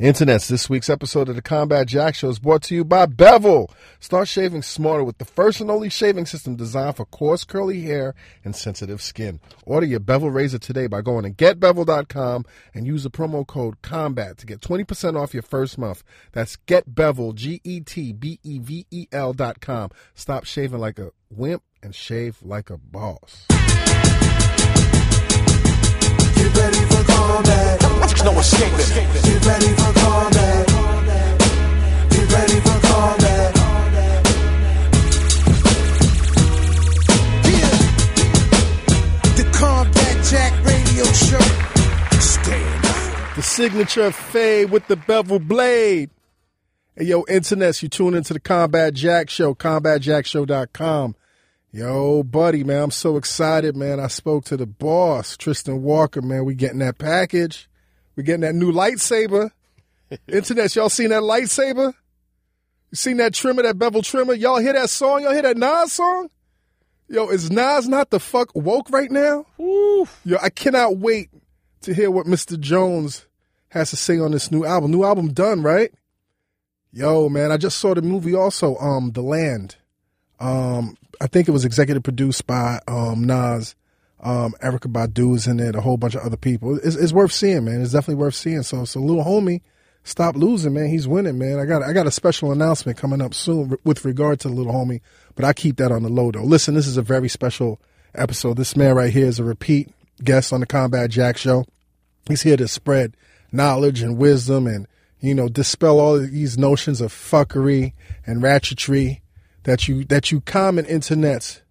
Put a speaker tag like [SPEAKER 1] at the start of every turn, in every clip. [SPEAKER 1] Internets, this week's episode of the Combat Jack Show is brought to you by Bevel. Start shaving smarter with the first and only shaving system designed for coarse, curly hair and sensitive skin. Order your Bevel razor today by going to getbevel.com and use the promo code COMBAT to get 20% off your first month. That's getbevel, G E T B E V E L dot com. Stop shaving like a wimp and shave like a boss.
[SPEAKER 2] Get ready for combat.
[SPEAKER 3] No escaping.
[SPEAKER 2] Get ready for combat. Get ready for combat. Yeah. The Combat Jack Radio Show. Stand up.
[SPEAKER 1] The signature fade with the bevel blade. Hey, yo, internets, you tune into the Combat Jack Show, combatjackshow.com. Yo, buddy, man, I'm so excited, man. I spoke to the boss, Tristan Walker, man. We getting that package. We getting that new lightsaber. internets, y'all seen that lightsaber? You seen that trimmer, that bevel trimmer? Y'all hear that song? Y'all hear that Nas song? Yo, is Nas not the fuck woke right now? Yo, I cannot wait to hear what Mr. Jones has to say on this new album. New album done, right? Yo, man, I just saw the movie also, um, The Land. Um, I think it was executive produced by um Nas. Um, Erica Badu is in it, a whole bunch of other people. It's, it's worth seeing, man. It's definitely worth seeing. So, so little homie, stop losing, man. He's winning, man. I got I got a special announcement coming up soon with regard to little homie, but I keep that on the low though. Listen, this is a very special episode. This man right here is a repeat guest on the Combat Jack Show. He's here to spread knowledge and wisdom and, you know, dispel all of these notions of fuckery and ratchetry that you that you common internets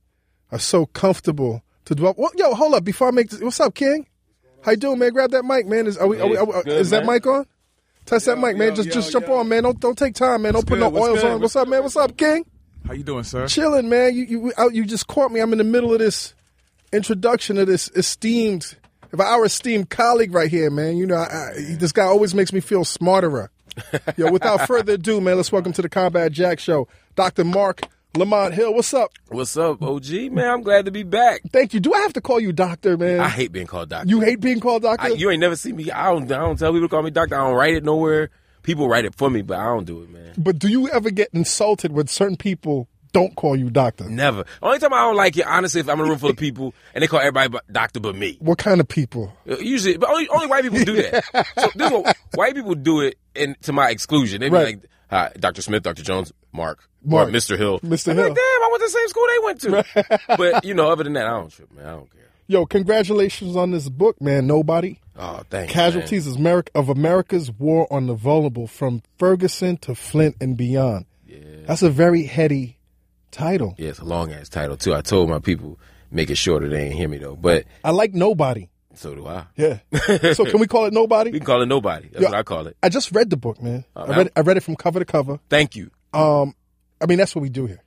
[SPEAKER 1] are so comfortable to dwell. Well, yo, hold up before I make this. What's up, King? How you doing, man? Grab that mic, man. Is are we, are we, are we-
[SPEAKER 4] Good,
[SPEAKER 1] is that
[SPEAKER 4] man.
[SPEAKER 1] mic on? Test that mic, man.
[SPEAKER 4] yo,
[SPEAKER 1] just
[SPEAKER 4] yo,
[SPEAKER 1] just jump
[SPEAKER 4] yo.
[SPEAKER 1] on, man. Don't don't take time, man. Don't put
[SPEAKER 4] good?
[SPEAKER 1] no
[SPEAKER 4] What's
[SPEAKER 1] oils on.
[SPEAKER 4] good?
[SPEAKER 1] What's
[SPEAKER 4] What's
[SPEAKER 1] up, man? What's up, King?
[SPEAKER 4] How you doing, sir?
[SPEAKER 1] chilling, man. You you out- you just caught me. I'm in the middle of this introduction of this esteemed, of our esteemed colleague right here, man. You know, I, I, this guy always makes me feel smarterer. Yo, without further ado, man, let's welcome to the Combat Jack Show, Dr. Mark Lamont Hill. What's up?
[SPEAKER 4] What's up, OG? Man, I'm glad to be back.
[SPEAKER 1] Thank you. Do I have to call you doctor, man?
[SPEAKER 4] I hate being called doctor.
[SPEAKER 1] you hate being called doctor.
[SPEAKER 4] I, you ain't never seen me. I don't. I don't tell people to call me doctor. I don't write it nowhere. People write it for me, but I don't do it, man.
[SPEAKER 1] but do you ever get insulted when certain people don't call you doctor?
[SPEAKER 4] Never. Only time I don't like it, honestly, if I'm in a room full of people and they call everybody bu- doctor but me.
[SPEAKER 1] What kind of people?
[SPEAKER 4] Uh, Usually, but only, only white people do that. so this is what, white people do it, and to my exclusion, they be
[SPEAKER 1] Right.
[SPEAKER 4] like, "Hi, Doctor Smith, Doctor Jones, Mark,
[SPEAKER 1] Mark.
[SPEAKER 4] Mark, Mister Hill,
[SPEAKER 1] Mr.
[SPEAKER 4] I'm
[SPEAKER 1] Hill.
[SPEAKER 4] Like, damn, I went to the same school they went to. but you know, other than that, I don't trip, man. I don't care.
[SPEAKER 1] Yo, congratulations on this book, man. Nobody.
[SPEAKER 4] Oh, thanks. man.
[SPEAKER 1] Casualties is Ameri- of America's War on the Vulnerable from Ferguson to Flint and beyond. That's a very heady title.
[SPEAKER 4] Yeah, it's a long ass title too. I told my people make it shorter. They ain't hear me though, but
[SPEAKER 1] I like Nobody.
[SPEAKER 4] so do I.
[SPEAKER 1] Yeah. so can we call it
[SPEAKER 4] We
[SPEAKER 1] Nobody?
[SPEAKER 4] can call it nobody. That's
[SPEAKER 1] Yeah.
[SPEAKER 4] what I call it.
[SPEAKER 1] I just read the book, man.
[SPEAKER 4] Uh,
[SPEAKER 1] I read I read it from cover to cover.
[SPEAKER 4] Thank you.
[SPEAKER 1] Um I mean that's what we do here.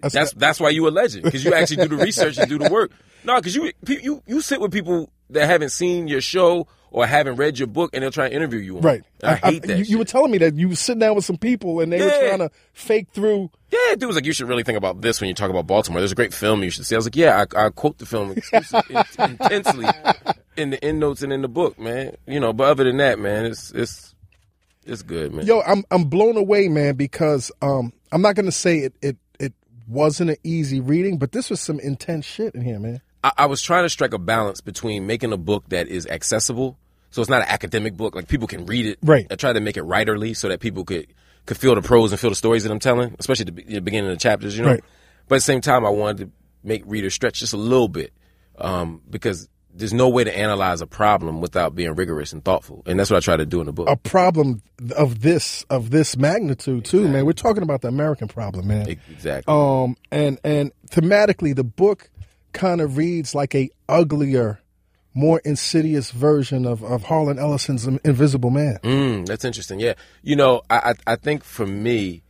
[SPEAKER 4] That's that's why you a legend because you actually do the research and do the work. No, because you pe- you you sit with people that haven't seen your show or haven't read your book and they'll try and interview you. On.
[SPEAKER 1] Right.
[SPEAKER 4] it. I, hate that.
[SPEAKER 1] you, you were
[SPEAKER 4] shit.
[SPEAKER 1] telling me that you were sitting down with some people and they were
[SPEAKER 4] Yeah.
[SPEAKER 1] trying to fake through
[SPEAKER 4] yeah, dude was like, you should really think about this when you talk about Baltimore. There's a great film you should see. I was like, yeah, I, I quote the film exclusively, in- intensely in the end notes and in the book, man. You know, but other than that, man, it's it's it's good, man.
[SPEAKER 1] Yo, I'm I'm blown away, man, because um I'm not gonna say it it it wasn't an easy reading, but this was some intense shit in here, man.
[SPEAKER 4] I, I was trying to strike a balance between making a book that is accessible, so it's not an academic book, like people can read it.
[SPEAKER 1] Right.
[SPEAKER 4] I tried to make it writerly so that people could could feel the prose and feel the stories that I'm telling, especially the, be- the beginning of the chapters, you know.
[SPEAKER 1] Right.
[SPEAKER 4] But at the same time, I wanted to make readers stretch just a little bit um, because there's no way to analyze a problem without being rigorous and thoughtful, and that's what I try to do in the book.
[SPEAKER 1] a problem of this of this magnitude too, man. We're talking about the American problem, man.
[SPEAKER 4] exactly.
[SPEAKER 1] Um, and and thematically, the book kind of reads like a uglier, more insidious version of of Harlan Ellison's Invisible Man.
[SPEAKER 4] Mm, that's interesting. Yeah, you know, I I, I think for me,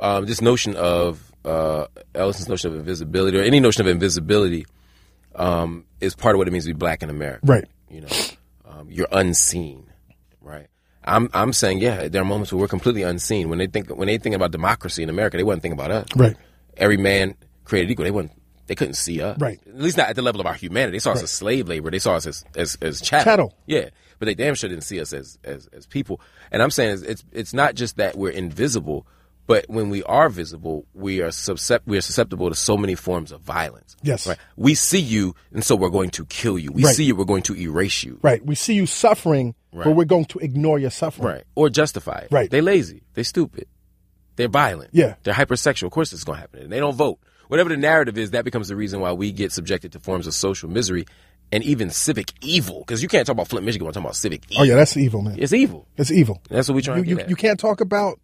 [SPEAKER 4] um, this notion of uh, Ellison's notion of invisibility or any notion of invisibility um, is part of what it means to be black in America.
[SPEAKER 1] Right.
[SPEAKER 4] You know, um, you're unseen. Right. I'm I'm saying yeah, there are moments where we're completely unseen. When they think when they think about democracy in America, they wouldn't think about us.
[SPEAKER 1] Right.
[SPEAKER 4] Every man created equal. They wouldn't They couldn't see us,
[SPEAKER 1] Right.
[SPEAKER 4] At least not at the level of our humanity. They saw us as slave labor. They saw us as as, as chattel.
[SPEAKER 1] Chattel.
[SPEAKER 4] Yeah, but they damn sure didn't see us as as, as people. And I'm saying it's, it's it's not just that we're invisible, but when we are visible, we are suscept- we are susceptible to so many forms of violence.
[SPEAKER 1] Yes.
[SPEAKER 4] Right? We see you, and so we're going to kill you. We
[SPEAKER 1] Right.
[SPEAKER 4] see you, we're going to erase you.
[SPEAKER 1] Right. We see you suffering, but
[SPEAKER 4] Right.
[SPEAKER 1] we're going to ignore your suffering.
[SPEAKER 4] Right. Or justify it.
[SPEAKER 1] Right.
[SPEAKER 4] They lazy. They stupid. They're violent.
[SPEAKER 1] Yeah.
[SPEAKER 4] They're hypersexual. Of course it's gonna happen. And they don't vote. Whatever the narrative is, that becomes the reason why we get subjected to forms of social misery and even civic evil. Because you can't talk about Flint, Michigan without talking about civic evil.
[SPEAKER 1] Oh yeah, that's evil, man.
[SPEAKER 4] It's evil.
[SPEAKER 1] It's evil.
[SPEAKER 4] That's what we trying
[SPEAKER 1] You,
[SPEAKER 4] to
[SPEAKER 1] you
[SPEAKER 4] get at.
[SPEAKER 1] you can't talk about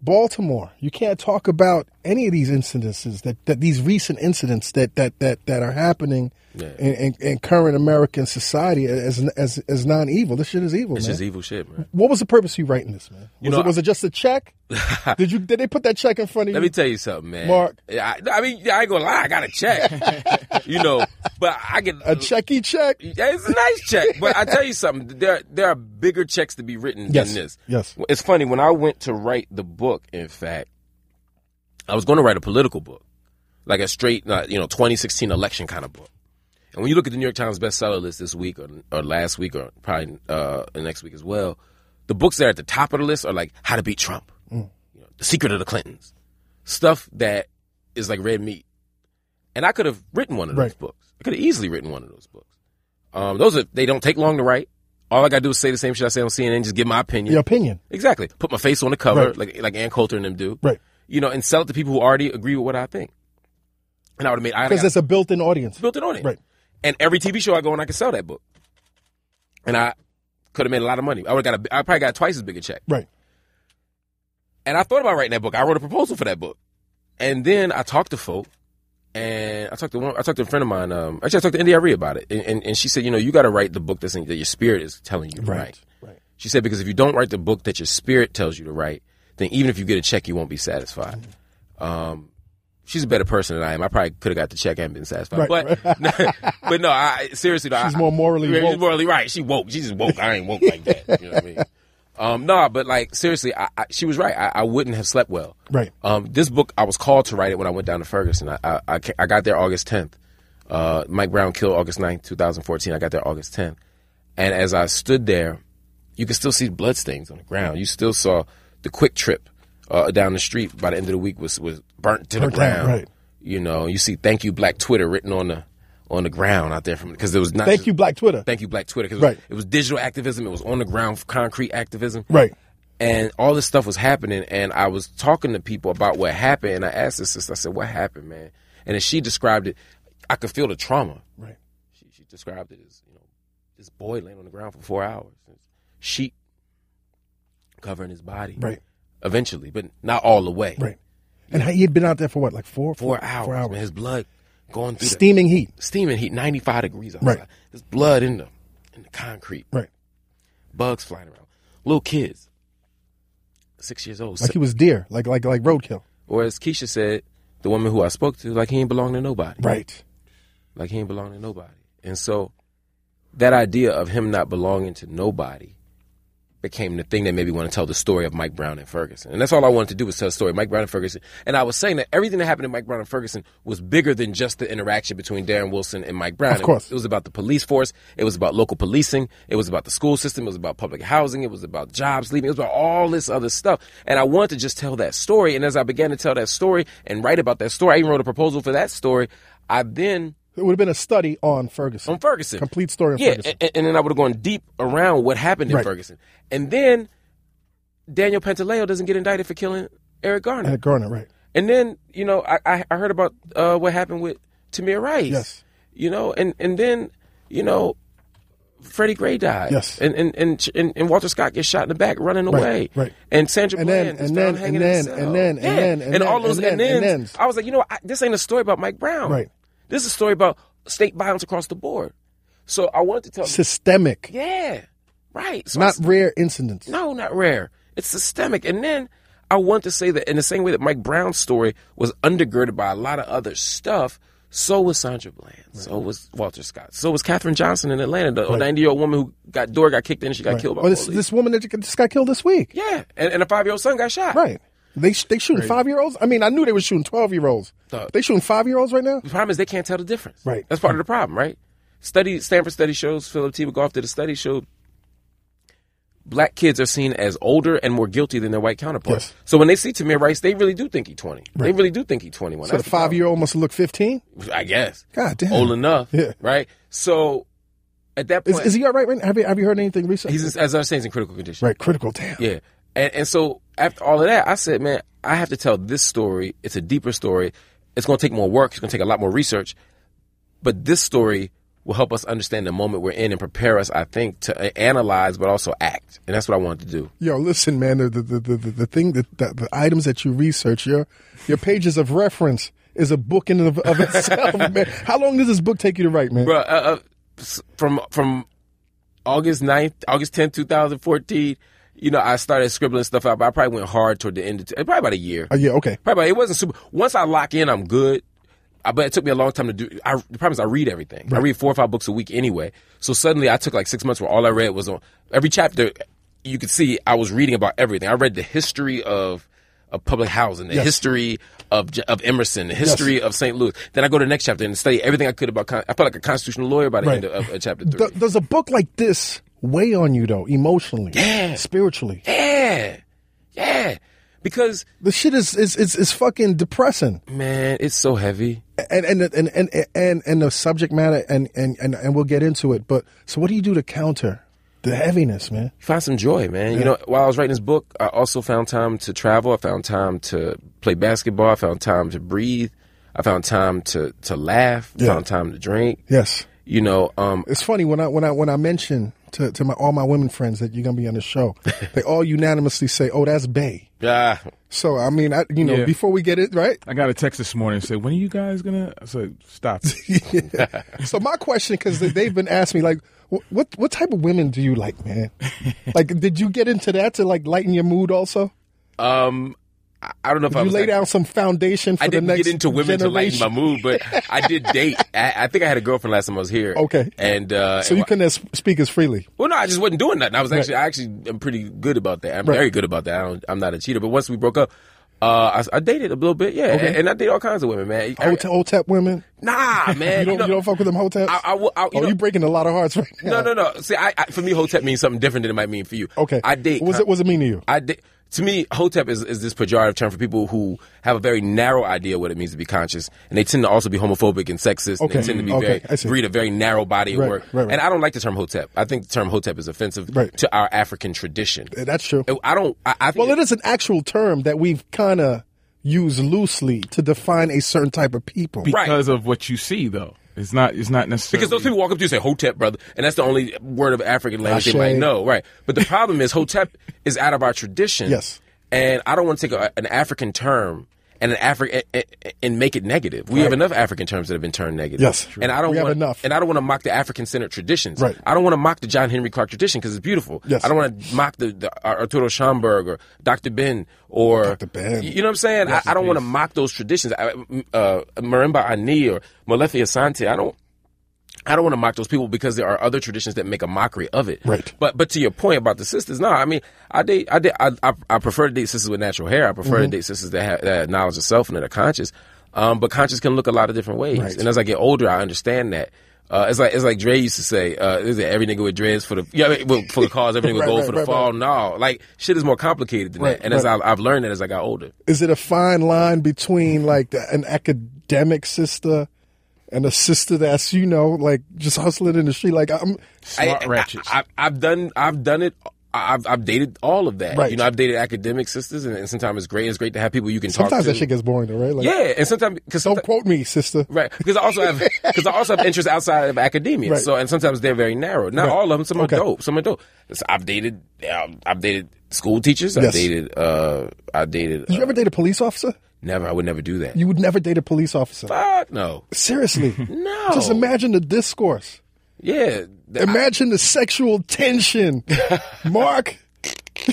[SPEAKER 1] Baltimore. You can't talk about any of these incidences that, that these recent incidents that that that, that are happening
[SPEAKER 4] Yeah.
[SPEAKER 1] in, in, in current American society as as as non evil. This shit is evil,
[SPEAKER 4] it's
[SPEAKER 1] man.
[SPEAKER 4] just evil shit, man.
[SPEAKER 1] What was the purpose of you writing this, man? Was,
[SPEAKER 4] e- know,
[SPEAKER 1] it, was it just a check? did you did they put that check in front of
[SPEAKER 4] Let
[SPEAKER 1] you?
[SPEAKER 4] me tell you something, man.
[SPEAKER 1] Mark.
[SPEAKER 4] I, I mean, I ain't gonna lie, I got a check. you know, but I get
[SPEAKER 1] a checky check.
[SPEAKER 4] Yeah, it's a nice check, but I tell you something. There, there are bigger checks to be written
[SPEAKER 1] Yes,
[SPEAKER 4] than this.
[SPEAKER 1] yes.
[SPEAKER 4] It's funny when I went to write the book. In fact, I was going to write a political book, like a straight, uh, you know, 2016 election kind of book. And when you look at the New York Times bestseller list this week, or, or last week, or probably uh, next week as well, the books that are at the top of the list are like How to Beat Trump,
[SPEAKER 1] Mm.
[SPEAKER 4] you know, The Secret of the Clintons, stuff that is like red meat. And I could have written one of those
[SPEAKER 1] Right.
[SPEAKER 4] books. I could have easily written one of those books. Um, those are they don't take long to write. All I gotta do is say the same shit I say on CNN, just give my opinion.
[SPEAKER 1] Your opinion,
[SPEAKER 4] Exactly. Put my face on the cover,
[SPEAKER 1] Right.
[SPEAKER 4] like like Ann Coulter and them do.
[SPEAKER 1] right?
[SPEAKER 4] You know, and sell it to people who already agree with what I think. And I would have made I
[SPEAKER 1] Because there's a built-in audience.
[SPEAKER 4] built it on it.
[SPEAKER 1] Right.
[SPEAKER 4] And every TV show I go on, I can sell that book. And I could have made a lot of money. I would have got a, I probably got twice as big a check.
[SPEAKER 1] Right.
[SPEAKER 4] And I thought about writing that book. I wrote a proposal for that book. And then I talked to folk, and I talked to one, I talked to a friend of mine. Um, actually, I talked to India Ree about it, and, and and she said, you know, you got to write the book that's in, that your spirit is telling you to
[SPEAKER 1] Right.
[SPEAKER 4] write.
[SPEAKER 1] Right.
[SPEAKER 4] She said because if you don't write the book that your spirit tells you to write, then even if you get a check, you won't be satisfied. Um, she's a better person than I am. I probably could have got the check and been satisfied,
[SPEAKER 1] Right.
[SPEAKER 4] but but no, I seriously, though,
[SPEAKER 1] She's
[SPEAKER 4] I-
[SPEAKER 1] more morally
[SPEAKER 4] Yeah,
[SPEAKER 1] woke.
[SPEAKER 4] She's morally right. She woke. She just woke. I ain't woke like that. You know what I mean? Um, no, but like seriously, I, I, she was right. I, I wouldn't have slept well.
[SPEAKER 1] Right.
[SPEAKER 4] Um, this book, I was called to write it when I went down to Ferguson. I I, I, ca- I got there August 10th. Uh, Mike Brown killed August 9th, 2014. I got there August 10th. And as I stood there, you could still see bloodstains on the ground. You still saw the quick trip uh, down the street by the end of the week was, was burnt to
[SPEAKER 1] Burnt
[SPEAKER 4] the
[SPEAKER 1] down,
[SPEAKER 4] ground.
[SPEAKER 1] right.
[SPEAKER 4] You know, you see thank you black Twitter written on the on the ground out there from because there was not
[SPEAKER 1] Thank
[SPEAKER 4] just-
[SPEAKER 1] you, Black Twitter.
[SPEAKER 4] thank you black Twitter 'cause
[SPEAKER 1] Right.
[SPEAKER 4] it, was, it was digital activism, it was on the ground concrete activism
[SPEAKER 1] Right.
[SPEAKER 4] and all this stuff was happening and i was talking to people about what happened and i asked this sister i said what happened man and as she described it i could feel the trauma
[SPEAKER 1] Right.
[SPEAKER 4] she, she described it as you know this boy laying on the ground for four hours sheet covering his body
[SPEAKER 1] Right.
[SPEAKER 4] eventually but not all the way
[SPEAKER 1] Right. And he had been out there for what, like four,
[SPEAKER 4] four, hours,
[SPEAKER 1] four
[SPEAKER 4] Man,
[SPEAKER 1] hours,
[SPEAKER 4] his blood going through the
[SPEAKER 1] steaming heat.
[SPEAKER 4] steaming heat 95 degrees outside
[SPEAKER 1] Right.
[SPEAKER 4] his blood in the in the concrete
[SPEAKER 1] Right.
[SPEAKER 4] bugs flying around little kids six years old
[SPEAKER 1] Like he was deer, like like like roadkill.
[SPEAKER 4] Or as Keisha said, the woman who I spoke to, like he ain't belong to nobody.
[SPEAKER 1] Right.
[SPEAKER 4] Like he ain't belong to nobody. And so that idea of him not belonging to nobody became the thing that made me want to tell the story of Mike Brown and Ferguson. And that's all I wanted to do was tell the story of Mike Brown and Ferguson. And I was saying that everything that happened to Mike Brown and Ferguson was bigger than just the interaction between Darren Wilson and Mike Brown.
[SPEAKER 1] Of course.
[SPEAKER 4] It was about the police force. It was about local policing. It was about the school system. It was about public housing. It was about jobs leaving. It was about all this other stuff. And I wanted to just tell that story. And as I began to tell that story and write about that story, I even wrote a proposal for that story. I then
[SPEAKER 1] It would have been a study on Ferguson.
[SPEAKER 4] on Ferguson.
[SPEAKER 1] Complete story on
[SPEAKER 4] yeah,
[SPEAKER 1] Ferguson.
[SPEAKER 4] And, and then I would have gone deep around what happened in
[SPEAKER 1] Right.
[SPEAKER 4] Ferguson. And then Daniel Pantaleo doesn't get indicted for killing Eric Garner.
[SPEAKER 1] At Garner, right.
[SPEAKER 4] And then, you know, I, I, I heard about uh, what happened with Tamir Rice.
[SPEAKER 1] Yes.
[SPEAKER 4] You know, and, and then, you know, Freddie Gray died.
[SPEAKER 1] Yes.
[SPEAKER 4] And and, and and and Walter Scott gets shot in the back running away.
[SPEAKER 1] right.
[SPEAKER 4] And Sandra
[SPEAKER 1] And then-
[SPEAKER 4] Bland is
[SPEAKER 1] and
[SPEAKER 4] found
[SPEAKER 1] then-
[SPEAKER 4] hanging
[SPEAKER 1] and
[SPEAKER 4] in
[SPEAKER 1] then-
[SPEAKER 4] a cell.
[SPEAKER 1] and then- and
[SPEAKER 4] yeah.
[SPEAKER 1] then- and then-
[SPEAKER 4] all those
[SPEAKER 1] and then- and thens.
[SPEAKER 4] I was like, you know, I, this ain't a story about Mike Brown.
[SPEAKER 1] Right.
[SPEAKER 4] This is a story about state violence across the board. So I wanted to tell
[SPEAKER 1] Systemic.
[SPEAKER 4] yeah, right. So I
[SPEAKER 1] Not rare incidents.
[SPEAKER 4] no, not rare. It's systemic. And then I want to say that in the same way that Mike Brown's story was undergirded by a lot of other stuff, so was Sandra Bland. So was Walter Scott. So was Katherine Johnson in Atlanta, the 90 year old woman who got door got kicked in and she got killed by
[SPEAKER 1] Or this,
[SPEAKER 4] police.
[SPEAKER 1] this woman that just got killed this week.
[SPEAKER 4] yeah, and, and a five year old son got shot.
[SPEAKER 1] Right. They sh- they shooting five year olds. I mean, I knew they were shooting twelve year olds.
[SPEAKER 4] Uh,
[SPEAKER 1] They shooting five year olds right now.
[SPEAKER 4] The problem is they can't tell the difference.
[SPEAKER 1] Right.
[SPEAKER 4] That's part of the problem, right? Study Stanford study shows Philip T. McGough did a study showed black kids are seen as older and more guilty than their white counterparts.
[SPEAKER 1] Yes.
[SPEAKER 4] So when they see Tamir Rice, they really do think he's twenty. They really do think he's twenty one.
[SPEAKER 1] So the five year old must look fifteen.
[SPEAKER 4] I guess.
[SPEAKER 1] God damn.
[SPEAKER 4] Old enough.
[SPEAKER 1] Yeah.
[SPEAKER 4] Right. So at that
[SPEAKER 1] Is,
[SPEAKER 4] point,
[SPEAKER 1] is he all right right now? Have you, have you heard anything recently?
[SPEAKER 4] he's as I was saying, he's in critical condition.
[SPEAKER 1] right, critical. Damn.
[SPEAKER 4] Yeah. And and so after all of that, I said, man, I have to tell this story. It's a deeper story. It's going to take more work. It's going to take a lot more research. But this story will help us understand the moment we're in and prepare us, I think, to uh, analyze but also act. And that's what I wanted to do.
[SPEAKER 1] Yo, listen, man. The the the, the, the thing that the, the items that you research, your your pages of reference is a book in and of, of itself, man. How long does this book take you to write, man?
[SPEAKER 4] Bro, uh, uh, s- from from August 9th, August 10th, 2014, you know, I started scribbling stuff out, but I probably went hard toward the end of t- probably about a year.
[SPEAKER 1] Oh, yeah. Okay.
[SPEAKER 4] Probably it wasn't super. Once I lock in, I'm good. I, but it took me a long time to do. I, the problem is I read everything. I read four or five books a week anyway. So suddenly I took like six months where all I read was on every chapter. You could see I was reading about everything. I read the history of of public housing, the history of J- of Emerson, the history of St. Louis. Then I go to the next chapter and study everything I could about. Con- I felt like a constitutional lawyer by the
[SPEAKER 1] Right.
[SPEAKER 4] end of, of, of chapter three.
[SPEAKER 1] Th- does a book like this weigh on you though, emotionally,
[SPEAKER 4] Yeah.
[SPEAKER 1] spiritually?
[SPEAKER 4] yeah, yeah. Because
[SPEAKER 1] The shit is is is, is fucking depressing.
[SPEAKER 4] man, it's so heavy.
[SPEAKER 1] and and and and and, and the subject matter and, and and and we'll get into it but so what do you do to counter the heaviness man
[SPEAKER 4] you find some joy, man. You know, while I was writing this book, I also found time to travel. I found time to play basketball. I found time to breathe. I found time to to laugh. I
[SPEAKER 1] Yeah.
[SPEAKER 4] Found time to drink.
[SPEAKER 1] yes
[SPEAKER 4] You know, um,
[SPEAKER 1] it's funny when i when i when i mention to, to my all my women friends that you're gonna be on the show they all unanimously say oh that's bay
[SPEAKER 4] ah,
[SPEAKER 1] so i mean i you know
[SPEAKER 3] Yeah.
[SPEAKER 1] before we get it right
[SPEAKER 3] I got a text this morning and said, "When are you guys gonna?" I said, "Stop." it."
[SPEAKER 1] so my question because they've been asking me like wh- what what type of women do you like man like did you get into that to like lighten your mood also
[SPEAKER 4] um, I, I don't know if I
[SPEAKER 1] you
[SPEAKER 4] was
[SPEAKER 1] lay
[SPEAKER 4] like-
[SPEAKER 1] down some foundation for
[SPEAKER 4] I
[SPEAKER 1] the
[SPEAKER 4] didn't
[SPEAKER 1] next
[SPEAKER 4] get into women to lighten my
[SPEAKER 1] generation?
[SPEAKER 4] mood, but I did date. I, I think I had a girlfriend last time I was here.
[SPEAKER 1] Okay.
[SPEAKER 4] and uh,
[SPEAKER 1] so you couldn't as- speak as freely
[SPEAKER 4] Well, no, I just wasn't doing nothing. I was actually, I actually am pretty good about that. I'm very good about that. I don't, I'm not a cheater. But once we broke up, uh, I, I dated a little bit, yeah, and, and I dated all kinds of women, man. Every-
[SPEAKER 1] Hotel, hotep E women.
[SPEAKER 4] Nah, man.
[SPEAKER 1] You don't, you
[SPEAKER 4] know-
[SPEAKER 1] don't fuck with them hoteps.
[SPEAKER 4] I- I will- I- you
[SPEAKER 1] oh,
[SPEAKER 4] know-
[SPEAKER 1] you breaking a lot of hearts right now.
[SPEAKER 4] No, no, no. See, I, I for me, hotep means something different than it might mean for you.
[SPEAKER 1] Okay.
[SPEAKER 4] I date.
[SPEAKER 1] What's it? What's it mean to you?
[SPEAKER 4] I date. To me, hotep is, is this pejorative term for people who have a very narrow idea of what it means to be conscious, and they tend to also be homophobic and sexist. and
[SPEAKER 1] Okay.
[SPEAKER 4] they tend to be
[SPEAKER 1] Okay, I see.
[SPEAKER 4] very breed a very narrow body of
[SPEAKER 1] Right,
[SPEAKER 4] work.
[SPEAKER 1] right, right.
[SPEAKER 4] And I don't like the term hotep. I think the term hotep is offensive
[SPEAKER 1] Right.
[SPEAKER 4] to our African tradition.
[SPEAKER 1] Yeah, That's true.
[SPEAKER 4] I don't. I, I think
[SPEAKER 1] well, it is an actual term that we've kind of used loosely to define a certain type of people.
[SPEAKER 4] Right.
[SPEAKER 3] because of what you see, though. It's not. It's not necessarily
[SPEAKER 4] Because those people walk up to you and say "hotep, brother," and that's the only word of African language
[SPEAKER 1] Ashe.
[SPEAKER 4] they might know, right? But the problem is, hotep is out of our tradition.
[SPEAKER 1] Yes.
[SPEAKER 4] and I don't want to take a, an African term and an Afri- a- a- and make it negative. We have enough African terms that have been turned negative.
[SPEAKER 1] Yes. True.
[SPEAKER 4] and I don't
[SPEAKER 1] We have
[SPEAKER 4] want
[SPEAKER 1] enough.
[SPEAKER 4] And I don't want to mock the African centered traditions.
[SPEAKER 1] Right.
[SPEAKER 4] I don't want to mock the John Henry Clark tradition because it's beautiful.
[SPEAKER 1] Yes.
[SPEAKER 4] I don't want to mock the, the Ar- Arturo Schomburg or Dr. Ben or
[SPEAKER 1] Dr. Ben.
[SPEAKER 4] You know what I'm saying? I, I don't want to mock those traditions. I, uh, Marimba Ani or Malefi Asante. I don't. I don't want to mock those people because there are other traditions that make a mockery of it.
[SPEAKER 1] Right.
[SPEAKER 4] But but to your point about the sisters, no, I mean I date I date, I, I I prefer to date sisters with natural hair. I
[SPEAKER 1] Mm-hmm.
[SPEAKER 4] prefer to date sisters that have, that have knowledge of self and that are conscious. Um, but conscious can look a lot of different ways. And as I get older, I understand that. Uh, it's like it's like Dre used to say, uh, is it every nigga with dreads for the yeah, I mean, well, for the cause, every nigga with
[SPEAKER 1] Right,
[SPEAKER 4] gold
[SPEAKER 1] right,
[SPEAKER 4] for the
[SPEAKER 1] right,
[SPEAKER 4] fall. No, like shit is more complicated than
[SPEAKER 1] Right,
[SPEAKER 4] that. And as I, I've learned that as I got older,
[SPEAKER 1] Is it a fine line between like the, an academic sister and a sister that's you know like just hustling in the street? Like I'm.
[SPEAKER 3] smart ratchets.
[SPEAKER 4] I, I, have done I've done it. I- I've, I've dated all of that.
[SPEAKER 1] Right.
[SPEAKER 4] You know, I've dated academic sisters, and, and sometimes it's great. It's great to have people you can talk
[SPEAKER 1] Sometimes
[SPEAKER 4] to.
[SPEAKER 1] that shit gets boring, though, right? Like,
[SPEAKER 4] yeah, and sometimes because
[SPEAKER 1] Don't quote me, sister.
[SPEAKER 4] Right, because I also have because I also have interests outside of academia.
[SPEAKER 1] Right.
[SPEAKER 4] So and sometimes they're very narrow. Not all of them. Some are
[SPEAKER 1] Okay.
[SPEAKER 4] dope. Some are dope. So I've dated. Um, I've dated school teachers. I've
[SPEAKER 1] Yes.
[SPEAKER 4] dated. Uh, I dated.
[SPEAKER 1] Did you
[SPEAKER 4] uh,
[SPEAKER 1] ever date a police officer?
[SPEAKER 4] never. I would never do that.
[SPEAKER 1] You would never date a police officer.
[SPEAKER 4] Fuck no.
[SPEAKER 1] Seriously.
[SPEAKER 4] No.
[SPEAKER 1] Just imagine the discourse.
[SPEAKER 4] Yeah. th-
[SPEAKER 1] Imagine the sexual tension. Mark,
[SPEAKER 4] you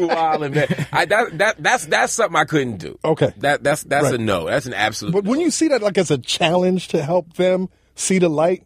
[SPEAKER 4] wildin', man. I, that, that that's that's something I couldn't do.
[SPEAKER 1] Okay.
[SPEAKER 4] That that's that's
[SPEAKER 1] Right.
[SPEAKER 4] a no. That's an absolute.
[SPEAKER 1] but when you see that like as a challenge to help them see the light,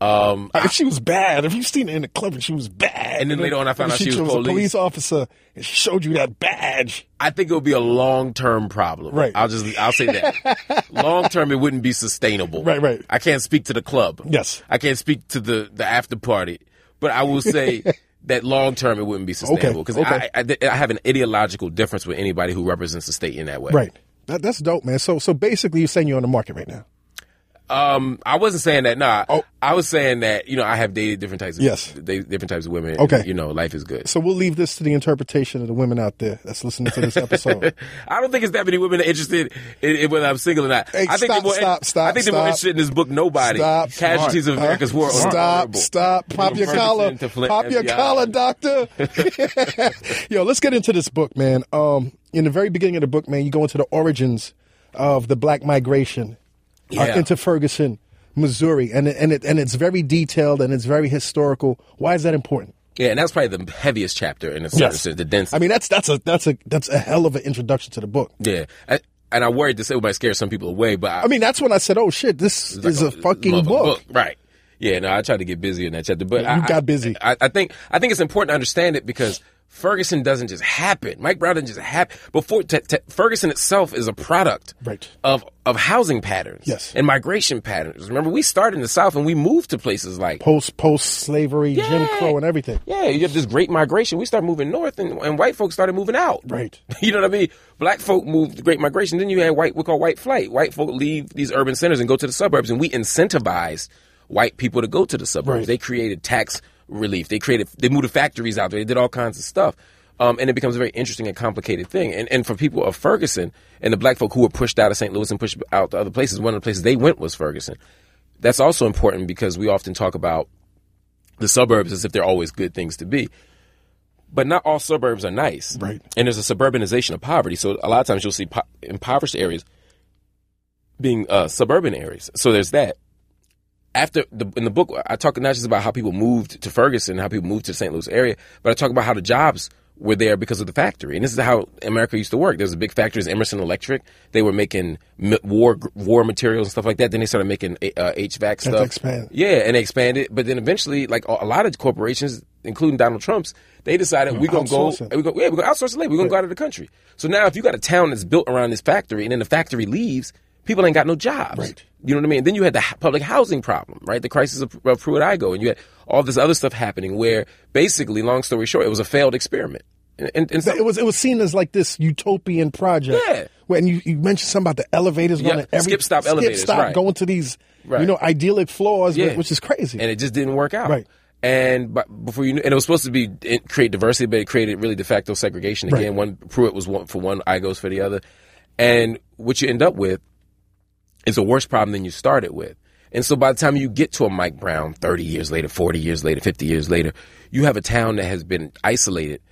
[SPEAKER 4] Um,
[SPEAKER 1] Like, if she was bad, if you seen her in the club and she was bad,
[SPEAKER 4] And then later on I found out she was
[SPEAKER 1] a
[SPEAKER 4] police.
[SPEAKER 1] police officer and she showed you that badge.
[SPEAKER 4] I think it would be a long term problem.
[SPEAKER 1] Right.
[SPEAKER 4] I'll just I'll say that. long term, it wouldn't be sustainable.
[SPEAKER 1] Right, right.
[SPEAKER 4] I can't speak to the club.
[SPEAKER 1] Yes.
[SPEAKER 4] I can't speak to the the after party, but I will say. That long term, it wouldn't be sustainable because
[SPEAKER 1] okay.
[SPEAKER 4] I, I, I have an ideological difference with anybody who represents the state in that way.
[SPEAKER 1] Right. That, that's dope, man. So so basically, you're saying you're on the market right now.
[SPEAKER 4] Um, I wasn't saying that. Nah,
[SPEAKER 1] Oh.
[SPEAKER 4] I was saying that you know I have dated different types of
[SPEAKER 1] Yes.
[SPEAKER 4] da- different types of women. and,
[SPEAKER 1] Okay.
[SPEAKER 4] you know life is good.
[SPEAKER 1] So we'll leave this to the interpretation of the women out there that's listening to this episode.
[SPEAKER 4] I don't think it's that many women are interested in, in whether I'm single or not.
[SPEAKER 1] Hey,
[SPEAKER 4] I think
[SPEAKER 1] stop,
[SPEAKER 4] they're more,
[SPEAKER 1] stop, stop,
[SPEAKER 4] I think they're more
[SPEAKER 1] stop.
[SPEAKER 4] interested in this book. Nobody
[SPEAKER 1] Stop.
[SPEAKER 4] casualties of America's war. are
[SPEAKER 1] Stop,
[SPEAKER 4] horrible.
[SPEAKER 1] stop. Pop your
[SPEAKER 4] Ferguson
[SPEAKER 1] collar.
[SPEAKER 4] to Flint
[SPEAKER 1] Pop your
[SPEAKER 4] FBI.
[SPEAKER 1] collar, doctor. Yo, let's get into this book, man. Um, in the very beginning of the book, man, you go into the origins of the black migration uh,
[SPEAKER 4] Yeah.
[SPEAKER 1] into Ferguson, Missouri. And, it- and, it, and it's very detailed and it's very historical. Why is that important?
[SPEAKER 4] Yeah, and that's probably the heaviest chapter in a certain
[SPEAKER 1] Yes.
[SPEAKER 4] sense, the densest.
[SPEAKER 1] I mean, that's that's a that's a that's a hell of an introduction to the book.
[SPEAKER 4] yeah, I, and I worried this it might scare some people away, but I,
[SPEAKER 1] I mean, that's when I said, "Oh shit, this
[SPEAKER 4] like
[SPEAKER 1] is a, fucking
[SPEAKER 4] love of
[SPEAKER 1] book.
[SPEAKER 4] right? Yeah, no, I tried to get busy in that chapter, but
[SPEAKER 1] Yeah, you
[SPEAKER 4] I-
[SPEAKER 1] got
[SPEAKER 4] I-
[SPEAKER 1] busy.
[SPEAKER 4] I, I think I think it's important to understand it because Ferguson doesn't just happen. Mike Brown doesn't just happen. Before t- t- Ferguson itself is a product
[SPEAKER 1] Right.
[SPEAKER 4] of of housing patterns,
[SPEAKER 1] Yes.
[SPEAKER 4] and migration patterns. Remember, we started in the South and we moved to places like.
[SPEAKER 1] Post post slavery, Jim
[SPEAKER 4] Yeah.
[SPEAKER 1] Crow, and everything."
[SPEAKER 4] yeah, you have this great migration. We started moving north, and, and white folks started moving out.
[SPEAKER 1] Right.
[SPEAKER 4] You know what I mean? Black folk moved the Great Migration. Then you had white, we call white flight. White folk leave these urban centers and go to the suburbs, and we incentivized white people to go to the suburbs.
[SPEAKER 1] Right.
[SPEAKER 4] They created tax relief. They created, they moved the factories out there. They did all kinds of stuff. Um, and it becomes a very interesting and complicated thing. And, and for people of Ferguson and the black folk who were pushed out of St. Louis and pushed out to other places, one of the places they went was Ferguson. That's also important because we often talk about the suburbs as if they're always good things to be. But not all suburbs are nice.
[SPEAKER 1] Right.
[SPEAKER 4] And there's a suburbanization of poverty. So a lot of times you'll see po- impoverished areas being uh, suburban areas. So there's that. After the, in the book, I talk not just about how people moved to Ferguson, how people moved to the St. Louis area, but I talk about how the jobs were there because of the factory. And this is how America used to work. There's a big factory, it's Emerson Electric. They were making mi- war war materials and stuff like that. Then they started making uh, HVAC
[SPEAKER 1] to
[SPEAKER 4] stuff.
[SPEAKER 1] expand.
[SPEAKER 4] Yeah, and they expanded. But then eventually, like a a lot of corporations, including Donald Trump's, they
[SPEAKER 1] Oh,
[SPEAKER 4] decided we're gonna go,
[SPEAKER 1] Outsource it.
[SPEAKER 4] we go, yeah, we're gonna outsource the labor. We're gonna go out of the country. So now, if you got a town that's built around this factory, and then the factory leaves, people ain't got no jobs.
[SPEAKER 1] Right.
[SPEAKER 4] You know what I mean? And then you had the h- public housing problem, right? The crisis of, of Pruitt Igoe, and you had all this other stuff happening. Where basically, long story short, it was a failed experiment. And, and, and so-
[SPEAKER 1] It was it was seen as like this utopian project.
[SPEAKER 4] Yeah.
[SPEAKER 1] When you, you mentioned something about the elevators going
[SPEAKER 4] Yeah,
[SPEAKER 1] to every
[SPEAKER 4] skip, stop elevators,
[SPEAKER 1] skip stop
[SPEAKER 4] right.
[SPEAKER 1] going to these you
[SPEAKER 4] Right.
[SPEAKER 1] know idyllic floors,
[SPEAKER 4] Yeah.
[SPEAKER 1] which is crazy.
[SPEAKER 4] and it just didn't work out.
[SPEAKER 1] Right.
[SPEAKER 4] And but before you knew, and it was supposed to be it create diversity, but it created really de facto segregation again.
[SPEAKER 1] Right.
[SPEAKER 4] One Pruitt was one for one, I goes for the other, and what you end up with is a worse problem than you started with. And so by the time you get to a Mike Brown, thirty years later, forty years later, fifty years later, you have a town that has been isolated.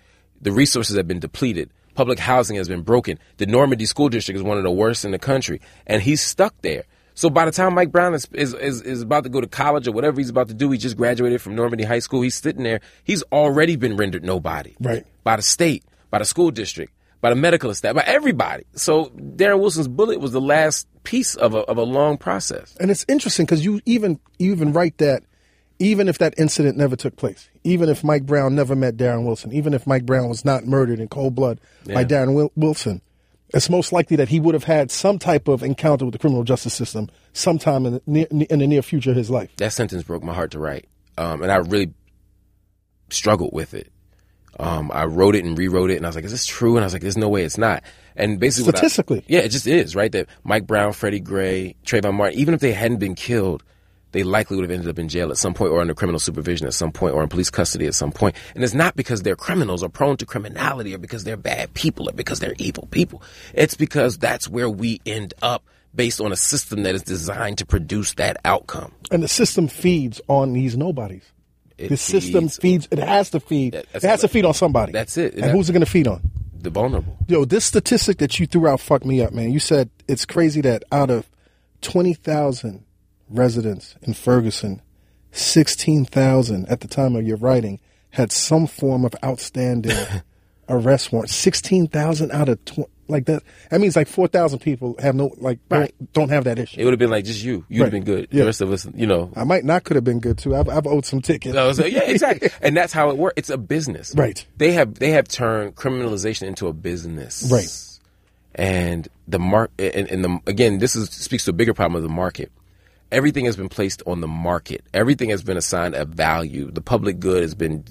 [SPEAKER 4] The resources have been depleted. Public housing has been broken. The Normandy School District is one of the worst in the country, and he's stuck there. So by the time Mike Brown is, is, is, is about to go to college or whatever he's about to do, he just graduated from Normandy High School. He's sitting there. He's already been rendered nobody.
[SPEAKER 1] Right.
[SPEAKER 4] By the state, by the school district, by the medical staff, by everybody. So Darren Wilson's bullet was the last piece of a, of a long process.
[SPEAKER 1] And it's interesting because you even you even write that even if that incident never took place, even if Mike Brown never met Darren Wilson, even if Mike Brown was not murdered in cold blood by Darren Wil- Wilson, it's most likely that he would have had some type of encounter with the criminal justice system sometime in the near, in the near future of his life.
[SPEAKER 4] That sentence broke my heart to write. Um, and I really struggled with it. Um, I wrote it and rewrote it, and I was like, "Is this true?" And I was like, "There's no way it's not." And basically, what I-
[SPEAKER 1] Statistically.
[SPEAKER 4] yeah, it just is right. That Mike Brown, Freddie Gray, Trayvon Martin, even if they hadn't been killed, they likely would have ended up in jail at some point, or under criminal supervision at some point, or in police custody at some point. And it's not because they're criminals or prone to criminality, or because they're bad people, or because they're evil people. It's because that's where we end up based on a system that is designed to produce that outcome.
[SPEAKER 1] and the system feeds on these nobodies.
[SPEAKER 4] It
[SPEAKER 1] the system
[SPEAKER 4] feeds-
[SPEAKER 1] feeds. It has to feed. It
[SPEAKER 4] That-
[SPEAKER 1] has
[SPEAKER 4] that's
[SPEAKER 1] to
[SPEAKER 4] what-
[SPEAKER 1] feed on somebody.
[SPEAKER 4] That's it.
[SPEAKER 1] And who's it going to feed on?
[SPEAKER 4] The vulnerable.
[SPEAKER 1] Yo, this statistic that you threw out fucked me up, man. You said it's crazy that out of twenty thousand residents in Ferguson, sixteen thousand at the time of your writing had some form of outstanding arrest warrant. Sixteen thousand out of tw- like that. That means like four thousand people have no like don't, don't have that issue.
[SPEAKER 4] It would have been like just you. You'd have
[SPEAKER 1] Right.
[SPEAKER 4] been good.
[SPEAKER 1] Yeah.
[SPEAKER 4] The rest of us, you know.
[SPEAKER 1] I might not could have been good too. I've, I've owed some tickets.
[SPEAKER 4] I was like, yeah, exactly. and that's how it works. It's a business,
[SPEAKER 1] Right.
[SPEAKER 4] They have they have turned criminalization into a business,
[SPEAKER 1] Right.
[SPEAKER 4] And the mark and, and the again, this is speaks to a bigger problem of the market. Everything has been placed on the market. Everything has been assigned a value. The public good has been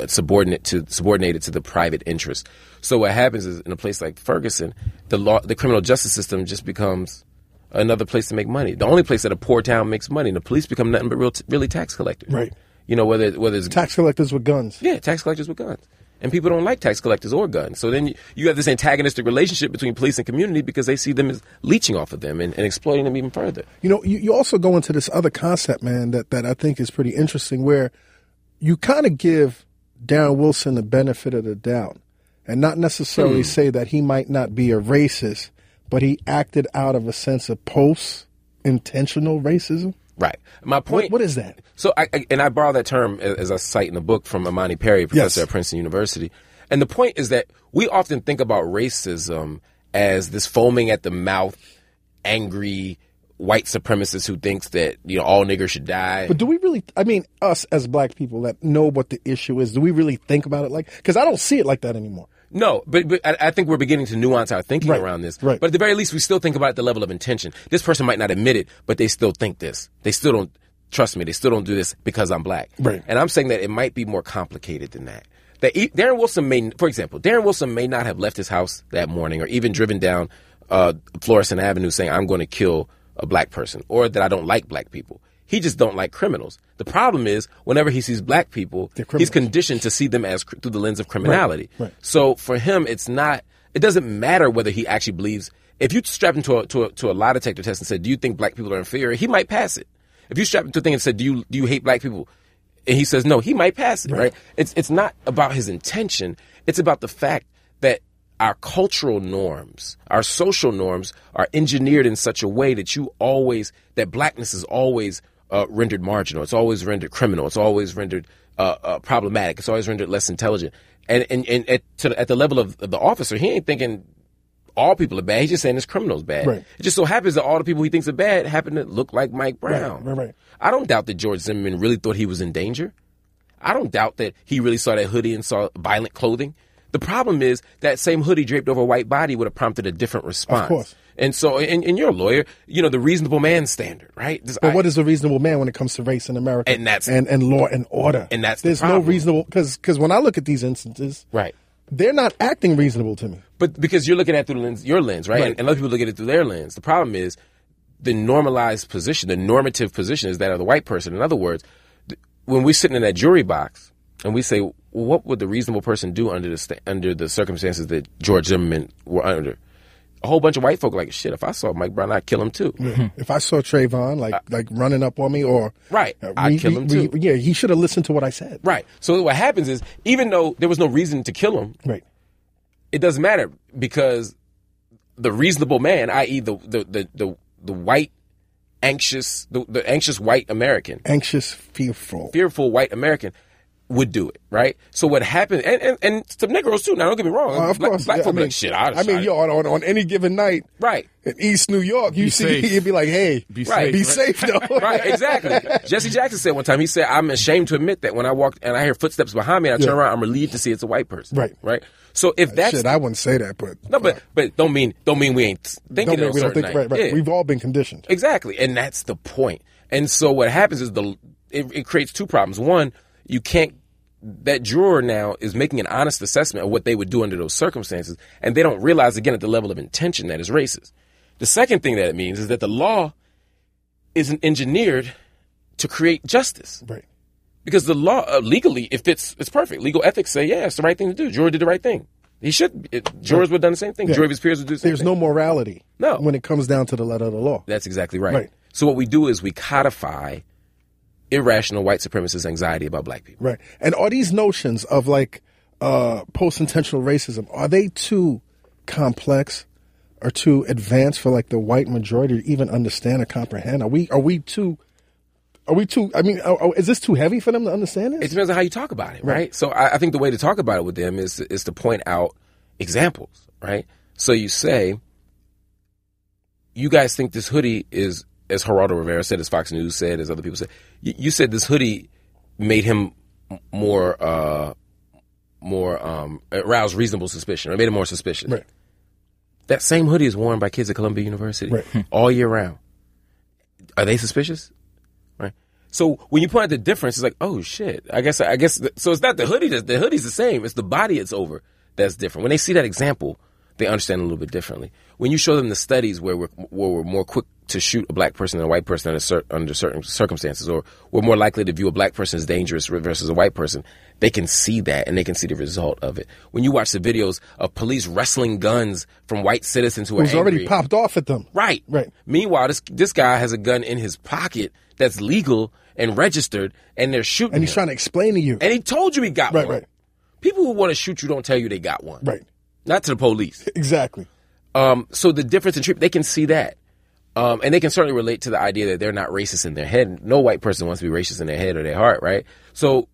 [SPEAKER 4] uh, subordinate to subordinated to the private interest. So what happens is in a place like Ferguson, the law, the criminal justice system just becomes another place to make money. The only place that a poor town makes money, and the police become nothing but real, really tax collectors.
[SPEAKER 1] Right.
[SPEAKER 4] You know whether whether it's
[SPEAKER 1] Tax collectors with guns.
[SPEAKER 4] yeah tax collectors with guns, and people don't like tax collectors or guns. So then you, you have this antagonistic relationship between police and community because they see them as leeching off of them and, and exploiting them even further.
[SPEAKER 1] You know, you, you also go into this other concept, man, that, that I think is pretty interesting where you kind of give Darren Wilson the benefit of the doubt and not necessarily say that he might not be a racist, but he acted out of a sense of post intentional racism.
[SPEAKER 4] Right. My
[SPEAKER 1] What,
[SPEAKER 4] point.
[SPEAKER 1] what is that?
[SPEAKER 4] So, I, I- and I borrow that term a- as I cite in the book from Imani Perry, professor at Princeton University. And the point is that we often think about racism as this foaming at the mouth, angry white supremacist who thinks that you know all niggers should die.
[SPEAKER 1] But do we really, I mean, us as black people that know what the issue is, do we really think about it like, because I don't see it like that anymore.
[SPEAKER 4] No, but, but I, I think we're beginning to nuance our thinking
[SPEAKER 1] Right,
[SPEAKER 4] around this.
[SPEAKER 1] right.
[SPEAKER 4] But at the very least, we still think about the level of intention. This person might not admit it, but they still think this. They still don't trust me. They still don't do this because I'm black.
[SPEAKER 1] Right.
[SPEAKER 4] And I'm saying that it might be more complicated than that. That e- Darren Wilson may, for example, Darren Wilson may not have left his house that morning, or even driven down uh, Florissant Avenue saying, "I'm going to kill a black person," or that I don't like black people. He just don't like criminals. The problem is, whenever he sees black people,
[SPEAKER 1] criminals.
[SPEAKER 4] he's conditioned to see them as cr- through the lens of criminality.
[SPEAKER 1] right.
[SPEAKER 4] So for him, it's not. It doesn't matter whether he actually believes. If you strapped him to a, to a, to a lie detector test and said, "Do you think black people are inferior?" He might pass it. If you strapped him to a thing and said, "Do you do you hate black people?" and he says no, he might pass it. Right? It's it's not about his intention. It's about the fact that our cultural norms, our social norms, are engineered in such a way that you always that blackness is always uh, rendered marginal. It's always rendered criminal. It's always rendered uh, uh, problematic. It's always rendered less intelligent. And and, and at, to, the- at the level of the officer, he ain't thinking all people are bad. He's just saying this criminal's bad.
[SPEAKER 1] Right.
[SPEAKER 4] It just so happens that all the people he thinks are bad happen to look like Mike Brown.
[SPEAKER 1] right, right.
[SPEAKER 4] I don't doubt that George Zimmerman really thought he was in danger. I don't doubt that he really saw that hoodie and saw violent clothing. The problem is that same hoodie draped over a white body would have prompted a different response.
[SPEAKER 1] course.
[SPEAKER 4] And so, and, and you're a lawyer, you know, the reasonable man standard, right? This-
[SPEAKER 1] But
[SPEAKER 4] I-
[SPEAKER 1] what is a reasonable man when it comes to race in America?
[SPEAKER 4] And that's-
[SPEAKER 1] and, and law and order.
[SPEAKER 4] And that's the
[SPEAKER 1] there's no
[SPEAKER 4] problem.
[SPEAKER 1] reasonable because because when I look at these instances,
[SPEAKER 4] Right.
[SPEAKER 1] they're not acting reasonable to me.
[SPEAKER 4] But because you're looking at it through the lens, your lens, right? And, and other people look at it through their lens. The problem is the normalized position, the normative position is that of the white person. In other words, th- when we're sitting in that jury box and we say, well, what would the reasonable person do under the sta- under the circumstances that George Zimmerman were under? A whole bunch of white folk like shit. If I saw Mike Brown, I'd kill him too.
[SPEAKER 1] If I saw Trayvon like like running up on me or
[SPEAKER 4] Uh, Right.
[SPEAKER 1] uh,
[SPEAKER 4] I'd
[SPEAKER 1] we-
[SPEAKER 4] kill
[SPEAKER 1] we-
[SPEAKER 4] him too.
[SPEAKER 1] we- yeah, he should have listened to what I said.
[SPEAKER 4] Right. So what happens is, even though there was no reason to kill him,
[SPEAKER 1] Right.
[SPEAKER 4] it doesn't matter because the reasonable man, i.e., the the the the, the white anxious the, the anxious white American,
[SPEAKER 1] Anxious, fearful.
[SPEAKER 4] fearful white American would do it, right? So what happened and, and, and some Negroes too, now don't get me wrong.
[SPEAKER 1] Uh, of
[SPEAKER 4] black,
[SPEAKER 1] course,
[SPEAKER 4] black
[SPEAKER 1] yeah,
[SPEAKER 4] folk be like shit, I,
[SPEAKER 1] I mean, yo, on, on any given night,
[SPEAKER 4] Right.
[SPEAKER 1] in East New York, you
[SPEAKER 3] Be
[SPEAKER 1] see,
[SPEAKER 3] safe.
[SPEAKER 1] you'd be like, "Hey,
[SPEAKER 3] Be
[SPEAKER 4] Right.
[SPEAKER 1] be
[SPEAKER 3] safe.
[SPEAKER 1] safe though."
[SPEAKER 4] Right, exactly. Jesse Jackson said one time, he said, I'm ashamed to admit that when I walk and I hear footsteps behind me and I turn around, I'm relieved to see it's a white person.
[SPEAKER 1] Right. Uh,
[SPEAKER 4] Right. So if that's
[SPEAKER 1] Shit, I wouldn't say that, but
[SPEAKER 4] no but but don't mean don't mean we ain't
[SPEAKER 1] don't
[SPEAKER 4] thinking
[SPEAKER 1] mean
[SPEAKER 4] of
[SPEAKER 1] we don't
[SPEAKER 4] certain
[SPEAKER 1] think
[SPEAKER 4] night.
[SPEAKER 1] right. Right.
[SPEAKER 4] Yeah.
[SPEAKER 1] We've all been conditioned.
[SPEAKER 4] Exactly, and that's the point. And so what happens is the it, it creates two problems. One, you can't. That juror now is making an honest assessment of what they would do under those circumstances, and they don't realize again at the level of intention that is racist. The second thing that it means is that the law isn't engineered to create justice
[SPEAKER 1] Right.
[SPEAKER 4] because the law uh, legally, if it's it's perfect, legal ethics say yeah, it's the right thing to do. Juror did the right thing. He should. It, jurors would have done the same thing. Jury of his peers would do the same
[SPEAKER 1] There's
[SPEAKER 4] thing.
[SPEAKER 1] no morality.
[SPEAKER 4] No.
[SPEAKER 1] When it comes down to the letter of the law.
[SPEAKER 4] That's exactly right.
[SPEAKER 1] Right.
[SPEAKER 4] So what we do is we codify irrational white supremacist anxiety about black people.
[SPEAKER 1] Right. And are these notions of like uh, post-intentional racism are they too complex or too advanced for like the white majority to even understand or comprehend? Are we are we too Are we too? I mean, are, are- is this too heavy for them to understand this?
[SPEAKER 4] It depends on how you talk about it, right? So I, I think the way to talk about it with them is is to point out examples, right? So you say, you guys think this hoodie is, as Geraldo Rivera said, as Fox News said, as other people said, you, you said this hoodie made him m- more, uh, more um, aroused reasonable suspicion, or made him more suspicious.
[SPEAKER 1] Right.
[SPEAKER 4] That same hoodie is worn by kids at Columbia University
[SPEAKER 1] Right.
[SPEAKER 4] all year round. Are they suspicious? Right. So when you point out the difference, it's like, oh shit. I guess I guess th- so. It's not the hoodie. That's, the hoodie's the same. It's the body. It's over. That's different. When they see that example, they understand a little bit differently. When you show them the studies where we're where we're more quick to shoot a black person than a white person under, cer- under certain circumstances, or we're more likely to view a black person as dangerous versus a white person, they can see that and they can see the result of it. When you watch the videos of police wrestling guns from white citizens who
[SPEAKER 1] It was
[SPEAKER 4] are
[SPEAKER 1] already
[SPEAKER 4] angry-
[SPEAKER 1] popped off at them.
[SPEAKER 4] Right.
[SPEAKER 1] Right.
[SPEAKER 4] Meanwhile, this this guy has a gun in his pocket that's legal and registered, and they're shooting.
[SPEAKER 1] And he's
[SPEAKER 4] him.
[SPEAKER 1] trying to explain to you.
[SPEAKER 4] And he told you he got
[SPEAKER 1] Right,
[SPEAKER 4] one.
[SPEAKER 1] right.
[SPEAKER 4] People who want to shoot you don't tell you they got one.
[SPEAKER 1] Right.
[SPEAKER 4] Not to the police.
[SPEAKER 1] Exactly.
[SPEAKER 4] Um, so the difference in treatment, they can see that. Um, and they can certainly relate to the idea that they're not racist in their head. No white person wants to be racist in their head or their heart, right? So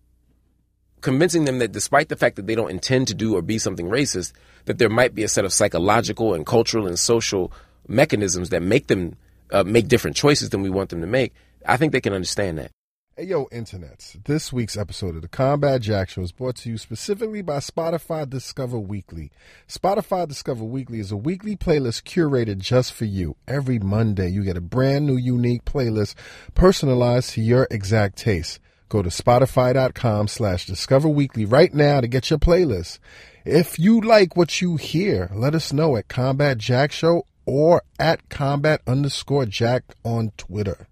[SPEAKER 4] convincing them that despite the fact that they don't intend to do or be something racist, that there might be a set of psychological and cultural and social mechanisms that make them uh, make different choices than we want them to make. I think they can understand that.
[SPEAKER 1] Hey yo, internets! This week's episode of the Combat Jack Show is brought to you specifically by Spotify Discover Weekly. Spotify Discover Weekly is a weekly playlist curated just for you. Every Monday, you get a brand new, unique playlist personalized to your exact taste. Go to spotify.com slash discover weekly right now to get your playlist. If you like what you hear, let us know at Combat Jack Show or at combat underscore jack on Twitter.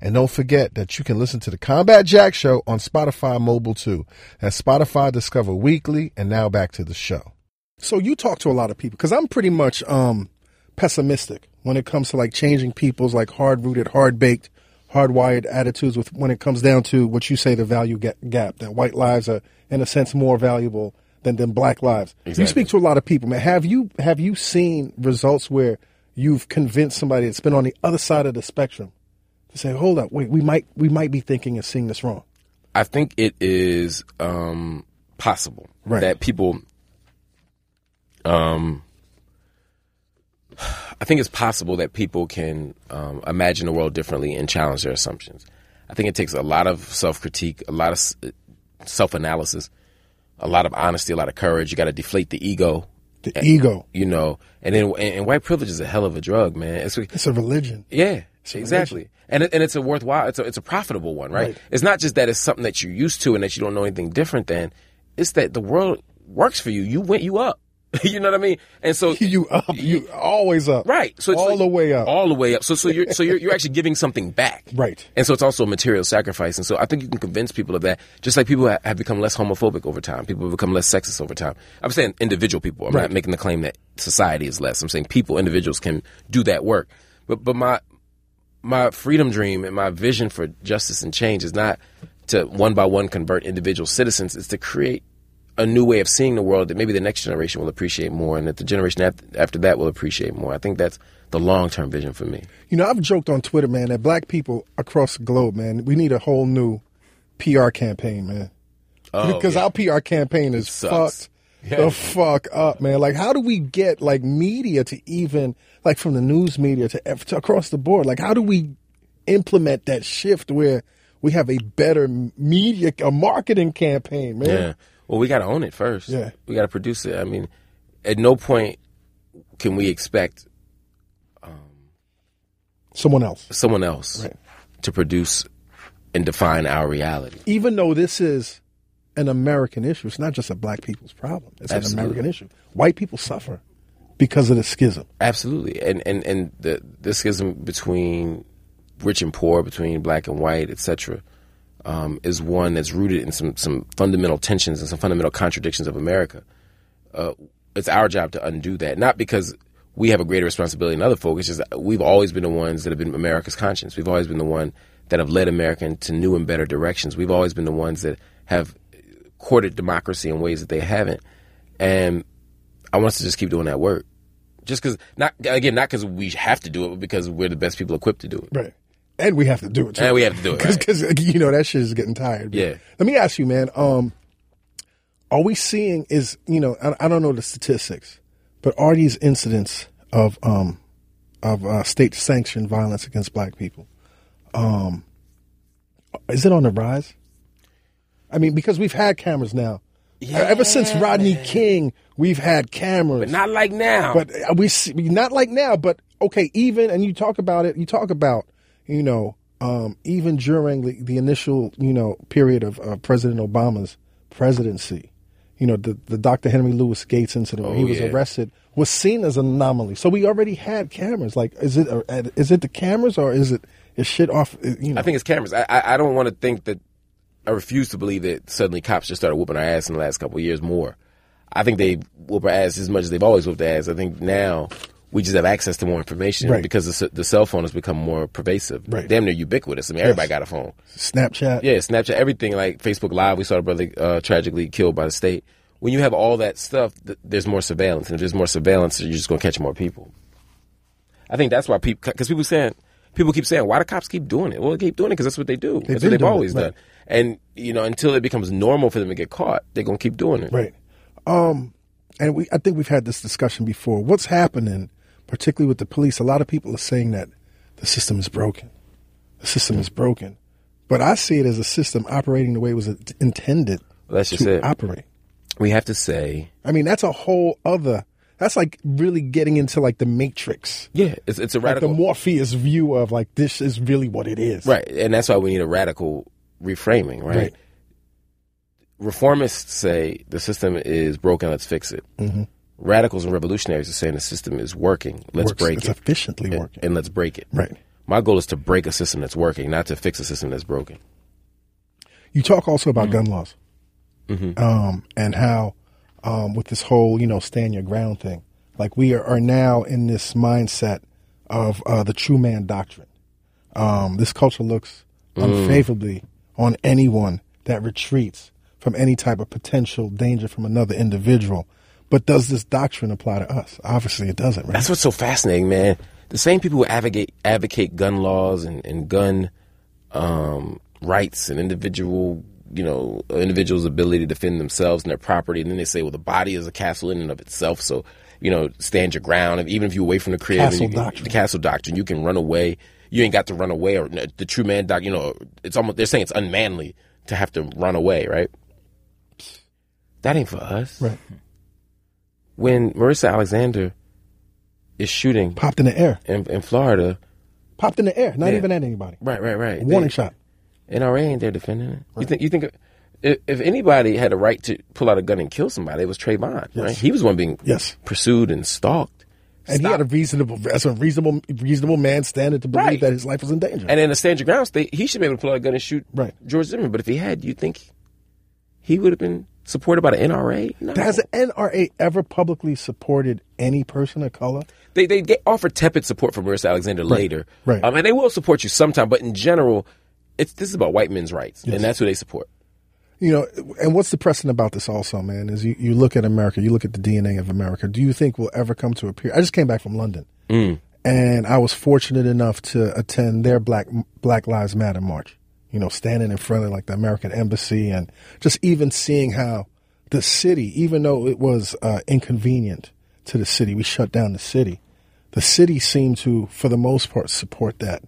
[SPEAKER 1] And don't forget that you can listen to the Combat Jack Show on Spotify Mobile too. That's Spotify Discover Weekly. And now back to the show. So you talk to a lot of people because I'm pretty much um, pessimistic when it comes to like changing people's like hard rooted, hard baked, hardwired attitudes. With when it comes down to what you say the value ga- gap that white lives are in a sense more valuable than than black lives. You speak to a lot of people, man. Have you have you seen results where you've convinced somebody that's been on the other side of the spectrum? to say, hold up, wait, we might we might be thinking and seeing this wrong.
[SPEAKER 4] I think it is um, possible
[SPEAKER 1] Right.
[SPEAKER 4] that people. Um, I think it's possible that people can um, imagine the world differently and challenge their assumptions. I think it takes a lot of self critique, a lot of self analysis, a lot of honesty, a lot of courage. You got to deflate the ego,
[SPEAKER 1] The ego.
[SPEAKER 4] you know. And then, and, and white privilege is a hell of a drug, man. It's-
[SPEAKER 1] It's a religion.
[SPEAKER 4] yeah,
[SPEAKER 1] a
[SPEAKER 4] exactly. And it, and it's a worthwhile. It's a it's a profitable one, right?
[SPEAKER 1] Right.
[SPEAKER 4] It's not just that it's something that you're used to and that you don't know anything different than. It's that the world works for you. You went you up. you know what I mean? And so
[SPEAKER 1] You up. You always up.
[SPEAKER 4] right. So it's
[SPEAKER 1] all
[SPEAKER 4] like-
[SPEAKER 1] the way up.
[SPEAKER 4] All the way up. So so you're so you're you're actually giving something back.
[SPEAKER 1] Right.
[SPEAKER 4] And so it's also a material sacrifice. And so I think you can convince people of that. Just like people ha- have become less homophobic over time. People have become less sexist over time. I'm saying individual people. I'm
[SPEAKER 1] Right.
[SPEAKER 4] not making the claim that society is less. I'm saying people, individuals can do that work. But but my my freedom dream and my vision for justice and change is not to one by one convert individual citizens. It's to create a new way of seeing the world that maybe the next generation will appreciate more, and that the generation af- after that will appreciate more. I think that's the long term vision for me.
[SPEAKER 1] You know, I've joked on Twitter, man, that black people across the globe, man, we need a whole new PR campaign, man. because our PR campaign is
[SPEAKER 4] Oh, sucks.
[SPEAKER 1] fucked the fuck up, man. Like, how do we get like media to even like from the news media to, ev- to across the board? Like, how do we implement that shift where we have a better media a marketing campaign, man?
[SPEAKER 4] Yeah. Well, we got to own it first.
[SPEAKER 1] Yeah.
[SPEAKER 4] We got to produce it. I mean, at no point can we expect
[SPEAKER 1] Someone else.
[SPEAKER 4] someone else
[SPEAKER 1] Right.
[SPEAKER 4] to produce and define our reality.
[SPEAKER 1] even though this is an American issue, it's not just a black people's problem. It's
[SPEAKER 4] Absolutely.
[SPEAKER 1] an American issue. White people suffer because of the schism.
[SPEAKER 4] Absolutely, and and and the the schism between rich and poor, between black and white, etc., um, is one that's rooted in some some fundamental tensions and some fundamental contradictions of America. Uh, it's our job to undo that, not because we have a greater responsibility than other folk. It's just that we've always been the ones that have been America's conscience. We've always been the one that have led America into new and better directions. We've always been the ones that have courted democracy in ways that they haven't, and I want us to just keep doing that work just because not again not because we have to do it but because we're the best people equipped to do it
[SPEAKER 1] Right. and we have to do it. Too.
[SPEAKER 4] And we have to do it. right.
[SPEAKER 1] because you know that shit is getting tired. man.
[SPEAKER 4] Yeah.
[SPEAKER 1] Let me ask you, man. Um, are we seeing is you know I, I don't know the statistics, but are these incidents of um of uh, state sanctioned violence against black people, um, is it on the rise? I mean, because we've had cameras now. Ever since Rodney King, we've had cameras.
[SPEAKER 4] But not like now.
[SPEAKER 1] But uh, we see, not like now, but okay, even and you talk about it, you talk about, you know, um, even during the, the initial, you know, period of uh, President Obama's presidency, you know, the, the Dr. Henry Louis Gates incident, where he was
[SPEAKER 4] Oh, yeah.
[SPEAKER 1] arrested, was seen as an anomaly. So we already had cameras. Like, is it uh, is it the cameras or is it is shit off? uh, You know,
[SPEAKER 4] I think it's cameras. I, I, I don't want to think that. I refuse to believe that suddenly cops just started whooping our ass in the last couple of years more. I think they whoop our ass as much as they've always whooped our ass. I think now we just have access to more information
[SPEAKER 1] Right.
[SPEAKER 4] because the, ce- the cell phone has become more pervasive,
[SPEAKER 1] Right.
[SPEAKER 4] damn near ubiquitous. I mean, everybody got a phone.
[SPEAKER 1] Snapchat.
[SPEAKER 4] Yeah, Snapchat, everything like Facebook Live. We saw a brother uh, tragically killed by the state. When you have all that stuff, th- there's more surveillance, and if there's more surveillance, you're just gonna catch more people. I think that's why people, because people saying, people keep saying, why do cops keep doing it? Well, they keep doing it because that's what they do. that's
[SPEAKER 1] been
[SPEAKER 4] what they've
[SPEAKER 1] doing it,
[SPEAKER 4] always
[SPEAKER 1] right.
[SPEAKER 4] done. And you know, until it becomes normal for them to get caught, they're gonna keep doing it.
[SPEAKER 1] Right. Um, and we, I think we've had this discussion before. What's happening, particularly with the police? A lot of people are saying that the system is broken. The system is broken. But I see it as a system operating the way it was intended
[SPEAKER 4] That's just
[SPEAKER 1] to
[SPEAKER 4] it.
[SPEAKER 1] operate.
[SPEAKER 4] We have to say,
[SPEAKER 1] I mean, that's a whole other. That's like really getting into like the matrix,
[SPEAKER 4] yeah, it's, it's a
[SPEAKER 1] like the
[SPEAKER 4] radical,
[SPEAKER 1] Morpheus view of like this is really what it is.
[SPEAKER 4] right? And that's why we need a radical reframing,
[SPEAKER 1] Right.
[SPEAKER 4] right? reformists say the system is broken, let's fix it.
[SPEAKER 1] Mm-hmm.
[SPEAKER 4] Radicals and revolutionaries are saying the system is working, let's
[SPEAKER 1] Works.
[SPEAKER 4] break
[SPEAKER 1] it's
[SPEAKER 4] it,
[SPEAKER 1] efficiently working.
[SPEAKER 4] and let's break it.
[SPEAKER 1] Right.
[SPEAKER 4] My goal is to break a system that's working, not to fix a system that's broken.
[SPEAKER 1] You talk also
[SPEAKER 4] Mm.
[SPEAKER 1] about gun laws,
[SPEAKER 4] Mm-hmm.
[SPEAKER 1] um, and how um, with this whole you know stand your ground thing, like we are, are now in this mindset of uh, the true man doctrine. Um, this culture looks
[SPEAKER 4] Mm.
[SPEAKER 1] unfavorably on anyone that retreats from any type of potential danger from another individual. But does this doctrine apply to us? Obviously, it doesn't. Right?
[SPEAKER 4] That's what's so fascinating, man. The same people who advocate advocate gun laws and, and gun um, rights and individual, you know, uh, individuals' ability to defend themselves and their property, and then they say, well, the body is a castle in and of itself, so you know, stand your ground. And even if you're away from the creator,
[SPEAKER 1] Castle
[SPEAKER 4] you can-
[SPEAKER 1] doctrine.
[SPEAKER 4] the castle doctrine, you can run away. You ain't got to run away, or uh, the true man doc. You know, it's almost they're saying it's unmanly to have to run away, right? That ain't for us.
[SPEAKER 1] right.
[SPEAKER 4] When Marissa Alexander is shooting
[SPEAKER 1] Popped in the air.
[SPEAKER 4] in, in Florida.
[SPEAKER 1] Popped in the air. Not
[SPEAKER 4] Yeah.
[SPEAKER 1] even at anybody.
[SPEAKER 4] Right, right, right.
[SPEAKER 1] Warning
[SPEAKER 4] They-
[SPEAKER 1] shot.
[SPEAKER 4] NRA ain't there defending it. You think? You think? If, if anybody had a right to pull out a gun and kill somebody, it was Trayvon. Right? He was the one being
[SPEAKER 1] Yes.
[SPEAKER 4] pursued and stalked.
[SPEAKER 1] And he had a reasonable, as a reasonable, reasonable man standard to believe
[SPEAKER 4] Right.
[SPEAKER 1] that his life was in danger.
[SPEAKER 4] And in a stand your ground state, he should be able to pull out a gun and shoot
[SPEAKER 1] Right.
[SPEAKER 4] George Zimmerman. But if he had, you think he would have been supported by the NRA? No.
[SPEAKER 1] Has the NRA ever publicly supported any person of color?
[SPEAKER 4] they they get offer tepid support for Marissa Alexander later,
[SPEAKER 1] right.
[SPEAKER 4] Um, and they will support you sometime. But in general, it's this is about white men's rights, and that's who they support.
[SPEAKER 1] You know, and what's depressing about this also, man, is you, you look at America, you look at the DNA of America. Do you think we'll ever come to a period? I just came back from London, and I was fortunate enough to attend their Black Black Lives Matter march. You know, standing in front of like the American embassy, and just even seeing how the city, even though it was uh, inconvenient to the city, we shut down the city. The city seemed to, for the most part, support that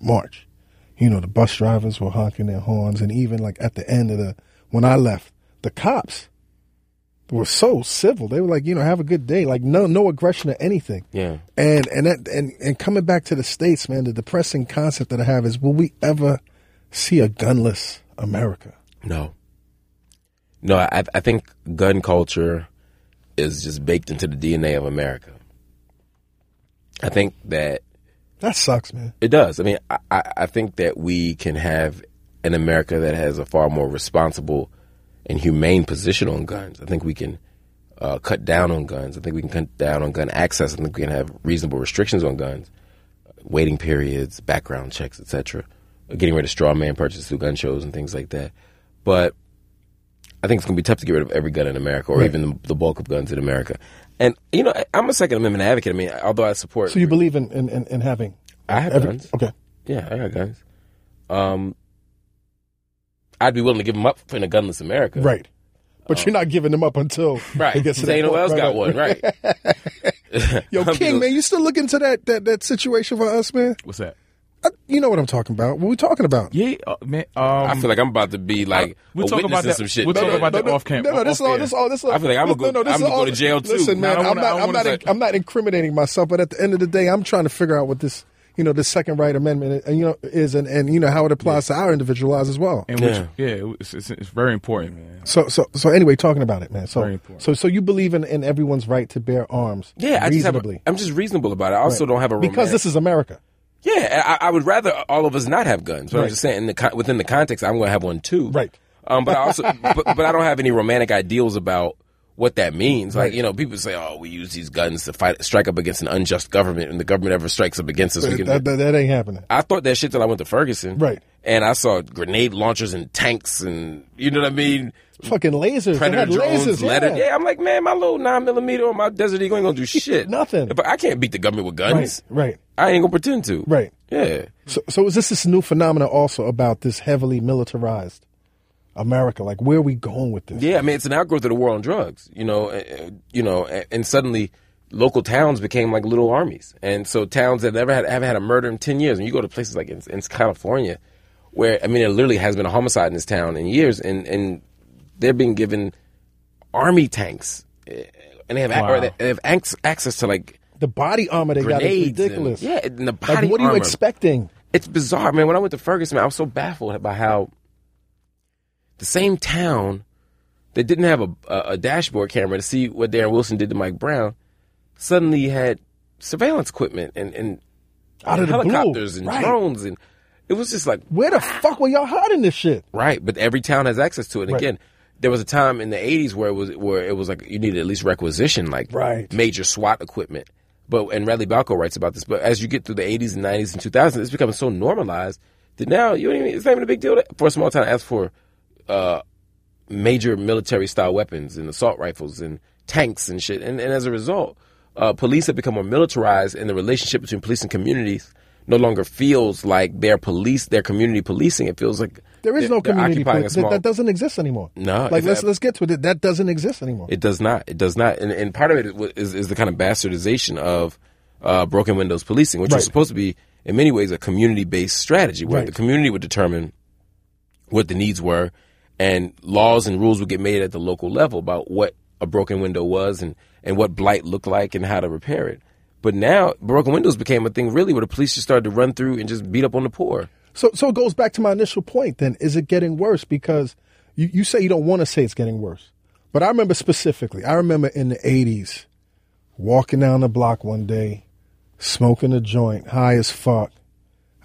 [SPEAKER 1] march. You know, the bus drivers were honking their horns, and even like at the end of the when I left, the cops were so civil. They were like, you know, have a good day, like no no aggression or anything.
[SPEAKER 4] Yeah.
[SPEAKER 1] And and that and and coming back to the states, man, the depressing concept that I have is, will we ever see a gunless America?
[SPEAKER 4] No. No, I, I think gun culture is just baked into the DNA of America. I think that
[SPEAKER 1] That sucks, man.
[SPEAKER 4] it does. I mean, I, I I think that we can have an America that has a far more responsible and humane position on guns. I think we can uh, cut down on guns. I think we can cut down on gun access. I think we can have reasonable restrictions on guns, waiting periods, background checks, etc. Getting rid of straw man purchases through gun shows and things like that. But I think it's going to be tough to get rid of every gun in America, or even the, the bulk of guns in America. And you know, I- I'm a Second Amendment advocate. I mean, although I support,
[SPEAKER 1] So you believe in in, in, in having
[SPEAKER 4] I have
[SPEAKER 1] every-
[SPEAKER 4] guns.
[SPEAKER 1] Okay.
[SPEAKER 4] Yeah, I got guns. Um, I'd be willing to give them up for in a gunless America.
[SPEAKER 1] Right. But you're not giving them up until
[SPEAKER 4] Oh. Right.
[SPEAKER 1] it gets to that
[SPEAKER 4] Ain't no
[SPEAKER 1] point.
[SPEAKER 4] else
[SPEAKER 1] Right,
[SPEAKER 4] got
[SPEAKER 1] right.
[SPEAKER 4] one, right?
[SPEAKER 1] Yo,
[SPEAKER 4] I'm
[SPEAKER 1] King,
[SPEAKER 4] gonna-
[SPEAKER 1] man, you still looking into that that that situation for us, man?
[SPEAKER 3] What's that?
[SPEAKER 1] I, you know what I'm talking about. What we talking about?
[SPEAKER 3] Yeah, uh, man. Um,
[SPEAKER 4] I feel like I'm about to be like
[SPEAKER 3] We'll
[SPEAKER 4] a
[SPEAKER 3] talk
[SPEAKER 4] witness
[SPEAKER 3] about
[SPEAKER 4] in
[SPEAKER 3] that-
[SPEAKER 4] some shit.
[SPEAKER 3] we'll talk
[SPEAKER 4] man.
[SPEAKER 3] about that off
[SPEAKER 1] no,
[SPEAKER 3] cam-
[SPEAKER 1] no, this
[SPEAKER 3] off
[SPEAKER 1] all,
[SPEAKER 3] air.
[SPEAKER 1] this all, this all.
[SPEAKER 4] I feel like I'm
[SPEAKER 1] this,
[SPEAKER 4] gonna go-
[SPEAKER 1] no, no, this
[SPEAKER 4] I'm
[SPEAKER 1] is
[SPEAKER 4] gonna go
[SPEAKER 1] all-
[SPEAKER 4] to jail, too.
[SPEAKER 1] Listen, man,
[SPEAKER 3] No, I don't
[SPEAKER 1] I'm
[SPEAKER 3] wanna- I
[SPEAKER 1] not,
[SPEAKER 3] don't
[SPEAKER 1] I'm
[SPEAKER 3] wanna
[SPEAKER 1] not,
[SPEAKER 3] say-
[SPEAKER 1] I'm not incriminating myself, but at the end of the day, I'm trying to figure out what this, you know, the Second Right Amendment, uh, you know, is, and and you know how it applies to our individual lives as well.
[SPEAKER 3] and which, yeah, it's, it's, it's very important, man.
[SPEAKER 1] So, so, so, anyway, talking about it, man.
[SPEAKER 3] Very
[SPEAKER 1] So,
[SPEAKER 3] important.
[SPEAKER 1] so, so, you believe in, in everyone's right to bear arms?
[SPEAKER 4] yeah, I just have.
[SPEAKER 1] reasonably.
[SPEAKER 4] A, I'm just reasonable about it. I also don't have a
[SPEAKER 1] because
[SPEAKER 4] romantic-
[SPEAKER 1] this is America.
[SPEAKER 4] Yeah, I, I would rather all of us not have guns, but I'm
[SPEAKER 1] Right.
[SPEAKER 4] just saying in the con- within the context, I'm going to have one too.
[SPEAKER 1] Right.
[SPEAKER 4] Um, but I also, but, but I don't have any romantic ideals about what that means. Like you know, people say, "Oh, we use these guns to fight, strike up against an unjust government, and the government ever strikes up against us." we can-
[SPEAKER 1] That, that, that ain't happening.
[SPEAKER 4] I thought that shit till I went to Ferguson.
[SPEAKER 1] Right.
[SPEAKER 4] And I saw grenade launchers and tanks, and you know what I mean.
[SPEAKER 1] Fucking lasers. They
[SPEAKER 4] Predator
[SPEAKER 1] had
[SPEAKER 4] drones,
[SPEAKER 1] lasers.
[SPEAKER 4] letter.
[SPEAKER 1] yeah.
[SPEAKER 4] Yeah. I'm like, man, my little nine millimeter or my Desert Eagle ain't gonna do shit.
[SPEAKER 1] Nothing.
[SPEAKER 4] But I can't beat the government with guns.
[SPEAKER 1] Right, right,
[SPEAKER 4] I ain't gonna pretend to.
[SPEAKER 1] right.
[SPEAKER 4] Yeah.
[SPEAKER 1] So, so is this this new phenomenon also about this heavily militarized America? Like, where are we going with this?
[SPEAKER 4] Yeah, I mean it's an outgrowth of the war on drugs, you know, uh, uh, you know, a- and suddenly local towns became like little armies, and so towns that never had haven't had a murder in ten years, and you go to places like in, in California, where I mean there literally has been a homicide in this town in years, and and they're being given army tanks, uh, and they have a- or
[SPEAKER 3] Wow.
[SPEAKER 4] they they have ac- access to like
[SPEAKER 1] The body armor they got is
[SPEAKER 4] grenades, and-
[SPEAKER 1] ridiculous.
[SPEAKER 4] yeah, and the body
[SPEAKER 1] Like, what are you
[SPEAKER 4] armor.
[SPEAKER 1] expecting?
[SPEAKER 4] It's bizarre, man. When I went to Ferguson, man, I was so baffled by how the same town that didn't have a, a, a dashboard camera to see what Darren Wilson did to Mike Brown suddenly had surveillance equipment and, and,
[SPEAKER 1] Out of the blue.
[SPEAKER 4] helicopters and
[SPEAKER 1] Right.
[SPEAKER 4] drones. And it was just like,
[SPEAKER 1] Where the fuck were y'all hiding this shit?
[SPEAKER 4] right. But every town has access to it. And
[SPEAKER 1] Right.
[SPEAKER 4] again, there was a time in the 80s where it was where it was like you needed at least requisition, like
[SPEAKER 1] Right.
[SPEAKER 4] major SWAT equipment. But and Radley Balco writes about this. But as you get through the 80s and 90s and 2000s, it's becoming so normalized that now you don't even, it's not even a big deal to, for a small town to ask for uh, major military style weapons and assault rifles and tanks and shit. And, and as a result, uh, police have become more militarized, and the relationship between police and communities no longer feels like they're police, they're community policing. It feels like
[SPEAKER 1] There is
[SPEAKER 4] they're-
[SPEAKER 1] no
[SPEAKER 4] they're
[SPEAKER 1] community
[SPEAKER 4] occupying a
[SPEAKER 1] police. That,
[SPEAKER 4] small-
[SPEAKER 1] that doesn't exist anymore.
[SPEAKER 4] No,
[SPEAKER 1] like let's
[SPEAKER 4] exactly.
[SPEAKER 1] let's get to it. That doesn't exist anymore.
[SPEAKER 4] It does not. It does not. And, and part of it wa- is, is the kind of bastardization of uh, broken windows policing, which
[SPEAKER 1] Right.
[SPEAKER 4] was supposed to be, in many ways, a community based strategy where
[SPEAKER 1] Right.
[SPEAKER 4] the community would determine what the needs were and laws and rules would get made at the local level about what a broken window was and, and what blight looked like and how to repair it. But now broken windows became a thing really where the police just started to run through and just beat up on the poor.
[SPEAKER 1] So, so it goes back to my initial point. Then, is it getting worse? Because you, you say you don't want to say it's getting worse, but I remember specifically. I remember in the '80s, walking down the block one day, smoking a joint, high as fuck.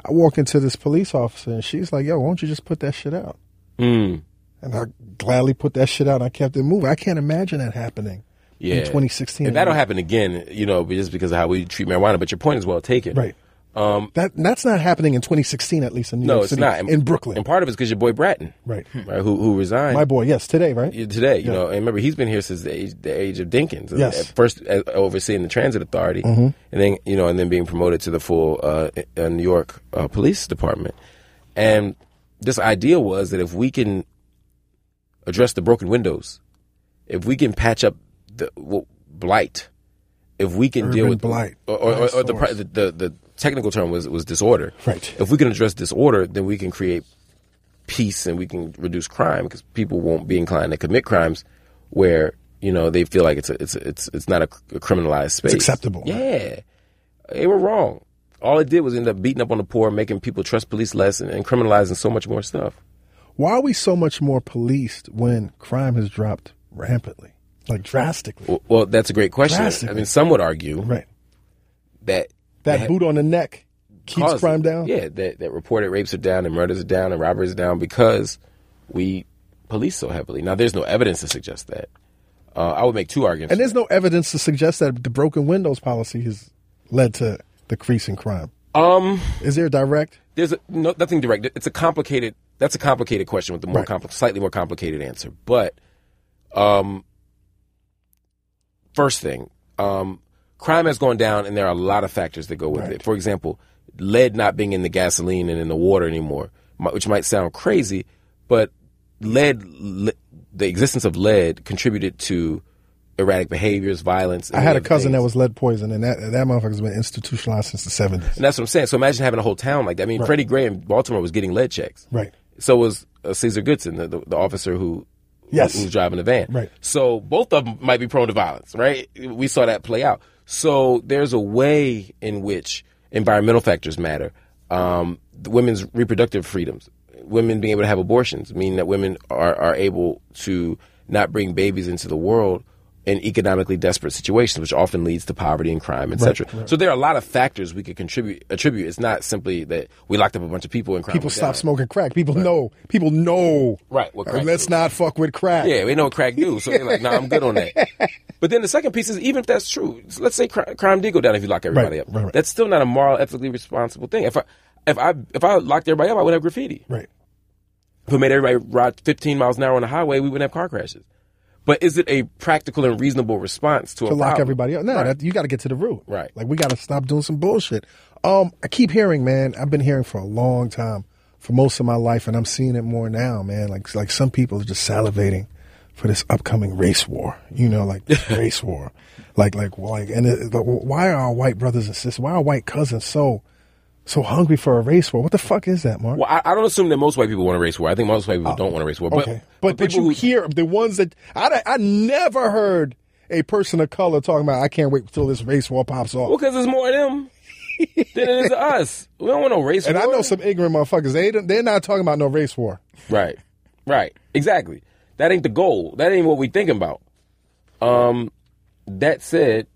[SPEAKER 1] I walk into this police officer, and she's like, "Yo, why don't you just put that shit out?"
[SPEAKER 4] Mm.
[SPEAKER 1] And I gladly put that shit out, and I kept it moving. I can't imagine that happening
[SPEAKER 4] Yeah.
[SPEAKER 1] in 2016.
[SPEAKER 4] If that'll happen again, you know, just because of how we treat marijuana. But your point is well taken.
[SPEAKER 1] right? Um, that that's not happening in 2016, at least in New
[SPEAKER 4] No,
[SPEAKER 1] York
[SPEAKER 4] it's
[SPEAKER 1] City,
[SPEAKER 4] not. And-
[SPEAKER 1] in Brooklyn,
[SPEAKER 4] And part of it's because your boy Bratton,
[SPEAKER 1] right?
[SPEAKER 4] right, who who resigned
[SPEAKER 1] My boy, yes, today, right?
[SPEAKER 4] today. You know, and remember he's been here since the age, the age of Dinkins.
[SPEAKER 1] Yes. Mm-hmm.
[SPEAKER 4] At first as, overseeing the transit authority, and then you know, and then being promoted to the full uh, uh, New York uh, Police Department. And this idea was that if we can address the broken windows, if we can patch up the w blight, if we can deal
[SPEAKER 1] Urban
[SPEAKER 4] with
[SPEAKER 1] blight.
[SPEAKER 4] or, or, or, or the,
[SPEAKER 1] Blight
[SPEAKER 4] pri- the the the technical term was was disorder.
[SPEAKER 1] Right.
[SPEAKER 4] If we can address disorder, then we can create peace and we can reduce crime because people won't be inclined to commit crimes where you know they feel like it's a, it's a, it's it's not a, c- a criminalized space.
[SPEAKER 1] acceptable.
[SPEAKER 4] Yeah, they were wrong. All it did was end up beating up on the poor, making people trust police less, and, and criminalizing so much more stuff.
[SPEAKER 1] Why are we so much more policed when crime has dropped rampantly, like drastically?
[SPEAKER 4] Well, well that's a great question. I
[SPEAKER 1] Drastically.
[SPEAKER 4] mean, some would argue
[SPEAKER 1] Right.
[SPEAKER 4] that
[SPEAKER 1] That boot on the neck keeps
[SPEAKER 4] cause-
[SPEAKER 1] crime down.
[SPEAKER 4] Yeah, that, that reported rapes are down and murders are down and robberies are down because we police so heavily. Now, there's no evidence to suggest that. Uh, I would make two arguments.
[SPEAKER 1] And there's no evidence to suggest that the broken windows policy has led to the crease in crime.
[SPEAKER 4] um,
[SPEAKER 1] Is there a direct?
[SPEAKER 4] there's a, no, nothing direct. It's a complicated. That's a complicated question with a more
[SPEAKER 1] Right.
[SPEAKER 4] compli- slightly more complicated answer. But um, first thing, um, crime has gone down, and there are a lot of factors that go with
[SPEAKER 1] Right.
[SPEAKER 4] it. For example, lead not being in the gasoline and in the water anymore, mi- which might sound crazy, but lead, le- the existence of lead contributed to erratic behaviors, violence. and
[SPEAKER 1] I had
[SPEAKER 4] many
[SPEAKER 1] a
[SPEAKER 4] other
[SPEAKER 1] cousin
[SPEAKER 4] things.
[SPEAKER 1] that was lead poisoned, and that that motherfucker's been institutionalized since the seventies.
[SPEAKER 4] And that's what I'm saying. So imagine having a whole town like that. I mean, Freddie Gray in Baltimore was getting lead checks.
[SPEAKER 1] Right.
[SPEAKER 4] So was uh, Caesar Goodson, the, the, the officer who,
[SPEAKER 1] Yes.
[SPEAKER 4] who was driving the van.
[SPEAKER 1] Right.
[SPEAKER 4] So both of them might be prone to violence, right? We saw that play out. So there's a way in which environmental factors matter. Um, the women's reproductive freedoms, women being able to have abortions, meaning that women are, are able to not bring babies into the world in economically desperate situations, which often leads to poverty and crime, etc. So there are a lot of factors we could contribute attribute. It's not simply that we locked up a bunch of people and crime
[SPEAKER 1] People
[SPEAKER 4] went
[SPEAKER 1] stop
[SPEAKER 4] down.
[SPEAKER 1] smoking crack. People know. People know.
[SPEAKER 4] Right, what
[SPEAKER 1] Uh,
[SPEAKER 4] crack
[SPEAKER 1] Let's
[SPEAKER 4] is.
[SPEAKER 1] not fuck with crack.
[SPEAKER 4] Yeah, they know what crack do, so they're like, nah, I'm good on that. But then the second piece is even if that's true, so let's say crime, crime did go down if you lock everybody
[SPEAKER 1] Right,
[SPEAKER 4] up.
[SPEAKER 1] right, right.
[SPEAKER 4] That's still not a moral, ethically responsible thing. If I if I if I locked everybody up, I would have graffiti.
[SPEAKER 1] Right.
[SPEAKER 4] If we made everybody ride 15 miles an hour on the highway, we wouldn't have car crashes. But is it a practical and reasonable response to, a
[SPEAKER 1] To lock
[SPEAKER 4] problem?
[SPEAKER 1] everybody up. No, that, you got to get to the root.
[SPEAKER 4] Right.
[SPEAKER 1] Like we got to stop doing some bullshit. Um, I keep hearing, man. I've been hearing for a long time, for most of my life, and I'm seeing it more now, man. Like like some people are just salivating for this upcoming race war. You know, like this race war. Like like like, and it, like, why are our white brothers and sisters? Why are white cousins so so hungry for a race war? What the fuck is that, Mark?
[SPEAKER 4] Well, I, I don't assume that most white people want a race war. I think most white people don't want a race war. But,
[SPEAKER 1] Oh. Okay. But, but you
[SPEAKER 4] people who
[SPEAKER 1] hear the ones that I, don't- I never heard a person of color talking about, I can't wait until this race war pops off.
[SPEAKER 4] well, because it's more of them than it is of us. We don't want no race
[SPEAKER 1] and
[SPEAKER 4] war.
[SPEAKER 1] I know some ignorant motherfuckers, they, don't- they're not talking about no race war.
[SPEAKER 4] Right. Right. Exactly. That ain't the goal. That ain't what we thinking about. Um that said,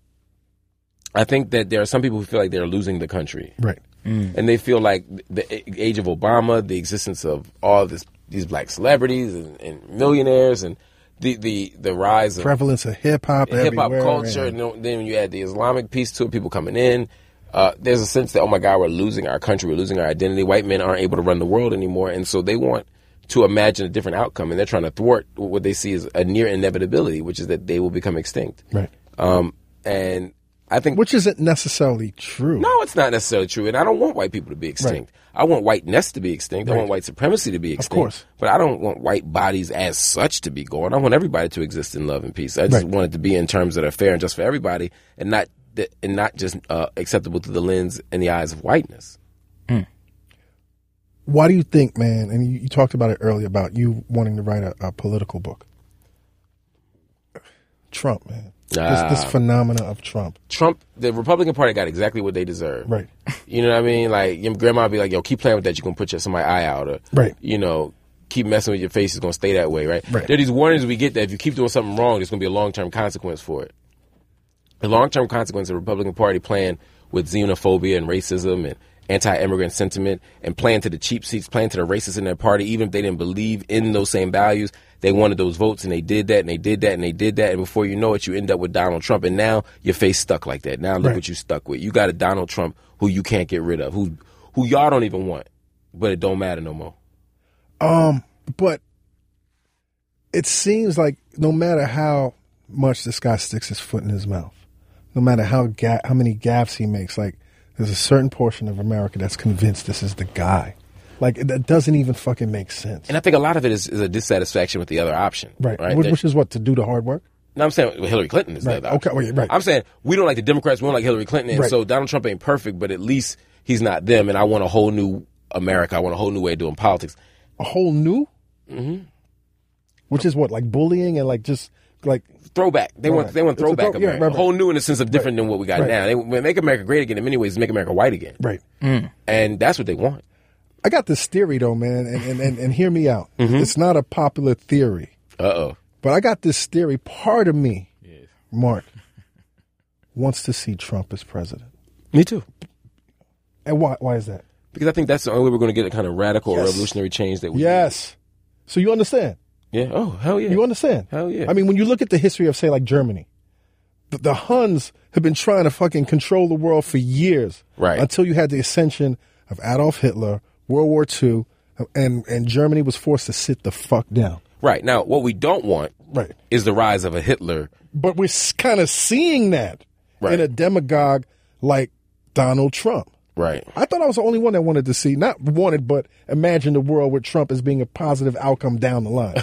[SPEAKER 4] I think that there are some people who feel like they're losing the country.
[SPEAKER 1] Right.
[SPEAKER 4] And they feel like the a- age of Obama, the existence of all this these black celebrities and, and millionaires and the, the, the rise of
[SPEAKER 1] Prevalence of hip hop,
[SPEAKER 4] hip hop
[SPEAKER 1] everywhere,
[SPEAKER 4] culture.
[SPEAKER 1] and-
[SPEAKER 4] And then when you add the Islamic piece to it, people coming in. Uh, there's a sense that oh my God, we're losing our country, we're losing our identity. White men aren't able to run the world anymore, and so they want to imagine a different outcome, and they're trying to thwart what they see as a near inevitability, which is that they will become extinct.
[SPEAKER 1] Right.
[SPEAKER 4] Um, and I think
[SPEAKER 1] Which isn't necessarily true.
[SPEAKER 4] no, it's not necessarily true, and I don't want white people to be extinct. I want whiteness to be extinct. I want white supremacy to be extinct.
[SPEAKER 1] course.
[SPEAKER 4] but I don't want white bodies as such to be gone. I want everybody to exist in love and peace. I just
[SPEAKER 1] Right.
[SPEAKER 4] want it to be in terms that are fair and just for everybody, and not th- and not just uh, acceptable through the lens and the eyes of whiteness.
[SPEAKER 1] Why do you think, man, and you, you talked about it earlier about you wanting to write a, a political book? Trump, man.
[SPEAKER 4] Ah.
[SPEAKER 1] This, this phenomena of Trump.
[SPEAKER 4] Trump, the Republican Party got exactly what they deserve.
[SPEAKER 1] Right.
[SPEAKER 4] You know what I mean? Like your grandma be like, "Yo, keep playing with that. You gonna put your somebody's eye out." Or,
[SPEAKER 1] Right.
[SPEAKER 4] You know, keep messing with your face. It's gonna stay that way, right?
[SPEAKER 1] Right.
[SPEAKER 4] There are these warnings we get that if you keep doing something wrong, there's gonna be a long term consequence for it. The long term consequence of the Republican Party playing with xenophobia and racism and anti immigrant sentiment and playing to the cheap seats, playing to the racists in their party, even if they didn't believe in those same values, they wanted those votes and they did that and they did that and they did that. And before you know it, you end up with Donald Trump. And now your face stuck like that. Now look
[SPEAKER 1] Right.
[SPEAKER 4] what you stuck with. You got a Donald Trump who you can't get rid of, who, who y'all don't even want, but it don't matter no more.
[SPEAKER 1] Um, but it seems like no matter how much this guy sticks his foot in his mouth, no matter how ga- how many gaps he makes, like there's a certain portion of America that's convinced this is the guy. Like it- that doesn't even fucking make sense.
[SPEAKER 4] And I think a lot of it is, is a dissatisfaction with the other option.
[SPEAKER 1] Right.
[SPEAKER 4] right?
[SPEAKER 1] Which,
[SPEAKER 4] There-
[SPEAKER 1] which is what to do the hard work.
[SPEAKER 4] No, I'm saying well, Hillary Clinton is
[SPEAKER 1] Right.
[SPEAKER 4] the other option.
[SPEAKER 1] Okay, wait, right.
[SPEAKER 4] I'm saying we don't like the Democrats. We don't like Hillary Clinton. And
[SPEAKER 1] Right.
[SPEAKER 4] so Donald Trump ain't perfect, but at least he's not them. And I want a whole new America. I want a whole new way of doing politics.
[SPEAKER 1] A whole new.
[SPEAKER 4] Mm-hmm.
[SPEAKER 1] Which is what like bullying and like just like
[SPEAKER 4] Throwback. They want
[SPEAKER 1] Right.
[SPEAKER 4] they want
[SPEAKER 1] It's a
[SPEAKER 4] throwback
[SPEAKER 1] throw- yeah,
[SPEAKER 4] America.
[SPEAKER 1] right, right.
[SPEAKER 4] A whole new in the sense of different than what we got
[SPEAKER 1] Right.
[SPEAKER 4] now. They when make America great again in many ways. is Make America white again.
[SPEAKER 1] right.
[SPEAKER 4] And that's what they want.
[SPEAKER 1] I got this theory though, man, and and and, and hear me out.
[SPEAKER 4] Mm-hmm.
[SPEAKER 1] It's not a popular theory.
[SPEAKER 4] Uh oh.
[SPEAKER 1] But I got this theory. Part of me, Mark, wants to see Trump as president.
[SPEAKER 4] Me too.
[SPEAKER 1] And why? Why is that?
[SPEAKER 4] Because I think that's the only way we're going to get a kind of radical,
[SPEAKER 1] Yes.
[SPEAKER 4] revolutionary change that we.
[SPEAKER 1] Yes. So you understand?
[SPEAKER 4] Yeah. Oh hell yeah.
[SPEAKER 1] You understand?
[SPEAKER 4] Hell yeah.
[SPEAKER 1] I mean, when you look at the history of, say, like Germany, the, the Huns have been trying to fucking control the world for years.
[SPEAKER 4] Right.
[SPEAKER 1] Until you had the ascension of Adolf Hitler, World War II, and and Germany was forced to sit the fuck down.
[SPEAKER 4] right now, what we don't want
[SPEAKER 1] Right.
[SPEAKER 4] is the rise of a Hitler.
[SPEAKER 1] But we're kind of seeing that
[SPEAKER 4] Right.
[SPEAKER 1] in a demagogue like Donald Trump.
[SPEAKER 4] Right.
[SPEAKER 1] I thought I was the only one that wanted to see, not wanted, but imagine the world with Trump as being a positive outcome down the line.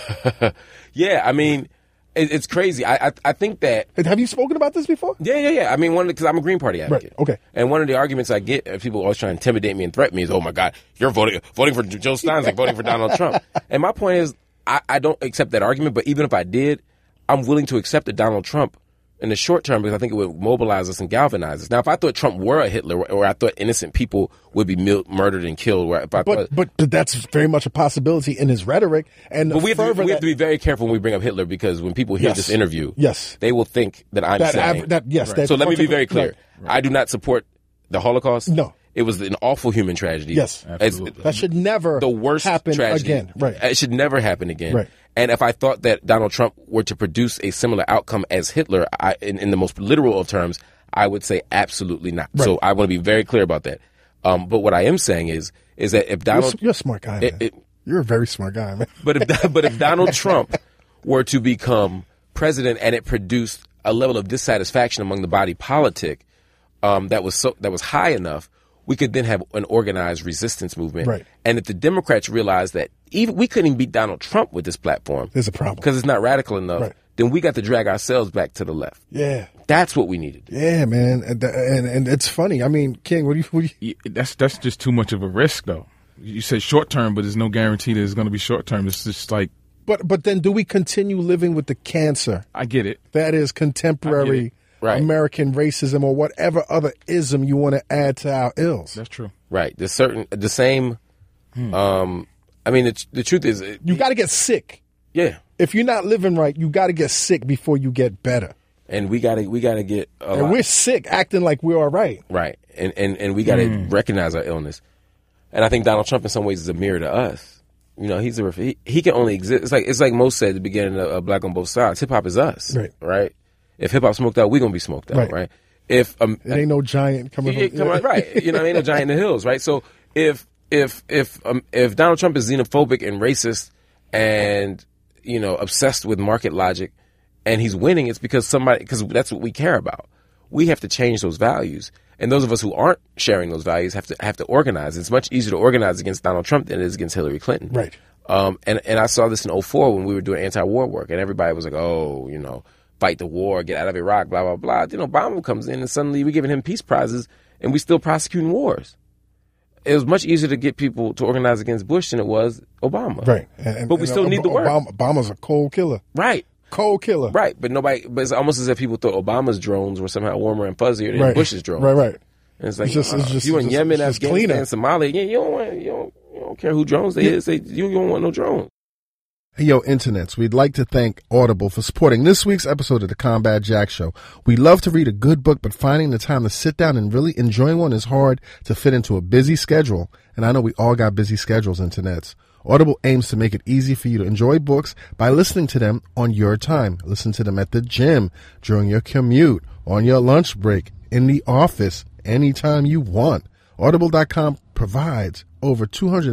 [SPEAKER 4] Yeah. I mean, it, it's crazy. I, I I think that
[SPEAKER 1] Have you spoken about this before?
[SPEAKER 4] Yeah, yeah, yeah. I mean, one because I'm a Green Party advocate.
[SPEAKER 1] okay.
[SPEAKER 4] And one of the arguments I get, uh, people always try to intimidate me and threaten me is, "Oh my God, you're voting voting for Joe Stein's like voting for Donald Trump." And my point is, I, I don't accept that argument. But even if I did, I'm willing to accept that Donald Trump in the short term because I think it would mobilize us and galvanize us. Now, if I thought Trump were a Hitler, or, or I thought innocent people would be mil- murdered and killed, where if I thought,
[SPEAKER 1] But, but but that's very much a possibility in his rhetoric and
[SPEAKER 4] But we have, to,
[SPEAKER 1] fervor
[SPEAKER 4] we have
[SPEAKER 1] that-
[SPEAKER 4] to be very careful when we bring up Hitler because when people hear
[SPEAKER 1] Yes.
[SPEAKER 4] this interview,
[SPEAKER 1] Yes.
[SPEAKER 4] they will think that I'm
[SPEAKER 1] That
[SPEAKER 4] saying
[SPEAKER 1] aver- that- yes, that
[SPEAKER 4] so let me be
[SPEAKER 1] particular-
[SPEAKER 4] very clear. I do not support the Holocaust.
[SPEAKER 1] No.
[SPEAKER 4] it was an awful human tragedy.
[SPEAKER 1] Yes.
[SPEAKER 4] It's-
[SPEAKER 3] Absolutely.
[SPEAKER 1] that should never
[SPEAKER 4] the worst
[SPEAKER 1] happen
[SPEAKER 4] tragedy
[SPEAKER 1] again. Right.
[SPEAKER 4] It should never happen again.
[SPEAKER 1] Right.
[SPEAKER 4] And if I thought that Donald Trump were to produce a similar outcome as Hitler, I, in, in the most literal of terms, I would say absolutely not. So I want to be very clear about that. Um, but what I am saying is, is that if
[SPEAKER 1] You're,
[SPEAKER 4] Donald,
[SPEAKER 1] s- you're a smart guy, man.
[SPEAKER 4] It- it-
[SPEAKER 1] you're a very smart guy, man.
[SPEAKER 4] but if but if Donald Trump were to become president and it produced a level of dissatisfaction among the body politic um, that was so that was high enough, we could then have an organized resistance movement.
[SPEAKER 1] Right.
[SPEAKER 4] And if the Democrats realized that even we couldn't even beat Donald Trump with this platform
[SPEAKER 1] There's a problem.
[SPEAKER 4] because it's not radical enough,
[SPEAKER 1] Right.
[SPEAKER 4] then we got to drag ourselves back to the left.
[SPEAKER 1] Yeah,
[SPEAKER 4] That's what we needed.
[SPEAKER 1] yeah, man. And, th- and and it's funny. I mean, King, what do you? What do you
[SPEAKER 3] Y- That's that's just too much of a risk, though. You said short term, but there's no guarantee that it's going to be short term. It's just like
[SPEAKER 1] but but then, do we continue living with the cancer
[SPEAKER 3] I get it.
[SPEAKER 1] that is contemporary
[SPEAKER 4] Right.
[SPEAKER 1] American racism or whatever other ism you want to add to our ills?
[SPEAKER 3] That's true.
[SPEAKER 4] Right. There's certain the same.
[SPEAKER 1] Hmm.
[SPEAKER 4] Um, I mean, the, the truth is, it,
[SPEAKER 1] you got to get sick.
[SPEAKER 4] yeah.
[SPEAKER 1] If you're not living right, you got to get sick before you get better.
[SPEAKER 4] And we gotta we gotta get a
[SPEAKER 1] And
[SPEAKER 4] lot-
[SPEAKER 1] we're sick, acting like we're all right.
[SPEAKER 4] Right. And and, and we got to
[SPEAKER 1] Hmm.
[SPEAKER 4] recognize our illness. And I think Donald Trump in some ways is a mirror to us. You know, he's a ref- he, he can only exist. It's like it's like Mo said at the beginning of uh, Black on Both Sides. Hip hop is us,
[SPEAKER 1] Right.
[SPEAKER 4] Right. If hip hop smoked out, we gonna be smoked out,
[SPEAKER 1] Right.
[SPEAKER 4] right? If um,
[SPEAKER 1] It ain't no giant coming.
[SPEAKER 4] yeah,
[SPEAKER 1] from,
[SPEAKER 4] come on, right? You know, ain't no giant in the hills, right? So if if if um, if Donald Trump is xenophobic and racist and you know obsessed with market logic, and he's winning, it's because somebody because that's what we care about. We have to change those values, and those of us who aren't sharing those values have to have to organize. It's much easier to organize against Donald Trump than it is against Hillary Clinton,
[SPEAKER 1] Right.
[SPEAKER 4] um, and and I saw this in 04 when we were doing anti-war work, and everybody was like, "Oh, you know, fight the war, get out of Iraq, blah blah blah." Then Obama comes in, and suddenly we're giving him peace prizes, and we still prosecuting wars. It was much easier to get people to organize against Bush than it was Obama.
[SPEAKER 1] Right. And- and-
[SPEAKER 4] but we
[SPEAKER 1] and
[SPEAKER 4] still
[SPEAKER 1] Ob-
[SPEAKER 4] need the work.
[SPEAKER 1] Obama, Obama's a cold killer.
[SPEAKER 4] Right.
[SPEAKER 1] Cold killer.
[SPEAKER 4] Right. But nobody. But it's almost as if people thought Obama's drones were somehow warmer and fuzzier than
[SPEAKER 1] Right.
[SPEAKER 4] Bush's drones.
[SPEAKER 1] Right, right.
[SPEAKER 4] And it's like
[SPEAKER 1] It's just-
[SPEAKER 4] nah,
[SPEAKER 1] it's just-
[SPEAKER 4] you in
[SPEAKER 1] just-
[SPEAKER 4] Yemen,
[SPEAKER 1] it's just
[SPEAKER 4] Afghanistan,
[SPEAKER 1] cleaner.
[SPEAKER 4] Somalia. Yeah, you don't want you don't, you don't care who drones they is. They, you, you don't want no drones.
[SPEAKER 1] Hey, yo, internets, we'd like to thank Audible for supporting this week's episode of the Combat Jack Show. We love to read a good book, but finding the time to sit down and really enjoy one is hard to fit into a busy schedule. And I know we all got busy schedules, internets. Audible aims to make it easy for you to enjoy books by listening to them on your time. Listen to them at the gym, during your commute, on your lunch break, in the office, anytime you want. Audible.com provides over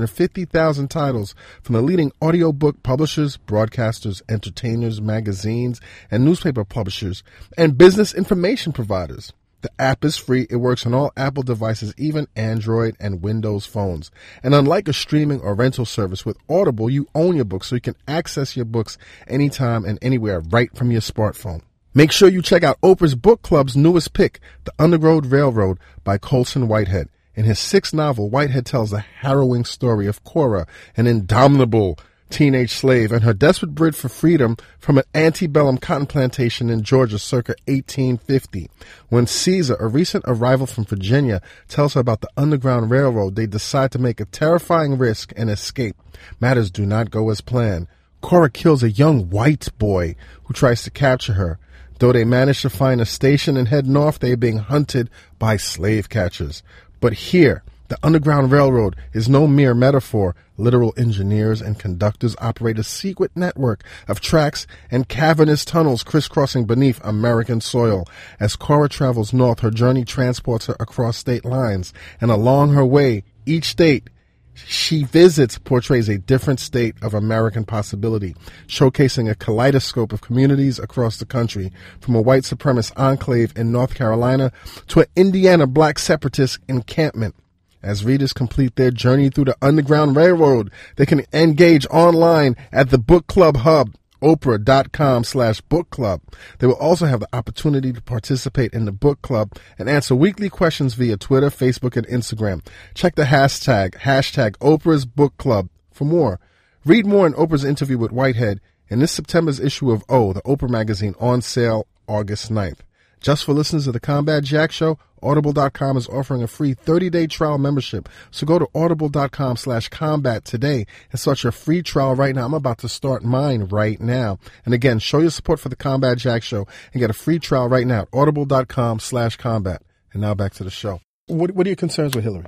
[SPEAKER 1] 250,000 titles from the leading audiobook publishers, broadcasters, entertainers, magazines, and newspaper publishers, and business information providers. The app is free. It works on all Apple devices, even Android and Windows phones. And unlike a streaming or rental service with Audible, you own your books so you can access your books anytime and anywhere right from your smartphone. Make sure you check out Oprah's Book Club's newest pick, The Underground Railroad by Colson Whitehead. In his sixth novel, Whitehead tells the harrowing story of Cora, an indomitable teenage slave, and her desperate bid for freedom from an antebellum cotton plantation in Georgia circa 1850. When Caesar, a recent arrival from Virginia, tells her about the Underground Railroad, they decide to make a terrifying risk and escape. Matters do not go as planned. Cora kills a young white boy who tries to capture her. Though they manage to find a station and head north, they are being hunted by slave catchers. But here, the Underground Railroad is no mere metaphor. Literal engineers and conductors operate a secret network of tracks and cavernous tunnels crisscrossing beneath American soil. As Cora travels north, her journey transports her across state lines, and along her way, each state she visits portrays a different state of American possibility, showcasing a kaleidoscope of communities across the country, from a white supremacist enclave in North Carolina to an Indiana black separatist encampment. As readers complete their journey through the Underground Railroad, they can engage online at the Book Club Hub, oprah.com slash book club. They will also have the opportunity to participate in the book club and answer weekly questions via Twitter, Facebook, and Instagram. Check the hashtag, hashtag Oprah's Book Club for more. Read more in Oprah's interview with Whitehead in this September's issue of O, the Oprah magazine, on sale August 9th. Just for listeners of the Combat Jack Show, Audible.com is offering a free 30-day trial membership. So go to audible.com slash combat today and start your free trial right now. I'm about to start mine right now. And again, show your support for the Combat Jack Show and get a free trial right now at audible.com slash combat. And now back to the show. What, what are your concerns with Hillary?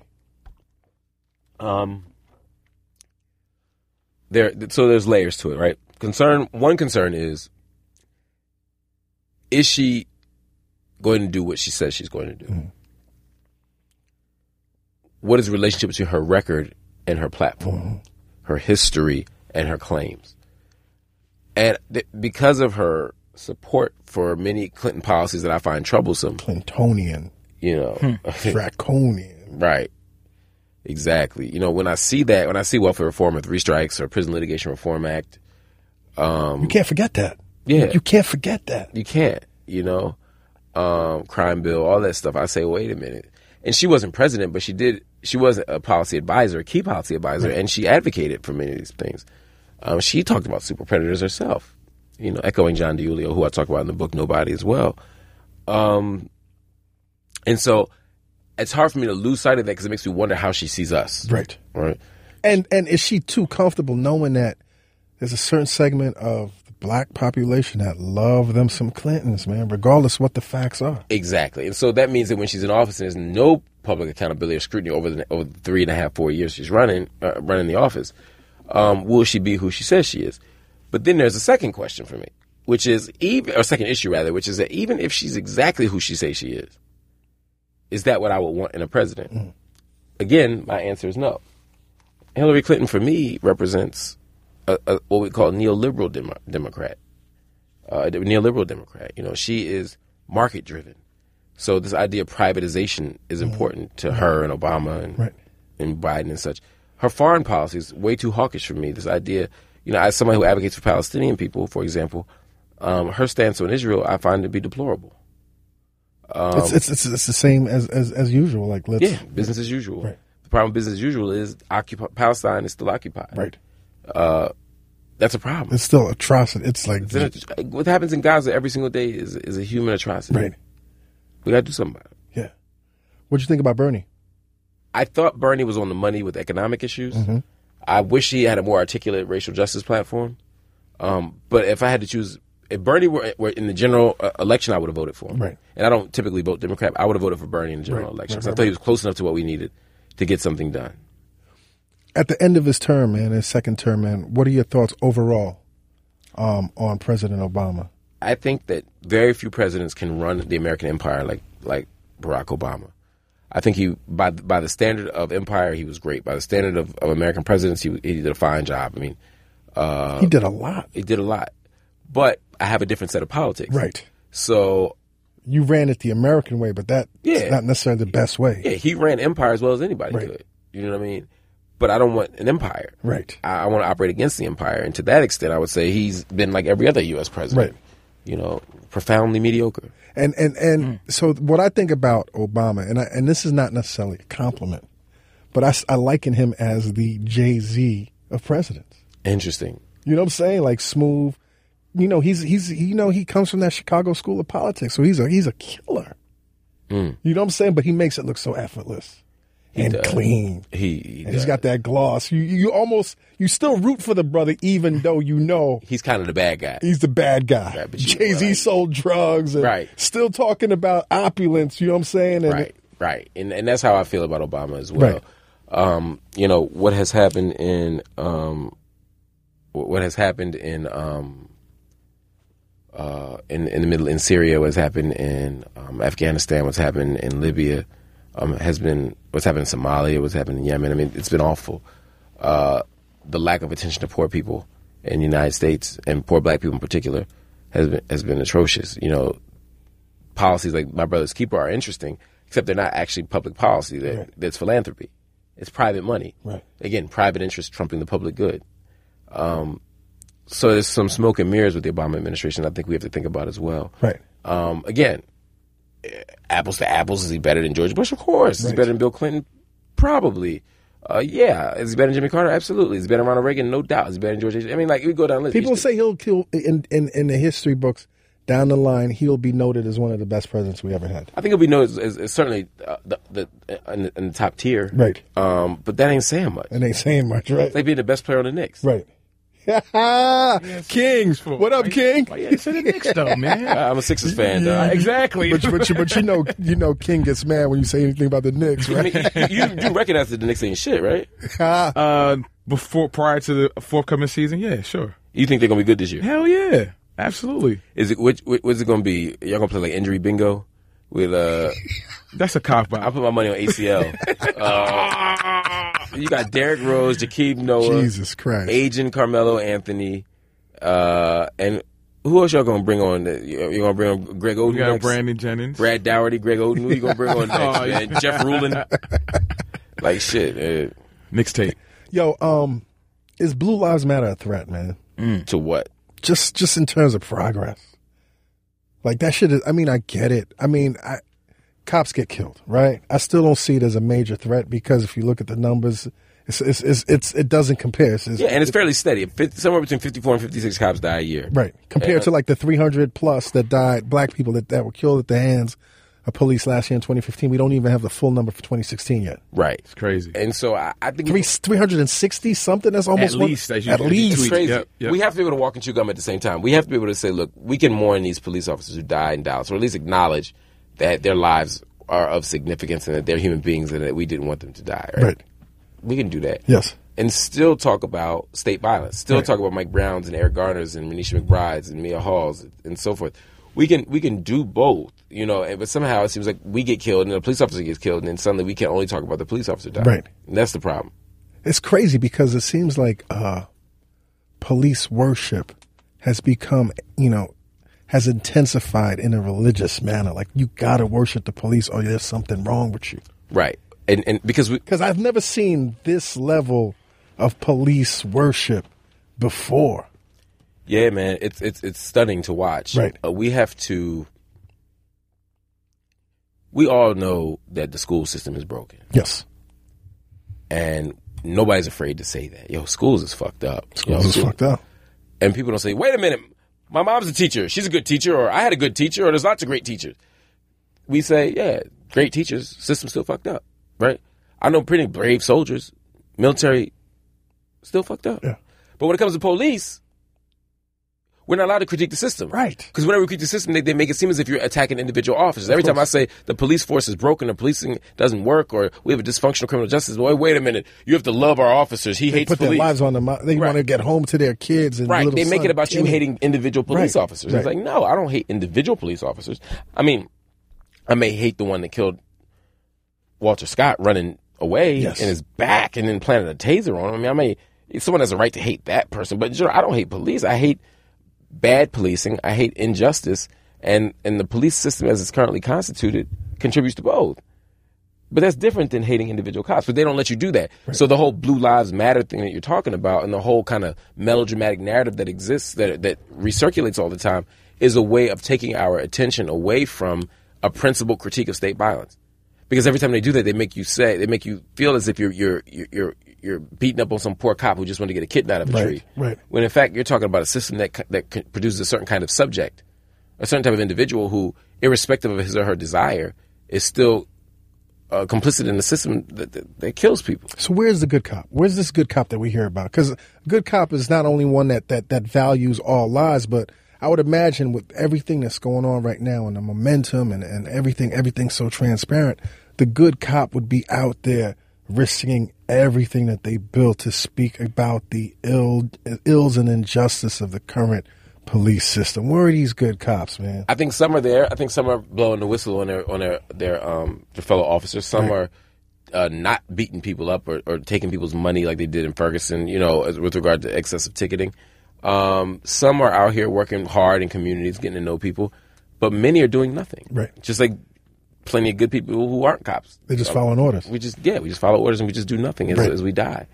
[SPEAKER 4] Um, there. th- So there's layers to it, right? Concern. One concern is: is she going to do what she says she's going to do? What is the relationship between her record and her platform, her history and her claims? And th- because of her support for many Clinton policies that I find troublesome,
[SPEAKER 1] Clintonian,
[SPEAKER 4] you know,
[SPEAKER 1] draconian.
[SPEAKER 4] Right. Exactly. You know, when I see that, when I see welfare reform or three strikes or prison litigation reform act,
[SPEAKER 1] You can't forget that.
[SPEAKER 4] Yeah.
[SPEAKER 1] You can't forget that.
[SPEAKER 4] you can't, you know, um, crime bill, all that stuff. I say, wait a minute. And she wasn't president, but she did, she was a policy advisor, a key policy advisor, and she advocated for many of these things. Um, she talked about super predators herself, you know, echoing John DiUlio, who I talk about in the book Nobody as well. Um, and so it's hard for me to lose sight of that because it makes me wonder how she sees us.
[SPEAKER 1] Right.
[SPEAKER 4] right?
[SPEAKER 1] And and is she too comfortable knowing that there's a certain segment of the black population that love them some Clintons, man, regardless what the facts are.
[SPEAKER 4] Exactly. And so that means that when she's in office and there's no public accountability or scrutiny over the, over the three and a half, four years she's running, uh, running the office, um, will she be who she says she is? But then there's a second question for me, which is even, or second issue rather, which is that even if she's exactly who she says she is, is that what I would want in a president? Again, my answer is no. Hillary Clinton, for me, represents a, a, what we call neoliberal demo, Democrat, uh, a neoliberal Democrat. You know, she is market driven. So this idea of privatization is important to her and Obama and
[SPEAKER 1] Mm-hmm. Right.
[SPEAKER 4] and Biden and such. Her foreign policy is way too hawkish for me. This idea, you know, as somebody who advocates for Palestinian people, for example, um, her stance on Israel I find to be deplorable.
[SPEAKER 1] it's, it's it's it's the same as as, as usual. Like let's
[SPEAKER 4] Um, Yeah, business as usual.
[SPEAKER 1] Right.
[SPEAKER 4] The problem with business as usual is occup- Palestine is still occupied. Uh,
[SPEAKER 1] right.
[SPEAKER 4] That's a problem.
[SPEAKER 1] It's still atrocity. It's like
[SPEAKER 4] It's an- what happens in Gaza every single day is is a human atrocity.
[SPEAKER 1] right.
[SPEAKER 4] We got to do something about it.
[SPEAKER 1] Yeah. What'd you think about Bernie?
[SPEAKER 4] I thought Bernie was on the money with economic issues.
[SPEAKER 1] Mm-hmm.
[SPEAKER 4] I wish he had a more articulate racial justice platform. Um, but if I had to choose, if Bernie were, were in the general uh, election, I would have voted for him.
[SPEAKER 1] Right.
[SPEAKER 4] And I don't typically vote Democrat. I would have voted for Bernie in the general
[SPEAKER 1] Right,
[SPEAKER 4] election.
[SPEAKER 1] right,
[SPEAKER 4] so I
[SPEAKER 1] right,
[SPEAKER 4] thought he was close enough to what we needed to get something done.
[SPEAKER 1] At the end of his term, man, his second term, man, what are your thoughts overall um, on President Obama?
[SPEAKER 4] I think that very few presidents can run the American empire like like Barack Obama. I think he by by the standard of empire, he was great. By the standard of, of American presidents, he he did a fine job. I mean, Uh,
[SPEAKER 1] he did a lot.
[SPEAKER 4] it did a lot. But I have a different set of politics.
[SPEAKER 1] Right.
[SPEAKER 4] So
[SPEAKER 1] You ran it the American way, but that's
[SPEAKER 4] Yeah.
[SPEAKER 1] not necessarily the best way.
[SPEAKER 4] yeah, he ran empire as well as anybody
[SPEAKER 1] Right.
[SPEAKER 4] could. You know what I mean? But I don't want an empire.
[SPEAKER 1] Right.
[SPEAKER 4] I, I want to operate against the empire, and to that extent, I would say he's been like every other U.S. president.
[SPEAKER 1] Right.
[SPEAKER 4] You know, profoundly mediocre.
[SPEAKER 1] And and and
[SPEAKER 4] Mm.
[SPEAKER 1] so what I think about Obama, and I, and this is not necessarily a compliment, but I, s- I liken him as the Jay Z of presidents.
[SPEAKER 4] Interesting.
[SPEAKER 1] You know what I'm saying? Like smooth. You know he's he's you know he comes from that Chicago school of politics, so he's a he's a killer. You know what I'm saying? But he makes it look so effortless and
[SPEAKER 4] Mm. does.
[SPEAKER 1] clean.
[SPEAKER 4] He, he
[SPEAKER 1] And he's got that gloss. You you almost you still root for the brother, even though you know
[SPEAKER 4] he's kind of the bad guy.
[SPEAKER 1] he's the bad guy.
[SPEAKER 4] Right, but you-
[SPEAKER 1] Jay Z
[SPEAKER 4] right.
[SPEAKER 1] sold drugs and
[SPEAKER 4] Right.
[SPEAKER 1] still talking about opulence. You know what I'm saying? And
[SPEAKER 4] right, right, and and that's how I feel about Obama as well.
[SPEAKER 1] Right.
[SPEAKER 4] Um, you know what has happened in um, wh- what has happened in um, uh, in in the middle in Syria, what's happened in um, Afghanistan, what's happened in Libya, um, has been what's happened in Somalia, what's happened in Yemen. I mean, it's been awful. Uh, the lack of attention to poor people in the United States and poor black people in particular has been has been atrocious. You know, policies like my brother's keeper are interesting, except they're not actually public policy. That that's philanthropy. It's private money.
[SPEAKER 1] Right.
[SPEAKER 4] Again, private interest trumping the public good. Um, so there's some smoke and mirrors with the Obama administration. I think we have to think about as well.
[SPEAKER 1] Right.
[SPEAKER 4] Um, again, eh, apples to apples. Is he better than George Bush? Of course. Is he better than Bill Clinton? Probably. Uh, yeah. Is he better than Jimmy Carter? Absolutely. Is he better than Ronald Reagan? No doubt. Is he better than George? H- I mean, like we go down the list.
[SPEAKER 1] People
[SPEAKER 4] Each-
[SPEAKER 1] say he'll kill in, in in the history books down the line. He'll be noted as one of the best presidents we ever had.
[SPEAKER 4] I think it'll be known as, as, as certainly uh, the, the uh, in, the- in the top tier.
[SPEAKER 1] Right.
[SPEAKER 4] Um, but that ain't saying much.
[SPEAKER 1] It ain't saying much, right?
[SPEAKER 4] It's like being the best player on the Knicks.
[SPEAKER 1] right. King, what up,
[SPEAKER 3] Why-
[SPEAKER 1] King?
[SPEAKER 3] Why you gotta say the Knicks though, man?
[SPEAKER 4] I- I'm a Sixers fan. dog.
[SPEAKER 3] exactly.
[SPEAKER 1] But, you- but you but you know you know King gets mad when you say anything about the Knicks,
[SPEAKER 4] I
[SPEAKER 1] right?
[SPEAKER 4] mean, you, you recognize that the Knicks ain't shit, right?
[SPEAKER 3] uh, before prior to the forthcoming season, yeah, sure.
[SPEAKER 4] You think they're gonna be good this year?
[SPEAKER 3] Hell yeah, absolutely.
[SPEAKER 4] Is it which? which what's it gonna be? Y'all gonna play like injury bingo? With uh,
[SPEAKER 3] That's a cop
[SPEAKER 4] I
[SPEAKER 3] out.
[SPEAKER 4] put my money on ACL. uh, you got Derrick Rose, Jakeem Noah,
[SPEAKER 1] Jesus Christ!
[SPEAKER 4] Agent Carmelo Anthony, uh, and who else y'all gonna bring on? You're gonna bring on Greg Oden.
[SPEAKER 3] We got
[SPEAKER 4] next?
[SPEAKER 3] Brandon Jennings.
[SPEAKER 4] Brad Dougherty, Greg Oden. Who you gonna bring on next,
[SPEAKER 3] Oh,
[SPEAKER 4] man? Jeff Rulin. like shit.
[SPEAKER 3] Knicks tape.
[SPEAKER 1] Yo, um, is Blue Lives Matter a threat, man?
[SPEAKER 4] Uh, to what?
[SPEAKER 1] Just just in terms of progress, like that shit is. I mean, I get it. I mean, I, cops get killed, right? I still don't see it as a major threat because if you look at the numbers, it's it's, it's, it's it doesn't compare. It's, it's-
[SPEAKER 4] Yeah, and it's fairly steady. Fif- somewhere between 54 and 56 cops die a year.
[SPEAKER 1] Right. Compared to like the 300 plus that died, black people that, that were killed at the hands of police last year in 2015. We don't even have the full number for 2016 yet.
[SPEAKER 4] Right.
[SPEAKER 3] It's crazy.
[SPEAKER 4] And so I, I think
[SPEAKER 1] Three, 360 something? That's almost
[SPEAKER 3] At
[SPEAKER 1] one-
[SPEAKER 3] least, as you-
[SPEAKER 1] at
[SPEAKER 3] as you
[SPEAKER 1] least.
[SPEAKER 4] it's
[SPEAKER 3] tweet.
[SPEAKER 4] crazy.
[SPEAKER 3] Yep, yep.
[SPEAKER 4] We have to be able to walk and chew gum at the same time. We have to be able to say, look, we can mourn these police officers who died in Dallas, or at least acknowledge that their lives are of significance and that they're human beings and that we didn't want them to die. Right.
[SPEAKER 1] Right.
[SPEAKER 4] We can do that.
[SPEAKER 1] Yes.
[SPEAKER 4] and still talk about state violence, still talk about Mike Browns and Eric Garner's and Manisha McBride's and Mia Hall's and so forth. We can we can do both, you know. And, but somehow it seems like we get killed and then a police officer gets killed, and then suddenly we can only talk about the police officer dying.
[SPEAKER 1] Right.
[SPEAKER 4] And that's the problem.
[SPEAKER 1] It's crazy because it seems like uh, police worship has become, you know, has intensified in a religious manner. Like, you gotta worship the police or there's something wrong with you.
[SPEAKER 4] Right. And and because we
[SPEAKER 1] Because I've never seen this level of police worship before.
[SPEAKER 4] Yeah, man, it's it's it's stunning to watch.
[SPEAKER 1] Right.
[SPEAKER 4] Uh, we have to. We all know that the school system is broken,
[SPEAKER 1] Yes.
[SPEAKER 4] and nobody's afraid to say that. Yo, schools is fucked up. Yo,
[SPEAKER 1] This is
[SPEAKER 4] school-
[SPEAKER 1] fucked up.
[SPEAKER 4] and people don't say, "Wait a minute, my mom's a teacher. She's a good teacher, or I had a good teacher, or there's lots of great teachers." We say, "Yeah, great teachers. System still fucked up, right?" I know pretty brave soldiers, military, still fucked up.
[SPEAKER 1] Yeah.
[SPEAKER 4] But when it comes to police, we're not allowed to critique the system,
[SPEAKER 1] Right.
[SPEAKER 4] Because whenever we critique the system, they, they make it seem as if you're attacking individual officers. Every time I say the police force is broken, the policing doesn't work, or we have a dysfunctional criminal justice, boy, wait a minute, you have to love our officers. He
[SPEAKER 1] They
[SPEAKER 4] hates
[SPEAKER 1] put
[SPEAKER 4] police.
[SPEAKER 1] their lives on the mi- They want to get home to their kids and
[SPEAKER 4] Right.
[SPEAKER 1] little
[SPEAKER 4] They make
[SPEAKER 1] son
[SPEAKER 4] it about you
[SPEAKER 1] Timmy.
[SPEAKER 4] hating individual police
[SPEAKER 1] Right,
[SPEAKER 4] officers. It's
[SPEAKER 1] right.
[SPEAKER 4] like, no, I don't hate individual police officers. I mean, I may hate the one that killed Walter Scott running away
[SPEAKER 1] Yes.
[SPEAKER 4] in his back and then planted a taser on him. I mean, I may someone has a right to hate that person, but in general, I don't hate police. I hate bad policing. I hate injustice, and and the police system as it's currently constituted contributes to both. But that's different than hating individual cops. But they don't let you do that. So the whole Blue Lives Matter thing that you're talking about, and the whole kind of melodramatic narrative that exists that that recirculates all the time, is a way of taking our attention away from a principled critique of state violence. Because every time they do that, they make you say, they make you feel as if you're you're you're you're, you're beating up on some poor cop who just wanted to get a kitten out of a
[SPEAKER 1] Right,
[SPEAKER 4] tree.
[SPEAKER 1] right.
[SPEAKER 4] When in fact, you're talking about a system that c- that c- produces a certain kind of subject, a certain type of individual who, irrespective of his or her desire, is still uh, complicit in the system that, that, that kills people.
[SPEAKER 1] So where's the good cop? Where's this good cop that we hear about? Because good cop is not only one that that that values all lives, but I would imagine with everything that's going on right now and the momentum and and everything, everything's so transparent. The good cop would be out there risking everything that they built to speak about the ill ills and injustice of the current police system. Where are these good cops, man?
[SPEAKER 4] I think some are there. I think some are blowing the whistle on their on their their um their fellow officers. Some are uh, not beating people up or, or taking people's money like they did in Ferguson. You know, as, with regard to excessive ticketing. Um, some are out here working hard in communities, getting to know people, but many are doing nothing.
[SPEAKER 1] Right.
[SPEAKER 4] Just like plenty of good people who aren't cops.
[SPEAKER 1] They just following orders.
[SPEAKER 4] We just yeah, we just follow orders and we just do nothing as,
[SPEAKER 1] Right.
[SPEAKER 4] as we die.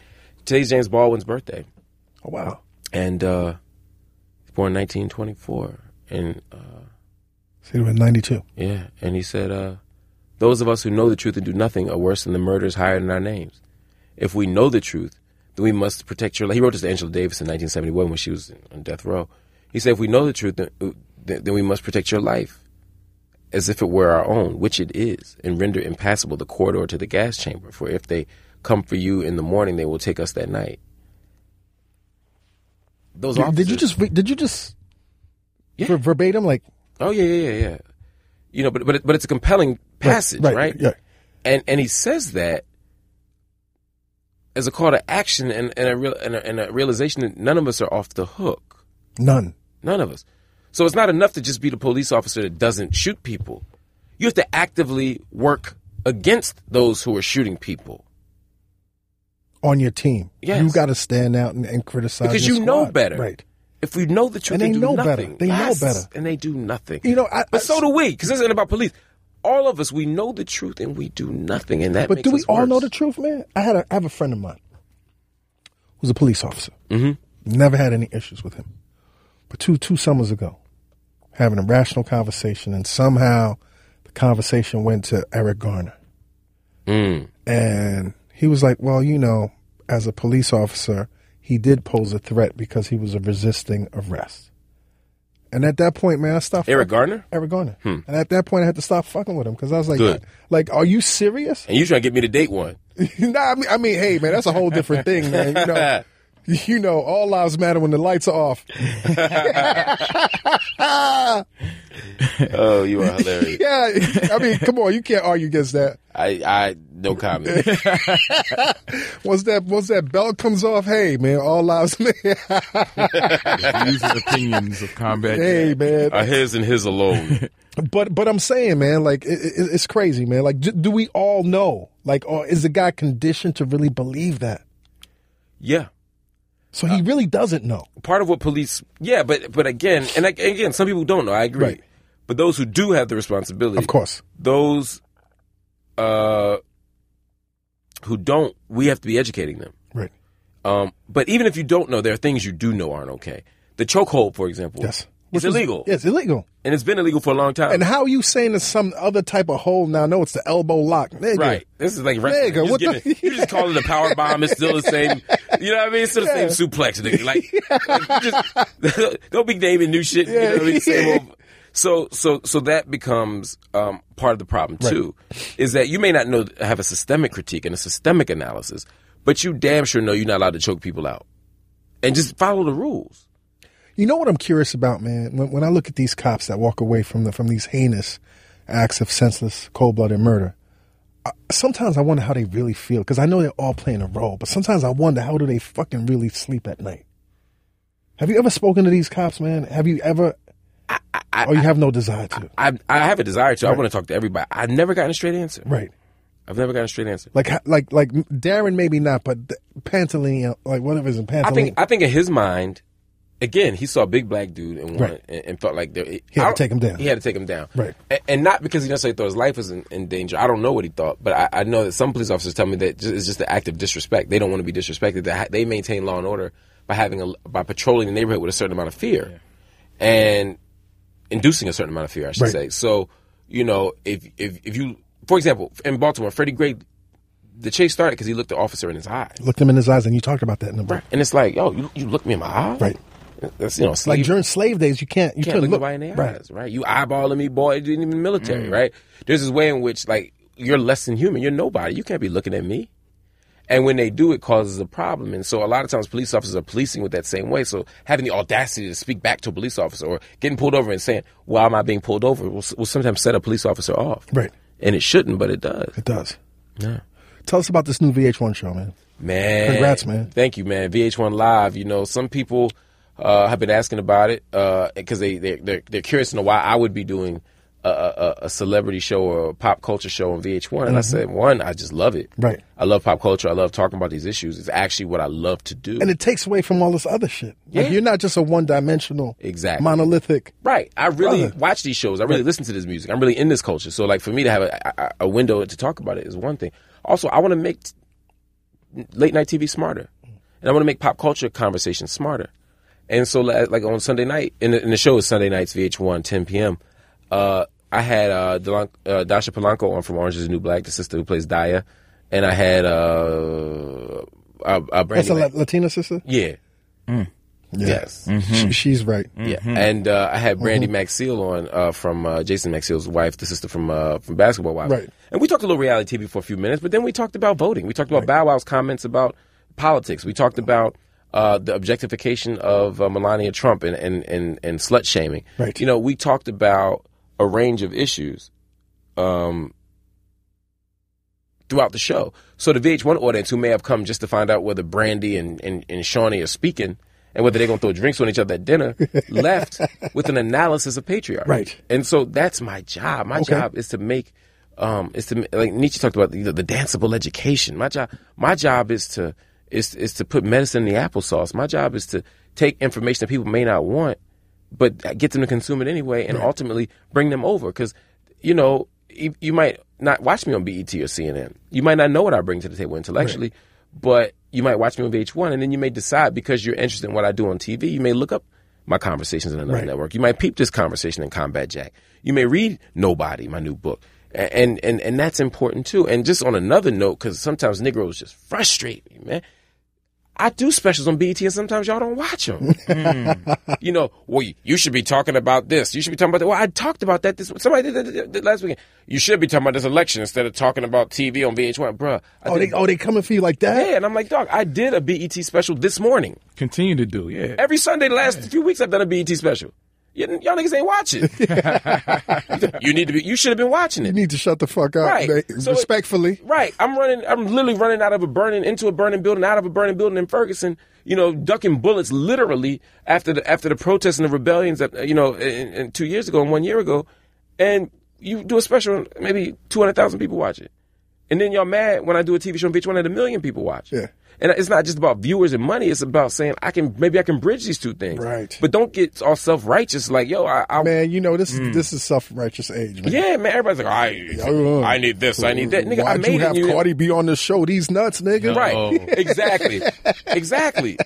[SPEAKER 4] Today's James Baldwin's birthday,
[SPEAKER 1] Oh wow.
[SPEAKER 4] and uh, he was born in 1924, and uh,
[SPEAKER 1] See, they were in '92.
[SPEAKER 4] yeah, and he said, uh, "Those of us who know the truth and do nothing are worse than the murders hired in our names. If we know the truth, then we must protect your." life." He wrote this to Angela Davis in 1971 when she was on death row. He said, "If we know the truth, then, uh, then then we must protect your life." as if it were our own, which it is, and render impassable the corridor to the gas chamber. For if they come for you in the morning, they will take us that night. Those
[SPEAKER 1] Did, did you
[SPEAKER 4] officers-
[SPEAKER 1] just re- did you just
[SPEAKER 4] Yeah.
[SPEAKER 1] ver- verbatim like
[SPEAKER 4] Oh yeah, yeah, yeah, yeah. You know, but but it, but it's a compelling passage, right?
[SPEAKER 1] Yeah.
[SPEAKER 4] And and he says that as a call to action and and a real and a, and a realization that none of us are off the hook.
[SPEAKER 1] None.
[SPEAKER 4] None of us. So it's not enough to just be the police officer that doesn't shoot people. You have to actively work against those who are shooting people
[SPEAKER 1] on your team.
[SPEAKER 4] Yes.
[SPEAKER 1] You got to stand out and, and criticize
[SPEAKER 4] because
[SPEAKER 1] your
[SPEAKER 4] you know
[SPEAKER 1] squad.
[SPEAKER 4] better.
[SPEAKER 1] right?
[SPEAKER 4] If we know the truth,
[SPEAKER 1] And they
[SPEAKER 4] do
[SPEAKER 1] know better.
[SPEAKER 4] nothing.
[SPEAKER 1] They know
[SPEAKER 4] Yes,
[SPEAKER 1] better.
[SPEAKER 4] and they do nothing.
[SPEAKER 1] You know, I,
[SPEAKER 4] but
[SPEAKER 1] I-
[SPEAKER 4] so do we. Because this isn't about police. All of us, we know the truth and we do nothing, and that.
[SPEAKER 1] But
[SPEAKER 4] makes
[SPEAKER 1] do we
[SPEAKER 4] us
[SPEAKER 1] all know
[SPEAKER 4] worse.
[SPEAKER 1] the truth, man? I had a, I have a friend of mine who's a police officer. Mm-hmm. Never had any issues with him. But two two summers ago, having a rational conversation, and somehow the conversation went to Eric Garner,
[SPEAKER 4] Mm.
[SPEAKER 1] and he was like, "Well, you know, as a police officer, he did pose a threat because he was a resisting arrest." And at that point, man, I stopped.
[SPEAKER 4] Eric Garner? Hmm.
[SPEAKER 1] Eric Garner. And at that point, I had to stop fucking with him because I was like,
[SPEAKER 4] Good.
[SPEAKER 1] like, are you serious?
[SPEAKER 4] And you trying to get me to date one?
[SPEAKER 1] nah, I mean, I mean, hey, man, that's a whole different thing, man. You know, you know, all lives matter when the lights are off.
[SPEAKER 4] Oh, you are hilarious.
[SPEAKER 1] Yeah, I mean, come on, you can't argue against that.
[SPEAKER 4] I, I, no comment.
[SPEAKER 1] Once that once that belt comes off, hey, man, all lives matter.
[SPEAKER 3] Views and opinions of combat.
[SPEAKER 1] hey, man.
[SPEAKER 4] Are Uh, his and his alone.
[SPEAKER 1] But but I'm saying, man, like it, it, it's crazy, man. Like, do, do we all know? Like, or is the guy conditioned to really believe that?
[SPEAKER 4] Yeah.
[SPEAKER 1] So he really doesn't know.
[SPEAKER 4] part of what police yeah but but again and ag- again some people don't know i agree
[SPEAKER 1] Right.
[SPEAKER 4] but those who do have the responsibility
[SPEAKER 1] Of course.
[SPEAKER 4] those uh who don't we have to be educating them
[SPEAKER 1] Right.
[SPEAKER 4] um but even if you don't know there are things you do know aren't okay the chokehold for example
[SPEAKER 1] Yes.
[SPEAKER 4] it's
[SPEAKER 1] is-
[SPEAKER 4] illegal
[SPEAKER 1] Yeah, it's illegal.
[SPEAKER 4] and it's been illegal for a long time
[SPEAKER 1] And how are you saying it's some other type of hole now? No, it's the elbow lock. Nigga.
[SPEAKER 4] Right. This is like wrestling.
[SPEAKER 1] Nigga,
[SPEAKER 4] you, just
[SPEAKER 1] what
[SPEAKER 4] get
[SPEAKER 1] the-
[SPEAKER 4] it- you just call it a power bomb. It's still the same. You know what I mean? It's still the same suplex. Nigga. Like, just, don't be naming new shit. You know what I mean? Same old- So, so, so that becomes um, part of the problem too, is that you may not know have a systemic critique and a systemic analysis, but you damn sure know you're not allowed to choke people out, and just follow the rules.
[SPEAKER 1] You know what I'm curious about, man? When, when I look at these cops that walk away from the from these heinous acts of senseless, cold blooded murder, I, sometimes I wonder how they really feel because I know they're all playing a role. But sometimes I wonder how do they fucking really sleep at night? Have you ever spoken to these cops, man? Have you ever? or you have no desire to,
[SPEAKER 4] I, I have a desire to. I want to talk to everybody. I've never gotten a straight answer.
[SPEAKER 1] right?
[SPEAKER 4] I've never gotten a straight answer.
[SPEAKER 1] Like, ha- like, like Darren, maybe not, but th- Pantalino, like whatever is in Pantalino.
[SPEAKER 4] I think I think in his mind, again, he saw a big black dude and wanted,
[SPEAKER 1] Right.
[SPEAKER 4] and, and felt like there, he
[SPEAKER 1] had to take him down.
[SPEAKER 4] He had to take him down,
[SPEAKER 1] Right.
[SPEAKER 4] A- And, not because he necessarily thought his life was in, in danger. I don't know what he thought, but I, I know that some police officers tell me that ju- it's just an act of disrespect. They don't want to be disrespected. They, ha- they maintain law and order by having a, by patrolling the neighborhood with a certain amount of fear, and inducing a certain amount of fear, I should
[SPEAKER 1] Right.
[SPEAKER 4] say. So, you know, if if if you, for example, in Baltimore, Freddie Gray, the chase started because he looked the officer in his eye.
[SPEAKER 1] looked him in his eyes, and you talked about that in the break.
[SPEAKER 4] And it's like, yo, you, you look me in my eye?
[SPEAKER 1] Right.
[SPEAKER 4] That's, you know, slave.
[SPEAKER 1] Like during slave days, you can't, you,
[SPEAKER 4] can't look
[SPEAKER 1] couldn't
[SPEAKER 4] nobody in the
[SPEAKER 1] right?
[SPEAKER 4] eyes, right? You eyeballing me, boy, you ain't even military, right? There's this way in which, like, you're less than human. You're nobody. You can't be looking at me. And when they do, it causes a problem. And so a lot of times police officers are policing with that same way. So having the audacity to speak back to a police officer or getting pulled over and saying, why am I being pulled over? Will, will sometimes set a police officer off.
[SPEAKER 1] Right.
[SPEAKER 4] And it shouldn't, but it does.
[SPEAKER 1] It does.
[SPEAKER 4] Yeah.
[SPEAKER 1] Tell us about this new VH1 show, man.
[SPEAKER 4] Man.
[SPEAKER 1] Congrats, man.
[SPEAKER 4] Thank you, man. VH1 Live, you know, some people uh, have been asking about it because they, they, they're, they're curious to know why I would be doing a, a, a celebrity show or a pop culture show on VH1, and I said, one, I just love it.
[SPEAKER 1] Mm-hmm. Right.
[SPEAKER 4] I love pop culture. I love talking about these issues. It's actually what I love to do.
[SPEAKER 1] And it takes away from all this other shit. Like
[SPEAKER 4] Yeah.
[SPEAKER 1] you're not just a one dimensional,
[SPEAKER 4] Exactly.
[SPEAKER 1] monolithic.
[SPEAKER 4] Right. I really
[SPEAKER 1] Brother.
[SPEAKER 4] watch these shows. I really listen to this music. I'm really in this culture. So, like, for me to have a, a, a window to talk about it is one thing. Also, I want to make t- late night TV smarter, and I want to make pop culture conversation smarter. And so, la- like on Sunday night, in the, in the show is Sunday nights, VH1, 10 p.m. Uh, I had uh, Delon- uh, Dasha Polanco on from Orange Is the New Black, the sister who plays Daya, and I had uh, uh, uh,
[SPEAKER 1] That's
[SPEAKER 4] Brandy.
[SPEAKER 1] a
[SPEAKER 4] Lang-
[SPEAKER 1] La- Latina sister.
[SPEAKER 4] yeah.
[SPEAKER 1] Yeah. Mm.
[SPEAKER 4] Yes.
[SPEAKER 1] She, she's right.
[SPEAKER 4] Yeah, and uh, I had Brandy
[SPEAKER 1] Mm-hmm.
[SPEAKER 4] Maxill on uh, from uh, Jason Maxill's wife, the sister from uh, from Basketball Wives.
[SPEAKER 1] Right.
[SPEAKER 4] And we talked a little reality TV for a few minutes, but then we talked about voting. We talked about Bow Wow's comments about politics. We talked about uh, the objectification of uh, Melania Trump and and and, and slut shaming.
[SPEAKER 1] Right.
[SPEAKER 4] You know, we talked about a range of issues. Um, throughout the show. So the VH1 audience who may have come just to find out whether Brandy and, and, and Shawnee are speaking and whether they're going to throw drinks on each other at dinner left with an analysis of patriarchy.
[SPEAKER 1] Right.
[SPEAKER 4] And so that's my job. My job is to make, um, is to, like Nietzsche talked about the, the danceable education. My job, my job is to, is, is to put medicine in the applesauce. My job is to take information that people may not want, but get them to consume it anyway and ultimately bring them over. Cause, you know, you, you might not watch me on BET or CNN. You might not know what I bring to the table intellectually, but you might watch me on VH1, and then you may decide because you're interested in what I do on TV. You may look up my conversations in another network. You might peep this conversation in Combat Jack. You may read Nobody, my new book, A- and and and that's important too. And just on another note, because sometimes Negroes just frustrate me, man. I do specials on BET, and sometimes y'all don't watch them. you know, well, you- you should be talking about this. You should be talking about that. Well, I talked about that this. Somebody did that- that that last weekend. You should be talking about this election instead of talking about TV on VH1, bruh. I
[SPEAKER 1] Oh,
[SPEAKER 4] did-
[SPEAKER 1] they oh they coming for you like that?
[SPEAKER 4] yeah, and I'm like, dog, I did a BET special this morning.
[SPEAKER 3] Continue to do, yeah.
[SPEAKER 4] Every Sunday, the last few weeks, I've done a BET special. Y- Y'all niggas ain't watching. you need to be. You should have been watching
[SPEAKER 1] You
[SPEAKER 4] it.
[SPEAKER 1] need to shut the fuck up.
[SPEAKER 4] Right.
[SPEAKER 1] man.
[SPEAKER 4] So it-
[SPEAKER 1] Respectfully.
[SPEAKER 4] Right. I'm running. I'm literally running out of a burning into a burning building, out of a burning building in Ferguson. You know, ducking bullets literally after the after the protests and the rebellions that you know in, in two years ago and one year ago, and you do a special, and maybe two hundred thousand people watch it, and then y'all mad when I do a TV show on VH1 that a million people watch.
[SPEAKER 1] Yeah.
[SPEAKER 4] And it's not just about viewers and money. It's about saying I can maybe I can bridge these two things.
[SPEAKER 1] Right.
[SPEAKER 4] But don't get all self righteous like yo I, I
[SPEAKER 1] Man, you know this
[SPEAKER 4] Mm.
[SPEAKER 1] is this is self righteous age, man.
[SPEAKER 4] yeah man everybody's like I I need this I need that nigga
[SPEAKER 1] uh, Why'd
[SPEAKER 4] I made
[SPEAKER 1] you
[SPEAKER 4] it,
[SPEAKER 1] have
[SPEAKER 4] you-
[SPEAKER 1] Cardi B on the show? These nuts, nigga.
[SPEAKER 4] Right.
[SPEAKER 3] Oh.
[SPEAKER 4] Exactly. exactly.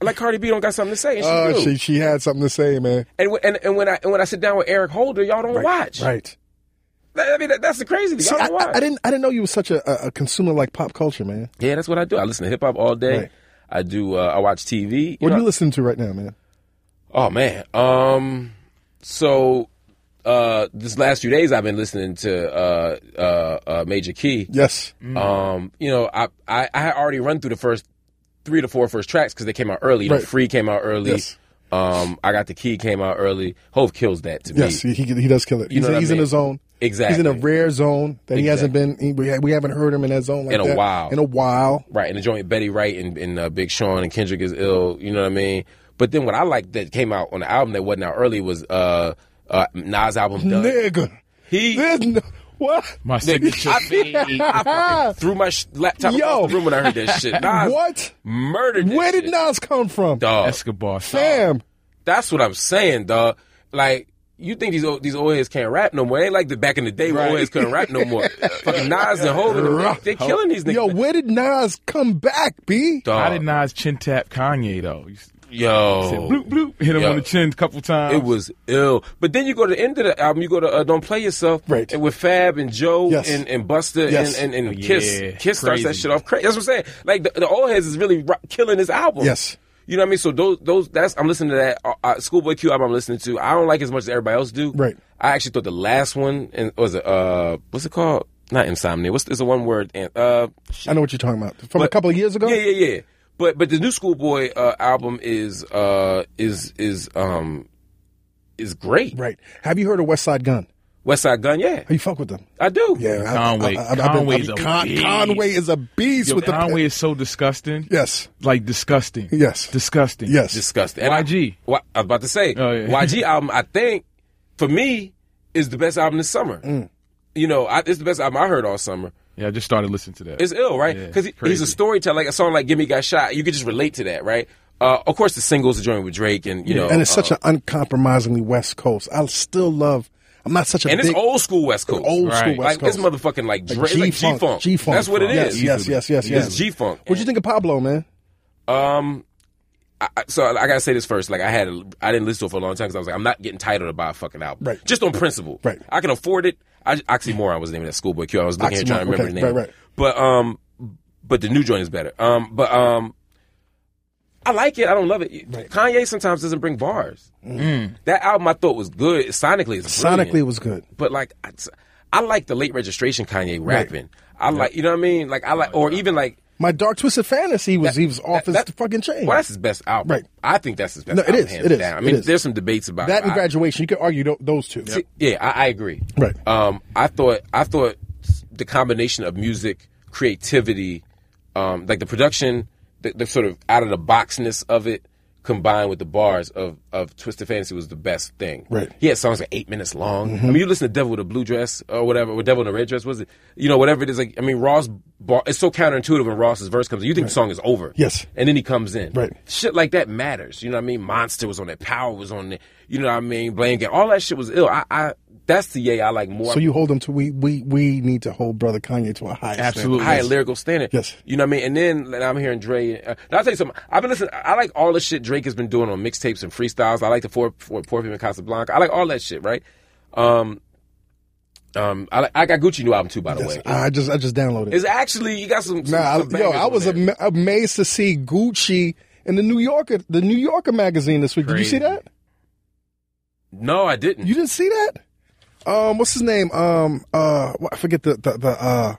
[SPEAKER 4] Like Cardi B don't got something to say, and she
[SPEAKER 1] Uh,
[SPEAKER 4] do.
[SPEAKER 1] she she had something to say, man.
[SPEAKER 4] and, when- and and when I and when I sit down with Eric Holder, y'all don't watch.
[SPEAKER 1] Right.
[SPEAKER 4] That- I mean, that, that's the crazy thing.
[SPEAKER 1] See,
[SPEAKER 4] Y'all
[SPEAKER 1] I,
[SPEAKER 4] don't watch.
[SPEAKER 1] I, I didn't I didn't know you were such a, a- a consumer like pop culture, man.
[SPEAKER 4] yeah, that's what I do. I listen to hip hop all day.
[SPEAKER 1] Right.
[SPEAKER 4] I do. Uh, I watch TV.
[SPEAKER 1] What
[SPEAKER 4] know,
[SPEAKER 1] are you listening to right now, man?
[SPEAKER 4] Oh man. Um so uh this last few days I've been listening to uh uh, uh Major Key.
[SPEAKER 1] Yes.
[SPEAKER 4] Um you know, I I I had already run through the first 3 to 4 first tracks cuz they came out early. You know,
[SPEAKER 1] Right.
[SPEAKER 4] Free came out early.
[SPEAKER 1] Yes.
[SPEAKER 4] Um I got the key came out early. Hove kills that to
[SPEAKER 1] Yes,
[SPEAKER 4] me.
[SPEAKER 1] he, he he does kill it.
[SPEAKER 4] You
[SPEAKER 1] He's,
[SPEAKER 4] know what I
[SPEAKER 1] he's in
[SPEAKER 4] mean?
[SPEAKER 1] a zone.
[SPEAKER 4] Exactly.
[SPEAKER 1] He's in a rare zone that he hasn't been. He, we, we haven't heard him in that zone like
[SPEAKER 4] In a
[SPEAKER 1] that
[SPEAKER 4] while.
[SPEAKER 1] In a while.
[SPEAKER 4] Right, and the joint Betty Wright and, and uh, Big Sean and Kendrick is ill. You know what I mean? But then what I liked that came out on the album that wasn't out early was uh, uh, Nas album. Done.
[SPEAKER 1] Nigga,
[SPEAKER 4] He
[SPEAKER 1] there's no, what?
[SPEAKER 3] My signature.
[SPEAKER 4] I, I fucking threw my sh- laptop
[SPEAKER 1] Yo.
[SPEAKER 4] across the room when I heard that shit. Nas
[SPEAKER 1] What?
[SPEAKER 4] murdered. That
[SPEAKER 1] Where did
[SPEAKER 4] shit.
[SPEAKER 1] Nas come from?
[SPEAKER 4] Dog.
[SPEAKER 3] Escobar.
[SPEAKER 1] Fam,
[SPEAKER 4] That's what I'm saying, dog. Like you think these old, these old heads can't rap no more? It ain't like the back in the day where old heads couldn't rap no more. Fucking Nas and Holding, they, they killing these niggas.
[SPEAKER 1] yo, where did Nas come back, B?
[SPEAKER 4] dog.
[SPEAKER 3] How did Nas chin tap Kanye though? You said,
[SPEAKER 4] Yo,
[SPEAKER 3] bloop bloop, hit him
[SPEAKER 4] Oh. Yeah.
[SPEAKER 3] on the chin a couple times.
[SPEAKER 4] It was ill. But then you go to the end of the album, you go to uh, Don't Play Yourself
[SPEAKER 1] Right.
[SPEAKER 4] and with Fab and Joe
[SPEAKER 1] Yes.
[SPEAKER 4] and, and Buster
[SPEAKER 1] Yes.
[SPEAKER 4] and, and, and
[SPEAKER 3] Yeah,
[SPEAKER 4] Kiss. Kiss starts that
[SPEAKER 3] crazy.
[SPEAKER 4] shit off crazy. That's what I'm saying. Like the, the old heads is really ro- killing this album.
[SPEAKER 1] Yes.
[SPEAKER 4] You know what I mean? So those those that's I'm listening to that uh, uh, Schoolboy Q album I'm listening to. I don't like as much as everybody else do.
[SPEAKER 1] Right.
[SPEAKER 4] I actually thought the last one and was it uh what's it called? Not insomnia. What's it's a one word and uh
[SPEAKER 1] I know what you're talking about. From a
[SPEAKER 4] But-
[SPEAKER 1] couple of years ago.
[SPEAKER 4] yeah, yeah, yeah. But but the new Schoolboy uh, album is uh is is um is great.
[SPEAKER 1] Right. Have you heard of West Side Gun?
[SPEAKER 4] West Side Gun, yeah,
[SPEAKER 1] Have you fuck with them?
[SPEAKER 4] I do.
[SPEAKER 1] Yeah, I-
[SPEAKER 3] Conway.
[SPEAKER 1] I- I- I've been-
[SPEAKER 3] Conway's
[SPEAKER 1] I've-
[SPEAKER 3] a
[SPEAKER 1] Con-
[SPEAKER 3] beast.
[SPEAKER 1] Conway is a beast
[SPEAKER 3] Yo,
[SPEAKER 1] with the
[SPEAKER 3] Conway is so disgusting.
[SPEAKER 1] yes,
[SPEAKER 3] Like disgusting.
[SPEAKER 1] Yes.
[SPEAKER 3] Disgusting.
[SPEAKER 1] yes,
[SPEAKER 4] Disgusting. And
[SPEAKER 3] YG.
[SPEAKER 4] I, wha- I was about to say
[SPEAKER 3] Oh, yeah.
[SPEAKER 4] YG album. I think for me is the best album this summer.
[SPEAKER 1] Mm.
[SPEAKER 4] You know, I, it's the best album I heard all summer.
[SPEAKER 3] Yeah, I just started listening to that.
[SPEAKER 4] It's ill, right?
[SPEAKER 3] Yeah,
[SPEAKER 4] Because he's
[SPEAKER 3] crazy.
[SPEAKER 4] a storyteller. Like a song like "Gimme Got Shot," you could just relate to that, right? Uh, of course, the singles are joined with Drake, and you know,
[SPEAKER 1] and it's
[SPEAKER 4] uh,
[SPEAKER 1] such an uncompromisingly West Coast. I still love. I'm not such a
[SPEAKER 4] and
[SPEAKER 1] big
[SPEAKER 4] it's old school West Coast,
[SPEAKER 1] old
[SPEAKER 3] Right.
[SPEAKER 1] school West
[SPEAKER 4] like
[SPEAKER 1] Coast.
[SPEAKER 4] it's motherfucking like Drake, it's like G Funk.
[SPEAKER 1] G-Funk.
[SPEAKER 4] That's what it
[SPEAKER 1] Yes,
[SPEAKER 4] is.
[SPEAKER 1] Yes, yes, yes, yes.
[SPEAKER 4] It's G Funk.
[SPEAKER 1] What'd you think of Pablo, man?
[SPEAKER 4] Um, I, I- so I gotta say this first. Like I had, a, I didn't listen to it for a long time because I was like, I'm not getting titled to buy a fucking album,
[SPEAKER 1] Right.
[SPEAKER 4] Just on principle,
[SPEAKER 1] Right.
[SPEAKER 4] I can afford it. I, Oxymoron was the name of that schoolboy Q. I was looking here trying to
[SPEAKER 1] Oxymoron,
[SPEAKER 4] remember
[SPEAKER 1] okay,
[SPEAKER 4] the name,
[SPEAKER 1] right, right.
[SPEAKER 4] But um, but the new joint is better. Um, but um, I like it. I don't love it. Kanye sometimes doesn't bring bars. That album I thought was good sonically. It's brilliant.
[SPEAKER 1] Mm. Sonically, it was good.
[SPEAKER 4] But like, I, I like the late registration Kanye rapping. I like, you know what I mean? Like I like, or even like.
[SPEAKER 1] My Dark Twisted Fantasy was he was off his
[SPEAKER 4] That-
[SPEAKER 1] fucking chain.
[SPEAKER 4] Well, that's his best album.
[SPEAKER 1] Right.
[SPEAKER 4] I think that's his best.
[SPEAKER 1] No, it
[SPEAKER 4] album,
[SPEAKER 1] is,
[SPEAKER 4] hands
[SPEAKER 1] it is,
[SPEAKER 4] Down. I
[SPEAKER 1] it
[SPEAKER 4] mean,
[SPEAKER 1] is.
[SPEAKER 4] there's some debates about
[SPEAKER 1] that and
[SPEAKER 4] I-
[SPEAKER 1] graduation. You could argue tho- those two.
[SPEAKER 4] See, Yeah, I, I agree.
[SPEAKER 1] Right.
[SPEAKER 4] Um, I thought I thought the combination of music, creativity, um, like the production, the, the sort of out of the boxness of it, combined with the bars of of Twisted Fantasy was the best thing.
[SPEAKER 1] Right. Mm-hmm.
[SPEAKER 4] He had songs like eight minutes long. I mean, you listen to Devil with a Blue Dress or whatever, or Devil in a Red Dress was it? You know, whatever it is. Like, I mean, Ross. Bar, it's so counterintuitive when Ross's verse comes in. You think the song is over.
[SPEAKER 1] Yes.
[SPEAKER 4] And then he comes in.
[SPEAKER 1] Right.
[SPEAKER 4] Shit like that matters. You know what I mean? Monster was on there. Power was on there. You know what I mean? Blame Game. All that shit was ill. I, I that's the yay I like more.
[SPEAKER 1] So you hold them to we we we need to hold brother Kanye to a high standard.
[SPEAKER 3] Absolutely.
[SPEAKER 4] higher lyrical standard.
[SPEAKER 1] Yes.
[SPEAKER 4] You know what I mean? And then like, I'm hearing Dre. Uh, now I'll tell you something. I've been listening. I like all the shit Drake has been doing on mixtapes and freestyles. I like the four, four Poor People in Casablanca. I like all that shit, right? Um, um, I, like, I got Gucci new album too, by the way.
[SPEAKER 1] I just I just downloaded.
[SPEAKER 4] It's
[SPEAKER 1] It.
[SPEAKER 4] actually you got some. some,
[SPEAKER 1] Nah, I,
[SPEAKER 4] some
[SPEAKER 1] yo,
[SPEAKER 4] bangers
[SPEAKER 1] I
[SPEAKER 4] on
[SPEAKER 1] was
[SPEAKER 4] there.
[SPEAKER 1] am- amazed to see Gucci in the New Yorker the New Yorker magazine this week. Did you see
[SPEAKER 3] Crazy.
[SPEAKER 1] that?
[SPEAKER 4] no, I didn't.
[SPEAKER 1] You didn't see that? Um, what's his name? Um, uh, wh- I forget the the, the uh.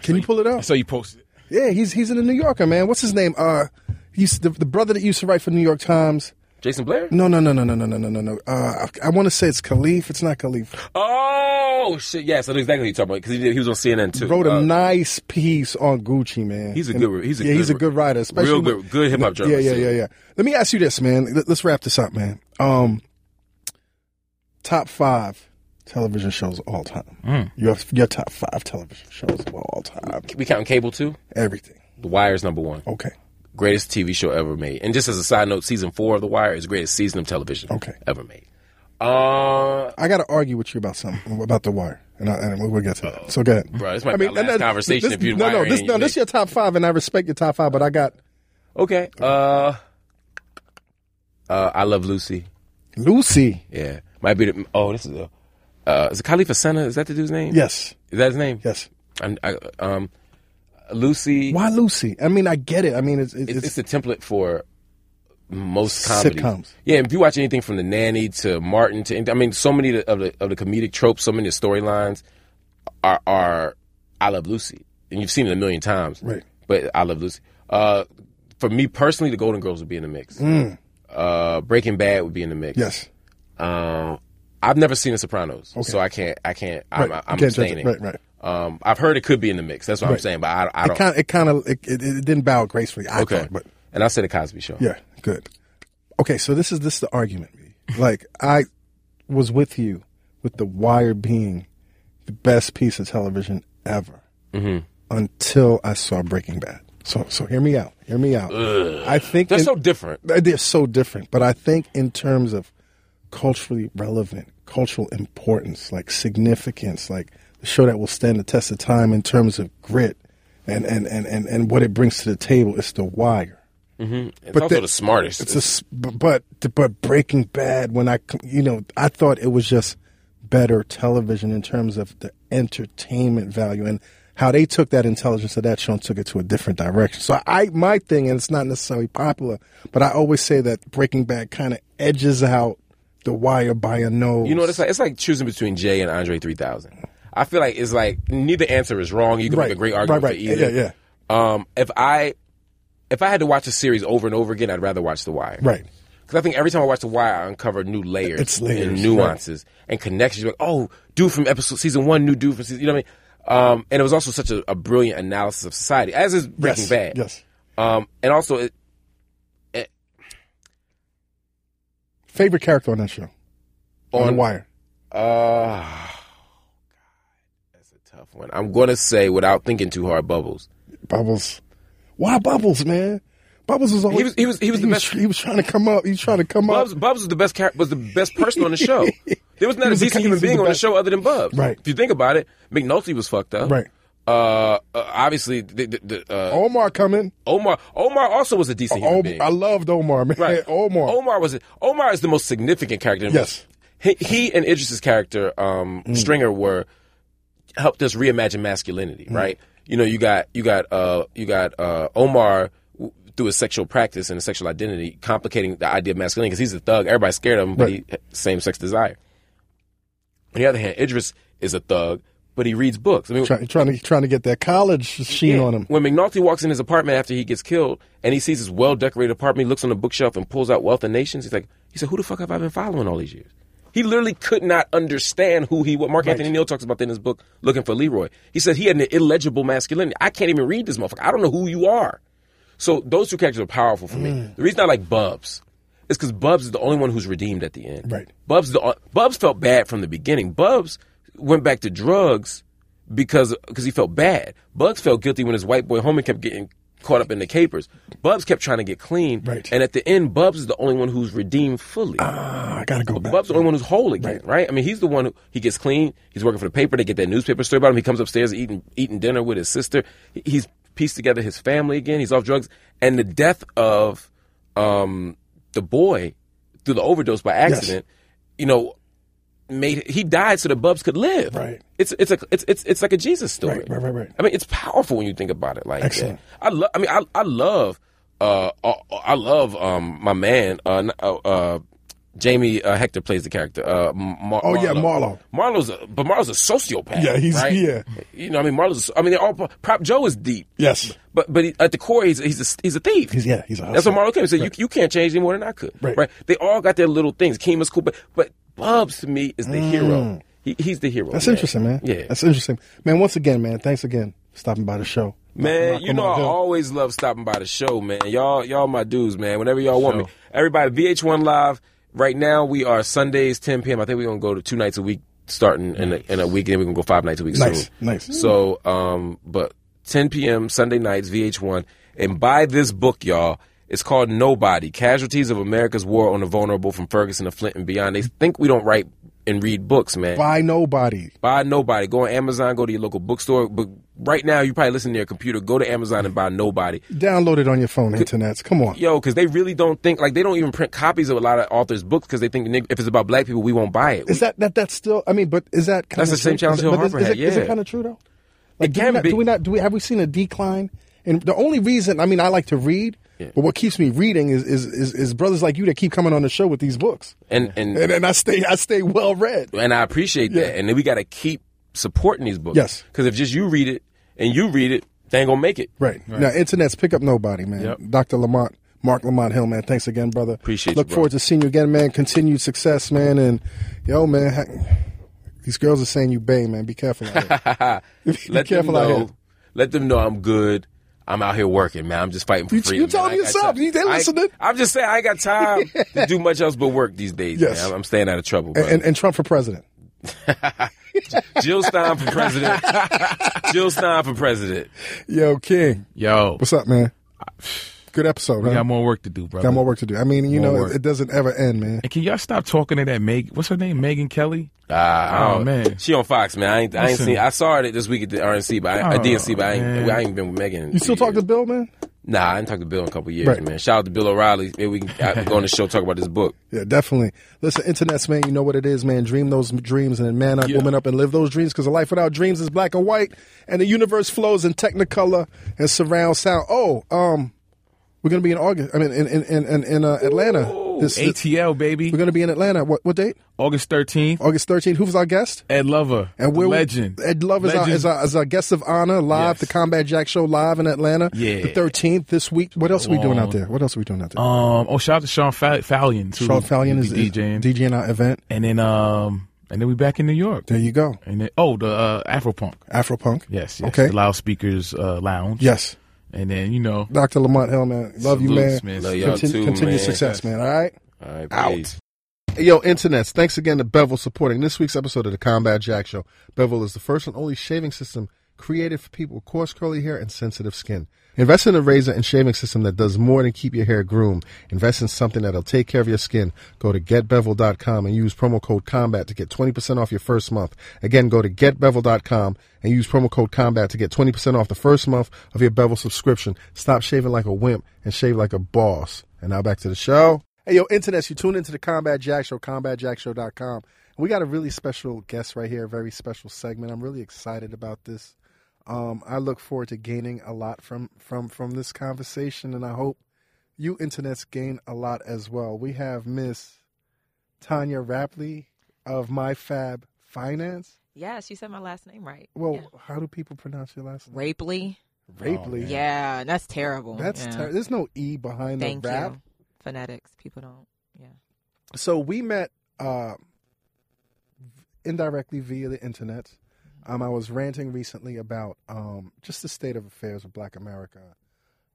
[SPEAKER 1] Can you pull it up?
[SPEAKER 3] So you posted. it.
[SPEAKER 1] Yeah, he's he's in the New Yorker, man. What's his name? Uh, he used the, the brother that used to write for New York Times.
[SPEAKER 4] Jason Blair.
[SPEAKER 1] No, no, no, no, no, no, no, no, no, no. Uh, I, I want to say it's Khalif. It's not Khalif.
[SPEAKER 4] Oh shit! Yes, I know exactly who you're talking about because he, did- he was on CNN too.
[SPEAKER 1] Wrote a
[SPEAKER 4] Uh,
[SPEAKER 1] nice piece on Gucci, man.
[SPEAKER 4] He's a
[SPEAKER 1] And-
[SPEAKER 4] good- he's a
[SPEAKER 1] yeah, he's a
[SPEAKER 4] good-
[SPEAKER 1] good writer, especially
[SPEAKER 4] real
[SPEAKER 1] when-
[SPEAKER 4] good, good hip hop journalist.
[SPEAKER 1] Yeah, yeah, yeah, yeah. Let me ask you this, man. Let- Let's wrap this up, man. Um, top five television shows of all time.
[SPEAKER 4] Mm.
[SPEAKER 1] Your your top five television shows of all time.
[SPEAKER 4] We counting cable too.
[SPEAKER 1] Everything.
[SPEAKER 4] The Wire's number one,
[SPEAKER 1] Okay.
[SPEAKER 4] greatest TV show ever made. And just as a side note, season four of The Wire is the greatest season of television
[SPEAKER 1] Okay.
[SPEAKER 4] ever made. Uh,
[SPEAKER 1] I got to argue with you about something about the wire, and, I, and we'll, we'll get to that. So go ahead,
[SPEAKER 4] Bro, this might be our last
[SPEAKER 1] and then-
[SPEAKER 4] conversation
[SPEAKER 1] this-
[SPEAKER 4] if you
[SPEAKER 1] no, no,
[SPEAKER 4] wire
[SPEAKER 1] this
[SPEAKER 4] in,
[SPEAKER 1] no,
[SPEAKER 4] you
[SPEAKER 1] this your top five, and I respect your top five, but I got
[SPEAKER 4] okay. Uh, uh, I love Lucy.
[SPEAKER 1] Lucy.
[SPEAKER 4] Yeah, might be the. Oh, this is a. Uh, is it Khalifa Senna? Is that the dude's name?
[SPEAKER 1] Yes,
[SPEAKER 4] Is that his name?
[SPEAKER 1] yes.
[SPEAKER 4] I'm, I, um, Lucy.
[SPEAKER 1] Why Lucy? I mean, I get it. I mean, it's it's,
[SPEAKER 4] it's,
[SPEAKER 1] it's,
[SPEAKER 4] it's a template for most comedies.
[SPEAKER 1] Sitcoms.
[SPEAKER 4] Yeah, if you watch anything from The Nanny to Martin to, I mean, so many of the of the comedic tropes, so many of the storylines are are I Love Lucy, and you've seen it a million times.
[SPEAKER 1] Right.
[SPEAKER 4] But I Love Lucy. Uh, for me personally, The Golden Girls would be in the mix. Uh, Breaking Bad would be in the mix.
[SPEAKER 1] Mm. yes.
[SPEAKER 4] Um, I've never seen The Sopranos, so I can't. I can't. I'm,
[SPEAKER 1] Right. You
[SPEAKER 4] I'm
[SPEAKER 1] can't judge it.
[SPEAKER 4] abstaining.
[SPEAKER 1] Right, right.
[SPEAKER 4] Um, I've heard it could be in the mix. That's what I'm saying, but I, I
[SPEAKER 1] It
[SPEAKER 4] don't.
[SPEAKER 1] kind it kind of it, it, it didn't bow gracefully. I
[SPEAKER 4] okay.
[SPEAKER 1] thought, but
[SPEAKER 4] and I said the Cosby Show.
[SPEAKER 1] yeah, good. Okay, so this is this is the argument. Like I was with you with the wire being the best piece of television ever
[SPEAKER 4] Mm-hmm.
[SPEAKER 1] until I saw Breaking Bad. So so hear me out. Hear me out. I think
[SPEAKER 4] They're
[SPEAKER 1] in-
[SPEAKER 4] so different.
[SPEAKER 1] they're so different. But I think in terms of culturally relevant, cultural importance, like significance, like the show that will stand the test of time in terms of grit and and and and, and what it brings to the table, it's The Wire.
[SPEAKER 4] It's
[SPEAKER 1] But
[SPEAKER 4] also
[SPEAKER 1] that-
[SPEAKER 4] the smartest.
[SPEAKER 1] It's a s- b- but but Breaking Bad. When I c- you know I thought it was just better television in terms of the entertainment value and how they took that intelligence of that show and took it to a different direction. So I my thing, and it's not necessarily popular, but I always say that Breaking Bad kind of edges out The Wire by a nose.
[SPEAKER 4] You know what it's like? It's like choosing between Jay and Andre 3000. I feel like it's like neither answer is wrong. You can
[SPEAKER 1] Right.
[SPEAKER 4] make a great argument
[SPEAKER 1] Right, right.
[SPEAKER 4] for either.
[SPEAKER 1] Yeah,
[SPEAKER 4] yeah. Um, if I if I had to watch a series over and over again, I'd rather watch The Wire.
[SPEAKER 1] Right.
[SPEAKER 4] Because I think every time I watch The Wire, I uncover new layers,
[SPEAKER 1] It's layers,
[SPEAKER 4] and
[SPEAKER 1] right.
[SPEAKER 4] nuances and connections. Like, oh, dude from episode season one, new dude from season. You know what I mean? Um, and it was also such a, a brilliant analysis of society, as is Breaking
[SPEAKER 1] yes,
[SPEAKER 4] Bad.
[SPEAKER 1] Yes.
[SPEAKER 4] Um, and also, it,
[SPEAKER 1] Favorite character on that show on,
[SPEAKER 4] on
[SPEAKER 1] The Wire.
[SPEAKER 4] Uh, God, that's a tough one. I'm going to say without thinking too hard, Bubbles.
[SPEAKER 1] Bubbles. Why Bubbles, man? Bubbles was always
[SPEAKER 4] He was- he was- he was the best-
[SPEAKER 1] He was trying to come up. He was trying to come
[SPEAKER 4] Bubs,
[SPEAKER 1] up.
[SPEAKER 4] Bubs was the best char- was the best person on the show. There was not
[SPEAKER 1] He was
[SPEAKER 4] a
[SPEAKER 1] the-
[SPEAKER 4] decent
[SPEAKER 1] he
[SPEAKER 4] human
[SPEAKER 1] was the
[SPEAKER 4] being on the
[SPEAKER 1] best.
[SPEAKER 4] show other than Bubs.
[SPEAKER 1] Right.
[SPEAKER 4] If you think about it, McNulty was fucked up.
[SPEAKER 1] Right.
[SPEAKER 4] Uh, uh, obviously, the, the, the, uh,
[SPEAKER 1] Omar coming.
[SPEAKER 4] Omar Omar also was a decent human
[SPEAKER 1] Uh, Om-
[SPEAKER 4] being.
[SPEAKER 1] I loved Omar, man.
[SPEAKER 4] Right.
[SPEAKER 1] Omar.
[SPEAKER 4] Omar was Omar is the most significant character.
[SPEAKER 1] Yes.
[SPEAKER 4] He, he and Idris's character, um, Stringer, were helped us reimagine masculinity. Right. You know, you got you got uh, you got uh, Omar w- through his sexual practice and his sexual identity, complicating the idea of masculinity because he's a thug. Everybody's scared of him, but
[SPEAKER 1] Right.
[SPEAKER 4] he same sex desire. On the other hand, Idris is a thug, but he reads books. I mean,
[SPEAKER 1] Try, trying to trying to get that college sheen on him.
[SPEAKER 4] when McNulty walks in his apartment after he gets killed and he sees his well decorated apartment, he looks on the bookshelf and pulls out Wealth of Nations. He's like, he said, Who the fuck have I been following all these years? He literally could not understand who he was. Mark Anthony Neal talks about that in his book, Looking for Leroy. He said he had an illegible masculinity. I can't even read this motherfucker. I don't know who you are. So those two characters are powerful for
[SPEAKER 1] Mm.
[SPEAKER 4] me. The reason I like Bubs is because Bubs is the only one who's redeemed at the end.
[SPEAKER 1] Right.
[SPEAKER 4] Bubs the uh, Bubs felt bad from the beginning. Bubs went back to drugs because because he felt bad. Bubs felt guilty when his white boy homie kept getting caught up in the capers. Bubs kept trying to get clean.
[SPEAKER 1] Right.
[SPEAKER 4] And at the end, Bubs is the only one who's redeemed fully.
[SPEAKER 1] Ah, I gotta go back.
[SPEAKER 4] Bub's the only one who's whole again, right. I mean, he's the one who he gets clean. He's working for the paper. They get that newspaper story about him. He comes upstairs eating eating dinner with his sister. He- He's pieced together his family again. He's off drugs, and the death of um, the boy through the overdose by accident, you know, made he died so that Bubs could live.
[SPEAKER 1] Right.
[SPEAKER 4] It's it's a it's it's, it's like a Jesus story.
[SPEAKER 1] Right, right, right, right.
[SPEAKER 4] I mean, it's powerful when you think about it like
[SPEAKER 1] Excellent.
[SPEAKER 4] that. I love. I mean, I I love. Uh, uh, I love um my man. Uh, n- uh, uh Jamie uh, Hector plays the character. Uh, Mar-
[SPEAKER 1] Oh, yeah, Marlo.
[SPEAKER 4] Marlo's a, but Marlo's a sociopath.
[SPEAKER 1] Yeah, he's-
[SPEAKER 4] right?
[SPEAKER 1] yeah.
[SPEAKER 4] You know, I mean, Marlo's. I mean, they're all prop Joe is deep.
[SPEAKER 1] Yes.
[SPEAKER 4] But but he, at the core, he's he's a, he's a thief.
[SPEAKER 1] He's- yeah, he's a
[SPEAKER 4] That's what Marlo came and said. You you can't change any more than I could.
[SPEAKER 1] Right.
[SPEAKER 4] They all got their little things. Keema's cool, but but Bubs to me is the hero. He, he's the hero.
[SPEAKER 1] Mm. That's
[SPEAKER 4] man.
[SPEAKER 1] interesting, man.
[SPEAKER 4] Yeah.
[SPEAKER 1] That's interesting. Man, once again, man, thanks again for stopping by the show.
[SPEAKER 4] Man,
[SPEAKER 1] Malcolm
[SPEAKER 4] you know I
[SPEAKER 1] Argyle.
[SPEAKER 4] always love stopping by the show, man. Y'all, y'all my dudes, man. Whenever y'all want me, everybody VH1 Live. Right now we are Sundays 10 p.m. I think we're gonna go to two nights a week starting in a, in a week, and then we're gonna go five nights a week.
[SPEAKER 1] Nice,
[SPEAKER 4] soon.
[SPEAKER 1] nice.
[SPEAKER 4] So, um, but 10 p.m. Sunday nights VH1, and buy this book, y'all. It's called Nobody: Casualties of America's War on the Vulnerable from Ferguson to Flint and Beyond. They think we don't write and read books, man.
[SPEAKER 1] By nobody.
[SPEAKER 4] Buy Nobody. Go on Amazon. Go to your local bookstore. But right now, you probably listen to your computer. Go to Amazon and buy Nobody.
[SPEAKER 1] Download it on your phone, internets. Come on.
[SPEAKER 4] Yo, because they really don't think like they don't even print copies of a lot of authors' books because they think nigg- if it's about black people, we won't buy it.
[SPEAKER 1] Is that, that that's still? I mean, but is that kind
[SPEAKER 4] That's the same challenge Hill
[SPEAKER 1] is,
[SPEAKER 4] Harper
[SPEAKER 1] is,
[SPEAKER 4] had,
[SPEAKER 1] it, is
[SPEAKER 4] yeah.
[SPEAKER 1] it kind of true though? Like,
[SPEAKER 4] It
[SPEAKER 1] do, we
[SPEAKER 4] can
[SPEAKER 1] not,
[SPEAKER 4] be.
[SPEAKER 1] do we not? Do we have we seen a decline? And the only reason, I mean, I like to read, but what keeps me reading is is, is is brothers like you that keep coming on the show with these books,
[SPEAKER 4] And and
[SPEAKER 1] and, and I stay I stay well read.
[SPEAKER 4] and I appreciate
[SPEAKER 1] Yeah.
[SPEAKER 4] that. And then we got to keep supporting these books.
[SPEAKER 1] Yes.
[SPEAKER 4] Because if just you read it and you read it, they ain't gonna make it.
[SPEAKER 1] Right. Now, internets pick up nobody, man.
[SPEAKER 3] Yep.
[SPEAKER 1] Dr. Lamont, Mark Lamont Hill, man. Thanks again, brother.
[SPEAKER 4] Appreciate you,
[SPEAKER 1] Look
[SPEAKER 4] bro.
[SPEAKER 1] forward to seeing you again, man. Continued success, man. And yo, man, ha- these girls are saying you bay, man. Be careful. out here. Be
[SPEAKER 4] Let them
[SPEAKER 1] careful out here.
[SPEAKER 4] know. Let them know I'm good. I'm out here working, man. I'm just fighting for
[SPEAKER 1] You-
[SPEAKER 4] freedom.
[SPEAKER 1] you telling
[SPEAKER 4] man. I ain't got
[SPEAKER 1] yourself.
[SPEAKER 4] time.
[SPEAKER 1] You- they
[SPEAKER 4] I ain't-
[SPEAKER 1] listening.
[SPEAKER 4] I'm just saying, I ain't got time to do much else but work these days.
[SPEAKER 1] Yes.
[SPEAKER 4] man. I'm- I'm staying out of trouble. brother.
[SPEAKER 1] And, and Trump for president.
[SPEAKER 4] Jill Stein for president. Jill Stein for president.
[SPEAKER 1] Yo, King,
[SPEAKER 3] Yo,
[SPEAKER 1] what's up, man? Good episode, huh?
[SPEAKER 3] we got more work to do, brother.
[SPEAKER 1] Got more work to do. I mean, you
[SPEAKER 3] More
[SPEAKER 1] know,
[SPEAKER 3] work.
[SPEAKER 1] it, it doesn't ever end, man.
[SPEAKER 3] And can y'all stop talking to that Meg? What's her name? Megan Kelly.
[SPEAKER 4] Ah, I
[SPEAKER 3] Oh,
[SPEAKER 4] don't-
[SPEAKER 3] man.
[SPEAKER 4] she on Fox, man. I ain't, I ain't
[SPEAKER 3] Listen.
[SPEAKER 4] seen. I saw her this week at the RNC, but I,
[SPEAKER 3] Oh,
[SPEAKER 4] at DNC, but I ain't,
[SPEAKER 3] man.
[SPEAKER 4] I ain't been with Megan. in
[SPEAKER 1] You
[SPEAKER 4] two
[SPEAKER 1] still talk to
[SPEAKER 4] years.
[SPEAKER 1] Bill, man?
[SPEAKER 4] Nah, I didn't talk to Bill in a couple years,
[SPEAKER 1] Right.
[SPEAKER 4] man. Shout out to Bill O'Reilly. Maybe we can I- go on the show talk about this book.
[SPEAKER 1] Yeah, definitely. Listen, internets, man, you know what it is, man. Dream those dreams and man up, woman up, and live those dreams because a life without dreams is black and white and the universe flows in technicolor and surround sound. Oh, um, we're going to be in August. I mean, in, in, in, in, in uh, Atlanta. this, this-
[SPEAKER 3] ATL baby.
[SPEAKER 1] we're going to be in Atlanta. What, what date?
[SPEAKER 3] August thirteenth.
[SPEAKER 1] August 13th. Who was our guest?
[SPEAKER 3] Ed Lover.
[SPEAKER 1] And
[SPEAKER 3] the
[SPEAKER 1] we're
[SPEAKER 3] legend.
[SPEAKER 1] Ed Love is our,
[SPEAKER 3] Legend.
[SPEAKER 1] is, our, is our guest of honor live,
[SPEAKER 3] Yes.
[SPEAKER 1] the Combat Jack Show live in Atlanta.
[SPEAKER 3] Yeah.
[SPEAKER 1] The 13th this week. What else are we doing
[SPEAKER 3] on.
[SPEAKER 1] out there? What else are we doing out there?
[SPEAKER 3] Um. Oh, shout out to Sean Fa- Fallion. Too,
[SPEAKER 1] Charles Fallion
[SPEAKER 3] He
[SPEAKER 1] is,
[SPEAKER 3] be
[SPEAKER 1] is
[SPEAKER 3] DJing.
[SPEAKER 1] DJing our event.
[SPEAKER 3] and then um. And then we back in New York.
[SPEAKER 1] There you go.
[SPEAKER 3] And then oh, the uh, Afropunk.
[SPEAKER 1] Afropunk.
[SPEAKER 3] Yes. yes.
[SPEAKER 1] Okay.
[SPEAKER 3] The loudspeakers uh, lounge.
[SPEAKER 1] Yes.
[SPEAKER 3] And then you know.
[SPEAKER 1] Dr. Lamont Hell, man. Love you, man.
[SPEAKER 3] salutes, man.
[SPEAKER 4] Love y'all
[SPEAKER 1] Continue,
[SPEAKER 4] too,
[SPEAKER 1] continue
[SPEAKER 4] man.
[SPEAKER 1] success, man. All right?
[SPEAKER 4] All right,
[SPEAKER 1] Out.
[SPEAKER 4] peace.
[SPEAKER 1] Yo, internets, thanks again to Bevel supporting this week's episode of the Combat Jack Show. Bevel is the first and only shaving system created for people with coarse curly hair and sensitive skin. Invest in a razor and shaving system that does more than keep your hair groomed. Invest in something that'll take care of your skin. Go to getbevel.com and use promo code combat to get 20% off your first month. Again, go to getbevel.com and use promo code combat to get 20% off the first month of your Bevel subscription. Stop shaving like a wimp and shave like a boss. And now back to the show. Hey, yo, internets, you tune into the Combat Jack Show, combatjackshow.com. We got a really special guest right here, a very special segment. I'm really excited about this. Um, I look forward to gaining a lot from from from this conversation, and I hope you internets gain a lot as well. We have Miss Tanya Rapley of MyFab Finance.
[SPEAKER 5] Yeah, she said my last name right.
[SPEAKER 1] Well,
[SPEAKER 5] yeah.
[SPEAKER 1] how do people pronounce your last name?
[SPEAKER 5] Rapley.
[SPEAKER 1] Rapley.
[SPEAKER 3] man.
[SPEAKER 5] Yeah, that's terrible.
[SPEAKER 1] That's
[SPEAKER 5] yeah.
[SPEAKER 1] ter- there's no e behind
[SPEAKER 5] Thank
[SPEAKER 1] the rap.
[SPEAKER 5] you. Phonetics. People don't. Yeah.
[SPEAKER 1] so we met uh, indirectly via the internet. Um, I was ranting recently about um, just the state of affairs with Black America,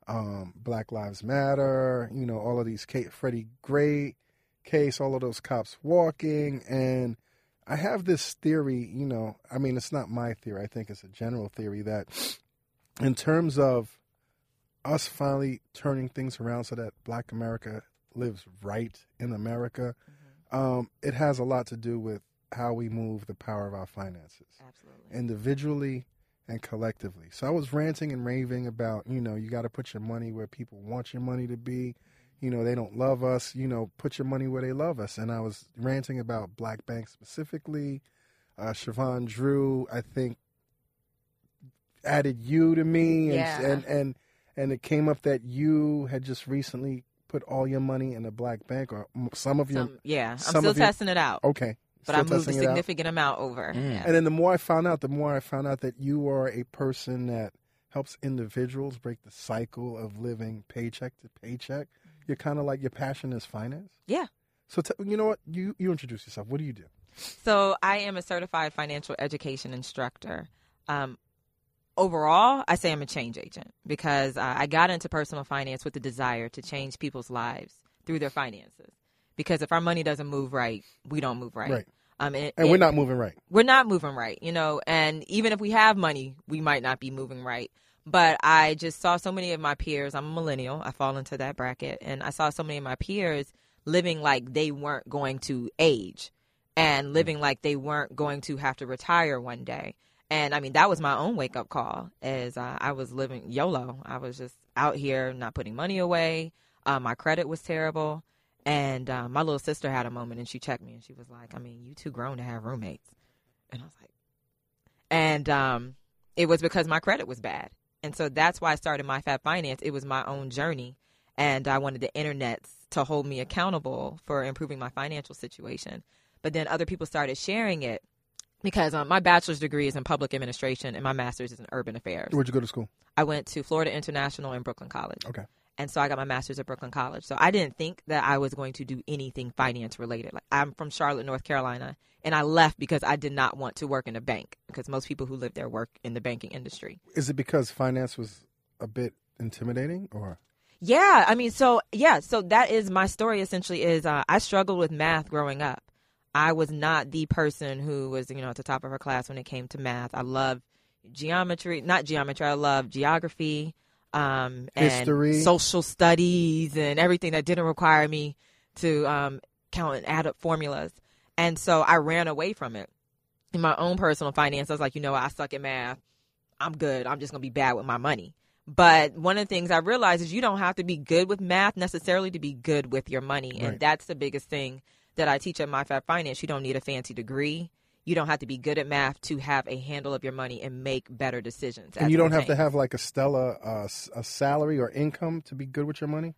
[SPEAKER 1] um, Black Lives Matter. You know, all of these Kate, Freddie Gray case, all of those cops walking, and I have this theory. You know, I mean, it's not my theory. I think it's a general theory that, in terms of us finally turning things around so that Black America lives right in America, um, it has a lot to do with how we move the power of our finances
[SPEAKER 5] Absolutely.
[SPEAKER 1] individually and collectively. So I was ranting and raving about, you know, you got to put your money where people want your money to be. You know, they don't love us. You know, put your money where they love us. And I was ranting about Black Bank specifically. Uh, Siobhan Drew, I think, added you to me. And,
[SPEAKER 5] Yeah.
[SPEAKER 1] and, and, and it came up that you had just recently put all your money in a Black Bank or m- some of your.
[SPEAKER 5] Some, yeah. I'm
[SPEAKER 1] some
[SPEAKER 5] still
[SPEAKER 1] of your-
[SPEAKER 5] testing it out,
[SPEAKER 1] Okay.
[SPEAKER 5] but I
[SPEAKER 1] Still
[SPEAKER 5] moved a
[SPEAKER 1] testing it out? Mm-hmm.
[SPEAKER 5] significant amount over.
[SPEAKER 4] Mm.
[SPEAKER 5] Yeah.
[SPEAKER 1] And then the more I found out, the more I found out that you are a person that helps individuals break the cycle of living paycheck to paycheck. You're kind of like your passion is finance.
[SPEAKER 5] Mm-hmm. Yeah.
[SPEAKER 1] So t- you know what? You you introduce yourself. What do you do?
[SPEAKER 5] So I am a certified financial education instructor. Um, overall, I say I'm a change agent because uh, I got into personal finance with the desire to change people's lives through their finances. Because if our money doesn't move right, we don't move right.
[SPEAKER 1] Right.
[SPEAKER 5] Um, and,
[SPEAKER 1] And we're
[SPEAKER 5] and-
[SPEAKER 1] not moving right.
[SPEAKER 5] we're not moving right, you know, and even if we have money, we might not be moving right. But I just saw so many of my peers, I'm a millennial, I fall into that bracket, and I saw so many of my peers living like they weren't going to age and living like they weren't going to have to retire one day. And I mean, that was my own wake up call as uh, I was living YOLO. I was just out here not putting money away. Uh, my credit was terrible. And uh, my little sister had a moment and she checked me and she was like, I mean, you too grown to have roommates. And I was like, and um, it was because my credit was bad. And so that's why I started my Fab Finance. It was my own journey. And I wanted the internet to hold me accountable for improving my financial situation. But then other people started sharing it because um, my bachelor's degree is in public administration and my master's is in urban affairs.
[SPEAKER 1] Where'd you go to school?
[SPEAKER 5] I went to Florida International and Brooklyn College.
[SPEAKER 1] Okay.
[SPEAKER 5] And so I got my master's at Brooklyn College. So I didn't think that I was going to do anything finance related. Like I'm from Charlotte, North Carolina, and I left because I did not want to work in a bank because most people who live there work in the banking industry.
[SPEAKER 1] Is it because finance was a bit intimidating, or
[SPEAKER 5] Yeah, I mean, so yeah, so that is my story. Essentially, is uh, I struggled with math growing up. I was not the person who was, you know, at the top of her class when it came to math. I loved geometry, not geometry. I loved geography, um, and
[SPEAKER 1] History.
[SPEAKER 5] social studies, and everything that didn't require me to um, count and add up formulas. And so I ran away from it. In my own personal finance, I was like, you know, what? I suck at math. I'm good. I'm just going to be bad with my money. But one of the things I realized is you don't have to be good with math necessarily to be good with your money.
[SPEAKER 1] Right.
[SPEAKER 5] And that's the biggest thing that I teach at MyFab Finance. You don't need a fancy degree. You don't have to be good at math to have a handle of your money and make better decisions.
[SPEAKER 1] and
[SPEAKER 5] as
[SPEAKER 1] you
[SPEAKER 5] we're
[SPEAKER 1] don't have to
[SPEAKER 5] saying.
[SPEAKER 1] have like a Stella uh, s- a salary or income to be good with your money?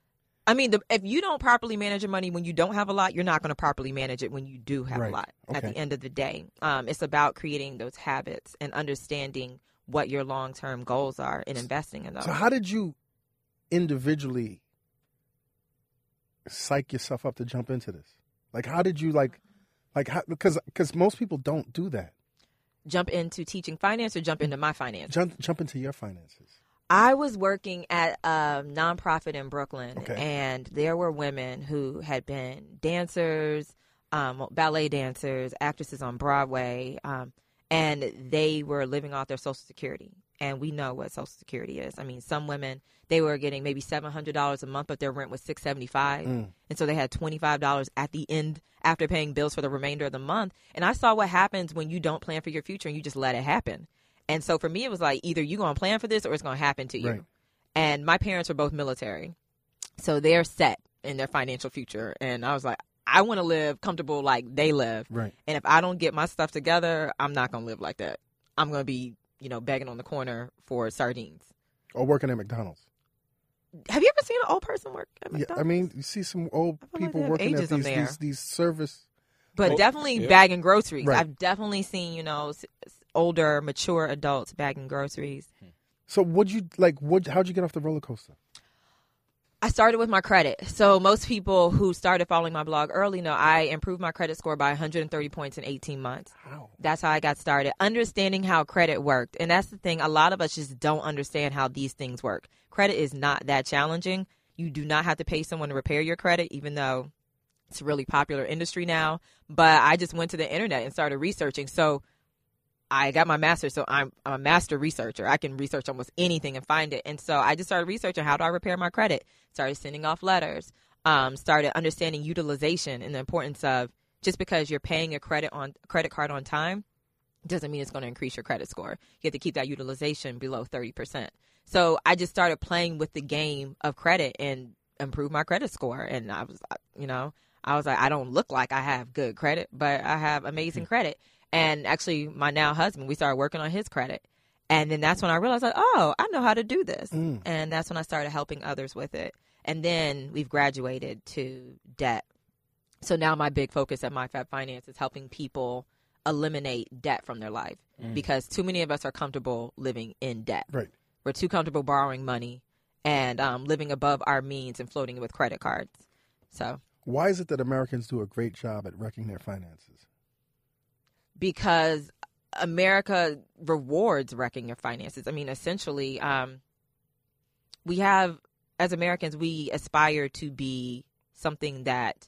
[SPEAKER 5] I mean, the, if you don't properly manage your money when you don't have a lot, you're not going to properly manage it when you do have
[SPEAKER 1] Right.
[SPEAKER 5] a lot. At
[SPEAKER 1] Okay.
[SPEAKER 5] the end of the day, um, it's about creating those habits and understanding what your long term goals are and investing in those.
[SPEAKER 1] So how did you individually psych yourself up to jump into this? Like how did you like like how because because most people don't do that.
[SPEAKER 5] jump into teaching finance or jump into my finance?
[SPEAKER 1] Jump jump into your finances.
[SPEAKER 5] I was working at a nonprofit in Brooklyn,
[SPEAKER 1] Okay.
[SPEAKER 5] and there were women who had been dancers, um, ballet dancers, actresses on Broadway, um, and they were living off their Social Security. And we know what Social Security is. I mean, some women they were getting maybe seven hundred dollars a month, but their rent was six seventy five, and so they had twenty five dollars at the end after paying bills for the remainder of the month. And I saw what happens when you don't plan for your future and you just let it happen. And so for me, it was like either you gonna plan for this or it's gonna happen to you.
[SPEAKER 1] Right.
[SPEAKER 5] And my parents were both military, so they're set in their financial future. And I was like, I want to live comfortable like they live.
[SPEAKER 1] Right.
[SPEAKER 5] And if I don't get my stuff together, I'm not gonna live like that. I'm gonna be, you know, begging on the corner for sardines.
[SPEAKER 1] Or working at McDonald's.
[SPEAKER 5] Have you ever seen an old person work at
[SPEAKER 1] Yeah,
[SPEAKER 5] McDonald's?
[SPEAKER 1] I mean, you see some old
[SPEAKER 5] I feel like
[SPEAKER 1] people
[SPEAKER 5] they have
[SPEAKER 1] working at
[SPEAKER 5] ageism
[SPEAKER 1] these,
[SPEAKER 5] there.
[SPEAKER 1] these these service.
[SPEAKER 5] but
[SPEAKER 3] Well,
[SPEAKER 5] definitely
[SPEAKER 3] yeah.
[SPEAKER 5] bagging groceries.
[SPEAKER 1] oh, Right.
[SPEAKER 5] I've definitely seen, you know, s- s- older, mature adults bagging groceries.
[SPEAKER 1] So, would you like? What? How'd you get off the roller coaster?
[SPEAKER 5] I started with my credit. So most people who started following my blog early know I improved my credit score by 130 points in 18 months.
[SPEAKER 1] How?
[SPEAKER 5] That's how I got started. Understanding how credit worked. And that's the thing, a lot of us just don't understand how these things work. Credit is not that challenging. You do not have to pay someone to repair your credit, even though it's a really popular industry now. But I just went to the internet and started researching. So I got my master's, so I'm, I'm a master researcher. I can research almost anything and find it. And so I just started researching how do I repair my credit? Started sending off letters, um, started understanding utilization and the importance of just because you're paying a credit on credit card on time doesn't mean it's going to increase your credit score. You have to keep that utilization below 30%. So I just started playing with the game of credit and improved my credit score. And I was, uh, you know, I was like, I don't look like I have good credit, but I have amazing credit. And actually, my now husband, we started working on his credit. And then that's when I realized, like, oh, I know how to do this.
[SPEAKER 1] Mm.
[SPEAKER 5] And that's when I started helping others with it. And then we've graduated to debt. So now my big focus at MyFab Finance is helping people eliminate debt from their life because too many of us are comfortable living in debt.
[SPEAKER 1] Right.
[SPEAKER 5] We're too comfortable borrowing money and um, living above our means and floating with credit cards. So
[SPEAKER 1] Why is it that Americans do a great job at wrecking their finances?
[SPEAKER 5] because America rewards wrecking your finances. I mean, essentially, um, we have as Americans we aspire to be something that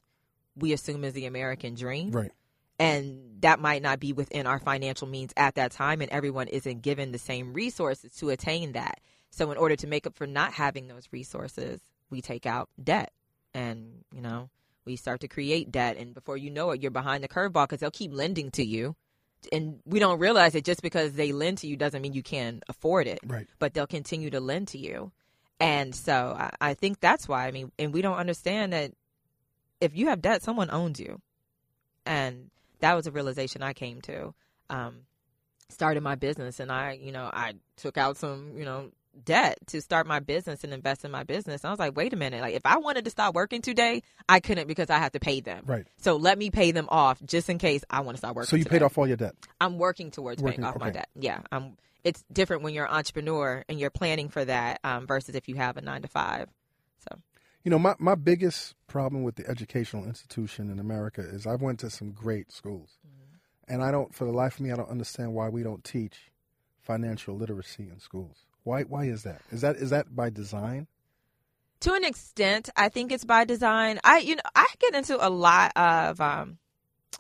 [SPEAKER 5] we assume is the American dream.
[SPEAKER 1] Right.
[SPEAKER 5] and that might not be within our financial means at that time and everyone isn't given the same resources to attain that so in order to make up for not having those resources we take out debt and you know we start to create debt and before you know it you're behind the curveball because they'll keep lending to you and we don't realize that just because they lend to you doesn't mean you can afford it
[SPEAKER 1] Right.
[SPEAKER 5] but they'll continue to lend to you and so I, I think that's why i mean and we don't understand that if you have debt someone owns you and that was a realization I came to. Um, started my business, and I, you know, I took out some, you know, debt to start my business and invest in my business. I was like, wait a minute, like if I wanted to stop working today, I couldn't because I have to pay them.
[SPEAKER 1] Right.
[SPEAKER 5] So let me pay them off just in case I want to start working.
[SPEAKER 1] So you paid
[SPEAKER 5] today.
[SPEAKER 1] off all your debt.
[SPEAKER 5] I'm working towards
[SPEAKER 1] Working,
[SPEAKER 5] paying off my
[SPEAKER 1] okay.
[SPEAKER 5] debt. Yeah, i It's different when you're an entrepreneur and you're planning for that um, versus if you have a nine to five. So
[SPEAKER 1] You know, my, my biggest problem with the educational institution in America is I went to some great schools.
[SPEAKER 5] Mm-hmm.
[SPEAKER 1] And I don't, for the life of me, I don't understand why we don't teach financial literacy in schools. Why, why is that? Is that is that by design?
[SPEAKER 5] to an extent i think it's by design i you know i get into a lot of um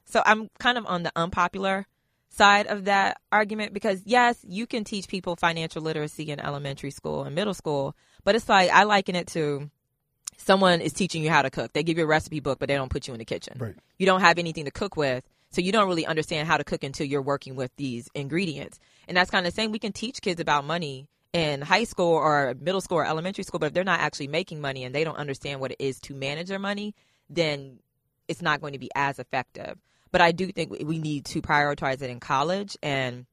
[SPEAKER 5] so i'm kind of on the unpopular side of that argument because yes you can teach people financial literacy in elementary school and middle school but it's like i liken it to someone is teaching you how to cook they give you a recipe book but they don't put you in the kitchen
[SPEAKER 1] Right.
[SPEAKER 5] you don't have anything to cook with so you don't really understand how to cook until you're working with these ingredients and that's kind of the same we can teach kids about money in high school or middle school or elementary school but if they're not actually making money and they don't understand what it is to manage their money then it's not going to be as effective but i do think we- we need to prioritize it in college and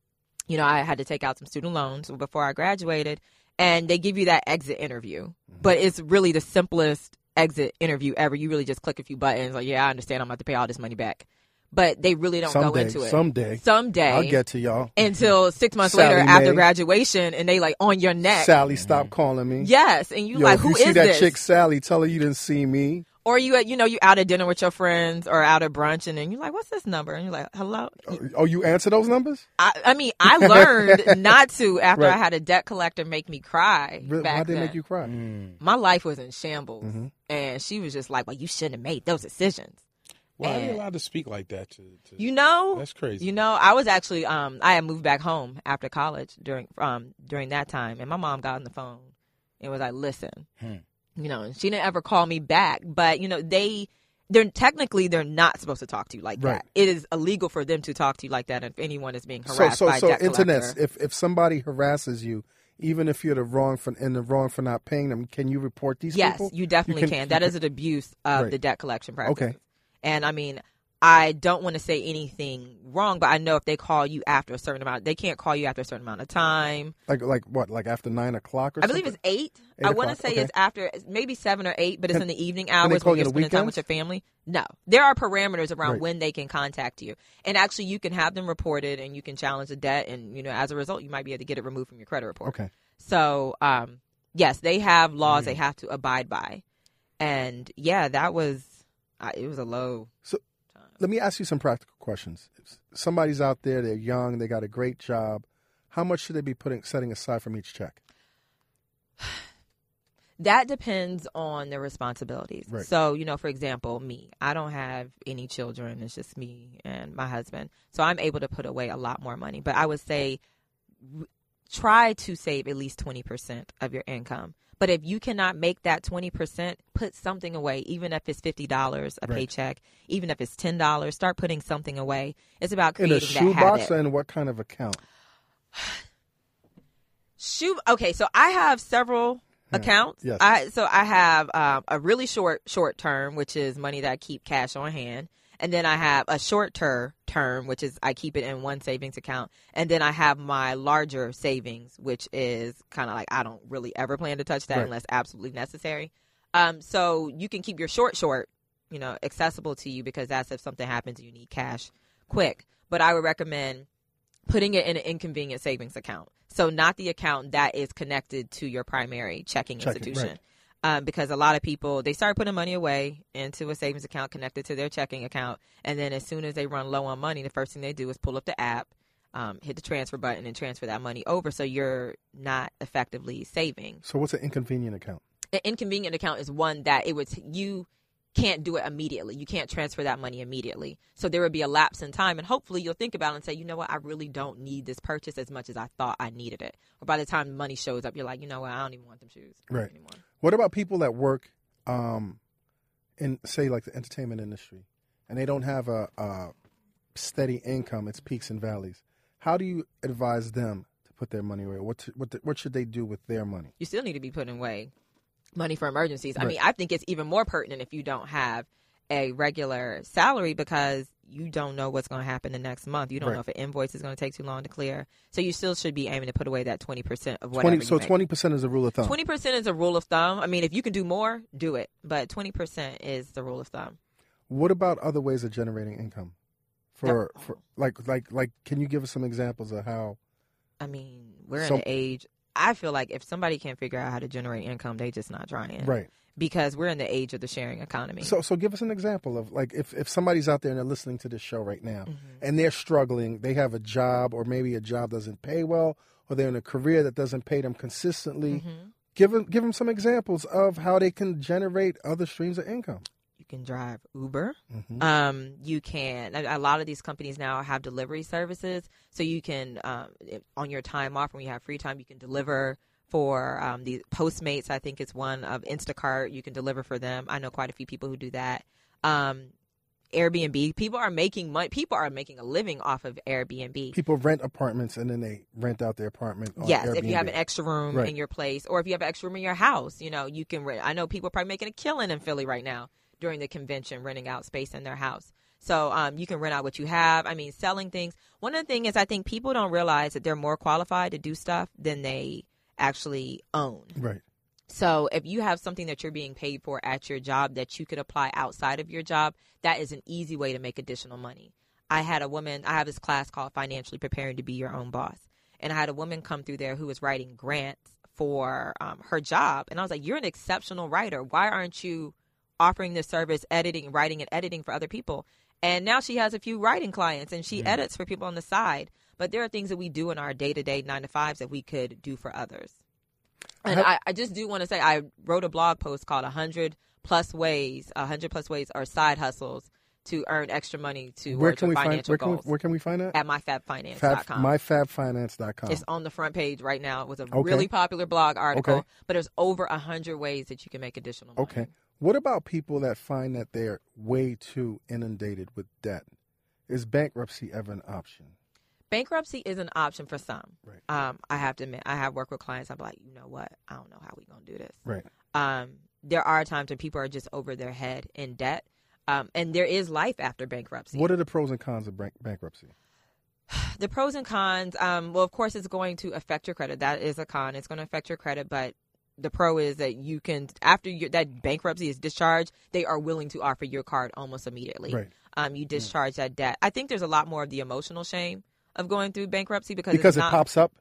[SPEAKER 5] you know, I had to take out some student loans before I graduated, and they give you that exit interview.
[SPEAKER 1] Mm-hmm.
[SPEAKER 5] But it's really the simplest exit interview ever. You really just click a few buttons, like, yeah, I understand I'm about to pay all this money back. But they really don't go
[SPEAKER 1] someday,
[SPEAKER 5] into it.
[SPEAKER 1] someday,
[SPEAKER 5] Someday.
[SPEAKER 1] I'll get to y'all.
[SPEAKER 5] until six months
[SPEAKER 1] Mm-hmm. Sally
[SPEAKER 5] later after
[SPEAKER 1] Mae.
[SPEAKER 5] graduation, and they like on your neck.
[SPEAKER 1] Sally, stop calling me.
[SPEAKER 5] Yes, and you
[SPEAKER 1] Yo,
[SPEAKER 5] like
[SPEAKER 1] if
[SPEAKER 5] who
[SPEAKER 1] you
[SPEAKER 5] is
[SPEAKER 1] see that
[SPEAKER 5] this?
[SPEAKER 1] chick Sally, tell her you didn't see me.
[SPEAKER 5] or you at you know you out at dinner with your friends or out at brunch, and then you're like, what's this number? And you're like, hello.
[SPEAKER 1] Oh, you answer those numbers?
[SPEAKER 5] I, I mean, I learned not to after
[SPEAKER 1] Right.
[SPEAKER 5] I had a debt collector make me cry.
[SPEAKER 1] Re-
[SPEAKER 5] back
[SPEAKER 1] Why they
[SPEAKER 5] then.
[SPEAKER 1] make you Mm-hmm. cry?
[SPEAKER 3] Mm-hmm.
[SPEAKER 5] my life was in shambles and she was just like well you shouldn't have made those decisions
[SPEAKER 3] Why are you
[SPEAKER 5] And-
[SPEAKER 3] allowed to speak like that? To, to
[SPEAKER 5] You know,
[SPEAKER 3] That's crazy.
[SPEAKER 5] You know, I was actually um I had moved back home after college during um during that time, and my mom got on the phone and was like, "Listen,
[SPEAKER 1] Hmm.
[SPEAKER 5] you know," and she didn't ever call me back, but you know they. They're technically they're not supposed to talk to you like
[SPEAKER 1] Right.
[SPEAKER 5] that. It is illegal for them to talk to you like that if anyone is being
[SPEAKER 1] So
[SPEAKER 5] harassed
[SPEAKER 1] so
[SPEAKER 5] by a
[SPEAKER 1] so
[SPEAKER 5] debt
[SPEAKER 1] internets,
[SPEAKER 5] collector.
[SPEAKER 1] if if somebody harasses you, even if you're the wrong for in the wrong for not paying them, can you report these
[SPEAKER 5] yes,
[SPEAKER 1] people?
[SPEAKER 5] you definitely
[SPEAKER 1] You
[SPEAKER 5] can,
[SPEAKER 1] can-
[SPEAKER 5] That is an abuse of
[SPEAKER 1] Right.
[SPEAKER 5] the debt collection practice.
[SPEAKER 1] Okay.
[SPEAKER 5] And I mean, I don't want to say anything wrong, but I know if they call you after a certain amount, they can't call you after a certain amount of time.
[SPEAKER 1] Like like what? Like after nine o'clock or
[SPEAKER 5] I believe it's
[SPEAKER 1] something?
[SPEAKER 5] eight.
[SPEAKER 1] Eight
[SPEAKER 5] I want to
[SPEAKER 1] o'clock,
[SPEAKER 5] say
[SPEAKER 1] okay.
[SPEAKER 5] it's after maybe seven or eight, but it's in the evening hours
[SPEAKER 1] call
[SPEAKER 5] when
[SPEAKER 1] you
[SPEAKER 5] you're
[SPEAKER 1] on the
[SPEAKER 5] spending time
[SPEAKER 1] weekends?
[SPEAKER 5] with your family. No, there are parameters around
[SPEAKER 1] Right.
[SPEAKER 5] when they can contact you, and actually, you can have them reported, and you can challenge the debt, and you know, as a result, you might be able to get it removed from your credit report.
[SPEAKER 1] okay.
[SPEAKER 5] So, um, yes, they have laws they have to abide by, and yeah, that was I it was a low.
[SPEAKER 1] Let me ask you some practical questions. If somebody's out there, they're young, they got a great job. How much should they be putting setting aside from each check?
[SPEAKER 5] That depends on their responsibilities.
[SPEAKER 1] Right.
[SPEAKER 5] So, you know, for example, me, I don't have any children. It's just me and my husband. So I'm able to put away a lot more money. But I would say w- try to save at least 20% of your income. But if you cannot make that 20%, put something away, even if it's $50 a
[SPEAKER 1] Right.
[SPEAKER 5] paycheck, even if it's $10, start putting something away. It's about
[SPEAKER 1] In a
[SPEAKER 5] creating that habit.
[SPEAKER 1] shoebox and what kind of account?
[SPEAKER 5] Shoe. Okay, so I have several accounts.
[SPEAKER 1] Hmm. Yes.
[SPEAKER 5] I so I have um, a really short short term, which is money that I keep cash on hand, and then I have a short ter- term, which is I keep it in one savings account, and then I have my larger savings, which is kind of like I don't really ever plan to touch that
[SPEAKER 1] Right.
[SPEAKER 5] unless absolutely necessary. Um, so you can keep your short short, you know, accessible to you because that's if something happens you need cash quick. But I would recommend putting it in an inconvenient savings account. So not the account that is connected to your primary checking,
[SPEAKER 1] Checking,
[SPEAKER 5] institution.
[SPEAKER 1] right.
[SPEAKER 5] Um, because a lot of people they start putting money away into a savings account connected to their checking account, and then as soon as they run low on money, the first thing they do is pull up the app, um, hit the transfer button, and transfer that money over. So you're not effectively saving
[SPEAKER 1] So what's an inconvenient account?
[SPEAKER 5] an inconvenient account is one that it would you can't do it immediately. You can't transfer that money immediately. So there would be a lapse in time and hopefully you'll think about it and say, you know what, I really don't need this purchase as much as I thought I needed it. Or by the time the money shows up, you're like, you know what, I don't even want them shoes
[SPEAKER 1] Right.
[SPEAKER 5] anymore.
[SPEAKER 1] What about people that work um, in, say, like the entertainment industry, and they don't have a, a steady income? It's peaks and valleys. How do you advise them to put their money away? What what what should they do with their money?
[SPEAKER 5] You still need to be putting away money for emergencies. I
[SPEAKER 1] Right.
[SPEAKER 5] mean, I think it's even more pertinent if you don't have a regular salary because you don't know what's going to happen the next month. You don't
[SPEAKER 1] Right.
[SPEAKER 5] know if an invoice is going to take too long to clear. So you still should be aiming to put away that 20% of whatever
[SPEAKER 1] Twenty.
[SPEAKER 5] you
[SPEAKER 1] So
[SPEAKER 5] make.
[SPEAKER 1] twenty percent is a rule of thumb.
[SPEAKER 5] Twenty percent is a rule of thumb. I mean, if you can do more, do it. But twenty percent is the rule of thumb.
[SPEAKER 1] What about other ways of generating income? For, for like like like, can you give us some examples of how?
[SPEAKER 5] I mean, we're
[SPEAKER 1] So-
[SPEAKER 5] in the age. I feel like if somebody can't figure out how to generate income, they just not trying,
[SPEAKER 1] Right.
[SPEAKER 5] Because we're in the age of the sharing economy.
[SPEAKER 1] So so give us an example of like if if somebody's out there and they're listening to this show right
[SPEAKER 5] Mm-hmm.
[SPEAKER 1] now and they're struggling, they have a job or maybe a job doesn't pay well or they're in a career that doesn't pay them consistently.
[SPEAKER 5] Mm-hmm.
[SPEAKER 1] Give them give them some examples of how they can generate other streams of income. Mm-hmm.
[SPEAKER 5] you can drive Uber. Um, you can. A, a lot of these companies now have delivery services, so you can um, if- on your time off when you have free time, you can deliver for um, the Postmates. I think is one of Instacart. You can deliver for them. I know quite a few people who do that. Um, Airbnb. People are making money. People are making a living off of Airbnb.
[SPEAKER 1] People rent apartments and then they rent out their apartment. On
[SPEAKER 5] Yes,
[SPEAKER 1] Airbnb.
[SPEAKER 5] if you have an extra room
[SPEAKER 1] Right.
[SPEAKER 5] in your place, or if you have an extra room in your house, you know you can rent. I know people are probably making a killing in Philly right now during the convention, renting out space in their house. So um, you can rent out what you have. I mean, selling things. One of the things is I think people don't realize that they're more qualified to do stuff than they actually own.
[SPEAKER 1] right.
[SPEAKER 5] So if you have something that you're being paid for at your job that you could apply outside of your job, that is an easy way to make additional money. I had a woman, I have this class called Financially Preparing to Be Your Own Boss. And I had a woman come through there who was writing grants for um, her job. And I was like, You're an exceptional writer. Why aren't you offering this service, editing, writing, and editing for other people? And now she has a few writing clients and
[SPEAKER 1] Mm-hmm.
[SPEAKER 5] she edits for people on the side. But there are things that we do in our day to day nine to fives that we could do for others. And I, I just do want to say I wrote a blog post called 100 plus ways, 100 plus ways are side hustles to earn extra money to
[SPEAKER 1] Where
[SPEAKER 5] work
[SPEAKER 1] can we find?
[SPEAKER 5] financial
[SPEAKER 1] Where can we,
[SPEAKER 5] goals
[SPEAKER 1] where can we find that?
[SPEAKER 5] at myfabfinance.com.
[SPEAKER 1] Fab, myfabfinance.com.
[SPEAKER 5] It's on the front page right now. It was a
[SPEAKER 1] Okay.
[SPEAKER 5] really popular blog article,
[SPEAKER 1] Okay.
[SPEAKER 5] but there's over a hundred ways that you can make additional money.
[SPEAKER 1] Okay. What about people that find that they're way too inundated with debt? Is bankruptcy ever an option?
[SPEAKER 5] Bankruptcy is an option for some.
[SPEAKER 1] Right.
[SPEAKER 5] Um, I have to admit, I have worked with clients. I'm like, you know what? I don't know how we gonna do this.
[SPEAKER 1] Right.
[SPEAKER 5] Um, there are times when people are just over their head in debt, um, and there is life after bankruptcy.
[SPEAKER 1] What are the pros and cons of bank- bankruptcy?
[SPEAKER 5] the pros and cons um, well of course it's going to affect your credit that is a con it's going to affect your credit but the pro is that you can after your, that bankruptcy is discharged they are willing to offer your card almost immediately
[SPEAKER 1] Right.
[SPEAKER 5] um, you discharge that debt i think there's a lot more of the emotional shame of going through bankruptcy because,
[SPEAKER 1] Because
[SPEAKER 5] it's not,
[SPEAKER 1] it pops up.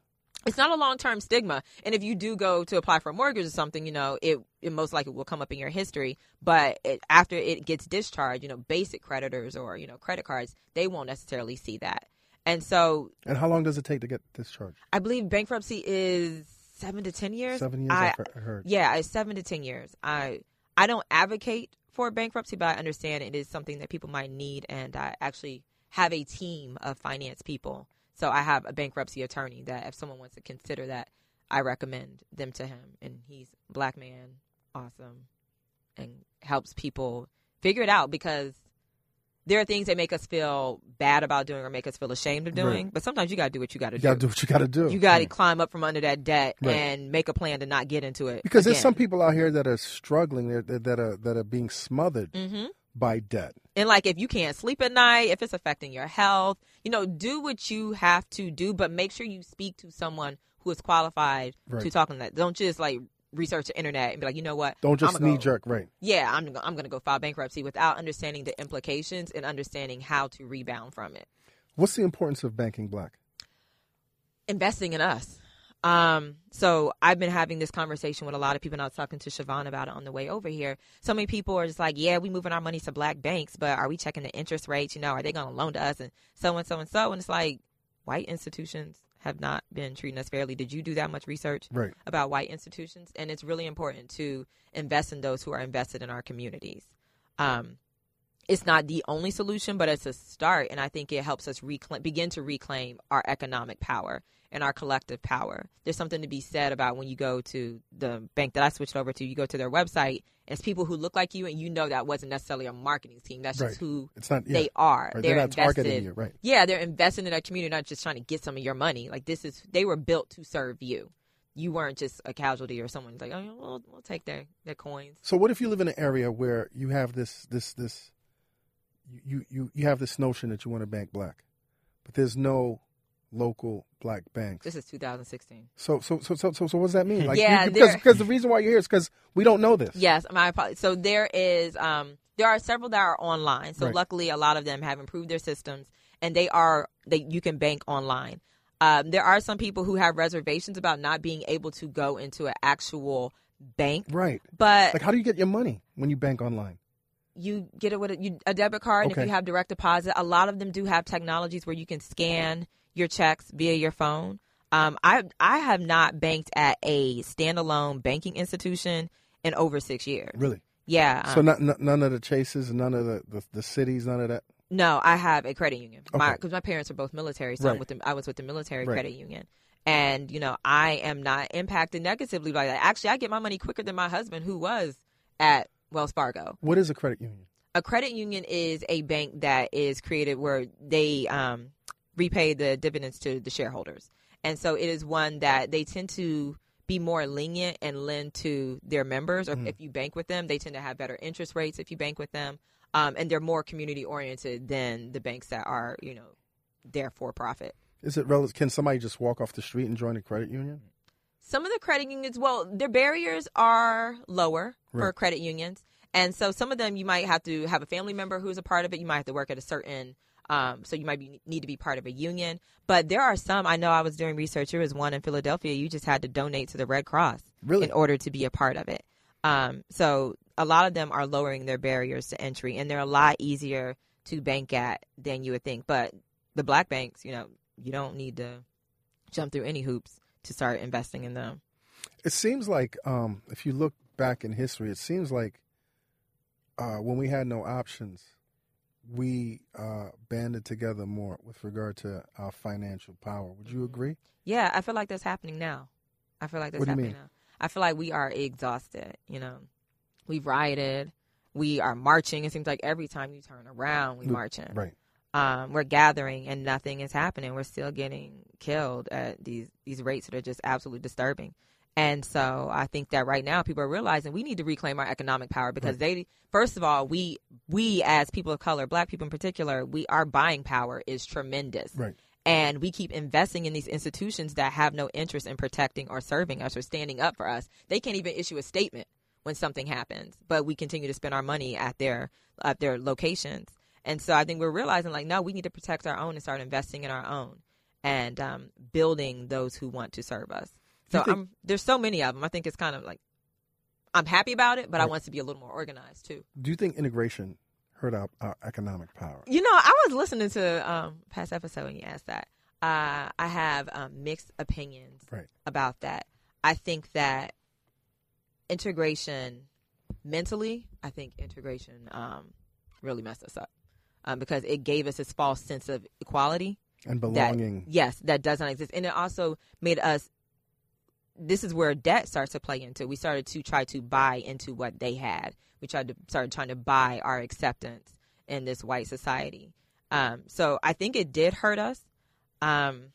[SPEAKER 5] it's not a long term stigma. And if you do go to apply for a mortgage or something, you know, it, it most likely will come up in your history. But it, after it gets discharged, you know, basic creditors or, you know, credit cards, they won't necessarily see that. And so
[SPEAKER 1] And how long does it take to get discharged?
[SPEAKER 5] I believe bankruptcy is seven to ten years.
[SPEAKER 1] Seven years.
[SPEAKER 5] I,
[SPEAKER 1] I've he- heard.
[SPEAKER 5] yeah, it's seven to ten years. I I don't advocate for bankruptcy, but I understand it is something that people might need, and I actually have a team of finance people. So I have a bankruptcy attorney that if someone wants to consider that, I recommend them to him, and he's a black man, awesome, and helps people figure it out because. There are things that make us feel bad about doing or make us feel ashamed of doing, but sometimes you got to do what you got to
[SPEAKER 1] You gotta do what you gotta do.
[SPEAKER 5] you got to climb up from under that debt
[SPEAKER 1] Right.
[SPEAKER 5] and make a plan to not get into it.
[SPEAKER 1] because there's some people out here that are struggling, that that- that are that are being smothered
[SPEAKER 5] hmm
[SPEAKER 1] by debt.
[SPEAKER 5] And like, if you can't sleep at night, if it's affecting your health, you know, do what you have to do, but make sure you speak to someone who is qualified
[SPEAKER 1] Right.
[SPEAKER 5] to talk on that. Don't just like research the internet and be like, you know what?
[SPEAKER 1] Don't just
[SPEAKER 5] I'ma go-
[SPEAKER 1] knee jerk, right?
[SPEAKER 5] Yeah, I'm go- I'm going to go file bankruptcy without understanding the implications and understanding how to rebound from it.
[SPEAKER 1] What's the importance of banking black?
[SPEAKER 5] investing in us. Um, so I've been having this conversation with a lot of people, and I was talking to Siobhan about it on the way over here. So many people are just like, "Yeah, we moving our money to black banks, but are we checking the interest rates? You know, are they going to loan to us?" And so and so and so, and it's like white institutions have not been treating us fairly. Did you do that much research
[SPEAKER 1] Right.
[SPEAKER 5] about white institutions? And it's really important to invest in those who are invested in our communities. Um, it's not the only solution, but it's a start, and I think it helps us reclaim, begin to reclaim our economic power and our collective power. There's something to be said about when you go to the bank that I switched over to. You go to their website, and it's people who look like you, and you know that wasn't necessarily a marketing team. That's
[SPEAKER 1] Right.
[SPEAKER 5] just who
[SPEAKER 1] It's not. Yeah.
[SPEAKER 5] they are.
[SPEAKER 1] Right,
[SPEAKER 5] They're,
[SPEAKER 1] they're not
[SPEAKER 5] invested.
[SPEAKER 1] targeting you, right.
[SPEAKER 5] Yeah, they're invested in that community, not just trying to get some of your money. Like this is, they were built to serve you. You weren't just a casualty or someone's like, oh, yeah, we'll, we'll take their, their coins.
[SPEAKER 1] So what if you live in an area where you have this this this you you you have this notion that you want to bank black, but there's no local black banks.
[SPEAKER 5] This is 2016.
[SPEAKER 1] So so so so so, so what does that mean? Like you-
[SPEAKER 5] Yeah,
[SPEAKER 1] you- because
[SPEAKER 5] there-
[SPEAKER 1] because the reason why you're here is because we don't know this.
[SPEAKER 5] Yes, my apologies. So there is, um, there are several that are online. So
[SPEAKER 1] Right.
[SPEAKER 5] luckily, a lot of them have improved their systems, and they are that you can bank online. Um, there are some people who have reservations about not being able to go into an actual bank,
[SPEAKER 1] Right.
[SPEAKER 5] but
[SPEAKER 1] Like how do you get your money when you bank online?
[SPEAKER 5] you get it with a, you, a debit card
[SPEAKER 1] Okay.
[SPEAKER 5] if you have direct deposit. A lot of them do have technologies where you can scan your checks via your phone. Um, I I have not banked at a standalone banking institution in over six years.
[SPEAKER 1] Really?
[SPEAKER 5] Yeah. um,
[SPEAKER 1] so not, n- none of the chases, none of the, the the cities, none of that.
[SPEAKER 5] No, I have a credit union. Because
[SPEAKER 1] Okay.
[SPEAKER 5] my, 'cause my parents are both military, so I'm
[SPEAKER 1] Right.
[SPEAKER 5] with the, I was with the military
[SPEAKER 1] Right.
[SPEAKER 5] credit union. And you know, I am not impacted negatively by that. Actually, I get my money quicker than my husband, who was at Wells Fargo.
[SPEAKER 1] What is a credit union?
[SPEAKER 5] A credit union is a bank that is created where they um, repay the dividends to the shareholders, and so it is one that they tend to be more lenient and lend to their members. Or if you bank with them, they tend to have better interest rates if you bank with them, um, and they're more community oriented than the banks that are you know they're for profit.
[SPEAKER 1] Is it relative? Can somebody just walk off the street and join a credit union?
[SPEAKER 5] some of the credit unions, well, their barriers are lower for
[SPEAKER 1] Right.
[SPEAKER 5] credit unions. And so some of them you might have to have a family member who's a part of it. You might have to work at a certain um, so you might be, need to be part of a union. But there are some, I know I was doing research, there was one in Philadelphia, you just had to donate to the Red Cross
[SPEAKER 1] Really?
[SPEAKER 5] in order to be a part of it. Um, so a lot of them are lowering their barriers to entry and they're a lot easier to bank at than you would think. But the black banks, you know, you don't need to jump through any hoops to start investing in them.
[SPEAKER 1] It seems like um, if you look back in history, it seems like uh, when we had no options, we uh, banded together more with regard to our financial power. Would
[SPEAKER 5] Mm-hmm.
[SPEAKER 1] you agree?
[SPEAKER 5] Yeah, I feel like that's happening now. I feel like that's
[SPEAKER 1] What do you
[SPEAKER 5] happening
[SPEAKER 1] mean?
[SPEAKER 5] now. I feel like we are exhausted. You know, we've rioted, we are marching. It seems like every time you turn around, we marching.
[SPEAKER 1] Right.
[SPEAKER 5] Um, we're gathering, and nothing is happening. We're still getting killed at these these rates that are just absolutely disturbing. And so I think that right now people are realizing we need to reclaim our economic power because they first of all we we as people of color, black people in particular, we our buying power is tremendous
[SPEAKER 1] Right.
[SPEAKER 5] and we keep investing in these institutions that have no interest in protecting or serving us or standing up for us. They can't even issue a statement when something happens, but we continue to spend our money at their at their locations. And so I think we're realizing like, no, we need to protect our own and start investing in our own and um, building those who want to serve us. So
[SPEAKER 1] You think-
[SPEAKER 5] I'm, there's so many of them. I think it's kind of like I'm happy about it, but I want us to be a little more organized too.
[SPEAKER 1] Do you think integration hurt our, our economic power?
[SPEAKER 5] You know, I was listening to um past episode when you asked that. Uh, I have um, mixed opinions
[SPEAKER 1] Right.
[SPEAKER 5] about that. I think that integration mentally, I think integration um, really messed us up um, because it gave us this false sense of equality
[SPEAKER 1] And
[SPEAKER 5] that
[SPEAKER 1] belonging.
[SPEAKER 5] yes that does not exist and it also made us this is where debt starts to play into we started to try to buy into what they had we tried to started trying to buy our acceptance in this white society um, so i think it did hurt us um,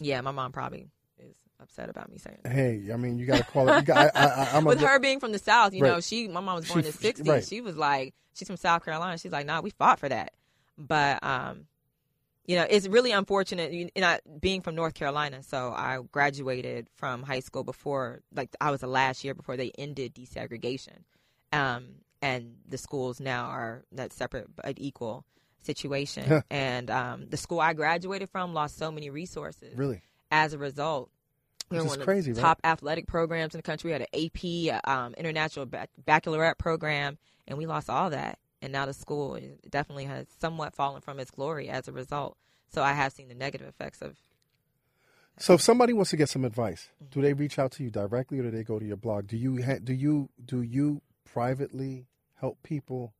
[SPEAKER 5] yeah my mom probably is upset about me saying that
[SPEAKER 1] Hey, I mean, you got to call it. You got, I, I, I, I'm
[SPEAKER 5] with
[SPEAKER 1] a,
[SPEAKER 5] her being from the South, you
[SPEAKER 1] Right.
[SPEAKER 5] know, she my mom was
[SPEAKER 1] She-
[SPEAKER 5] born in the
[SPEAKER 1] she-
[SPEAKER 5] '60s.
[SPEAKER 1] right.
[SPEAKER 5] She was like, she's from South Carolina. She's like, nah, we fought for that. But um, you know, it's really unfortunate. You, and I, being from North Carolina, so I graduated from high school before, like, I was the last year before they ended desegregation, um, and the schools now are that separate but equal situation. and um, the school I graduated from lost so many resources
[SPEAKER 1] really.
[SPEAKER 5] as a result. We
[SPEAKER 1] Which
[SPEAKER 5] were
[SPEAKER 1] is
[SPEAKER 5] one of
[SPEAKER 1] crazy,
[SPEAKER 5] the
[SPEAKER 1] right?
[SPEAKER 5] top athletic programs in the country. We had an AP, uh, um, international bac- baccalaureate program, and we lost all that. And now the school is- definitely has somewhat fallen from its glory as a result. So I have seen the negative effects of.
[SPEAKER 1] So, if somebody wants to get some advice, do they reach out to you directly, or do they go to your blog? Do you ha- do you do you privately help people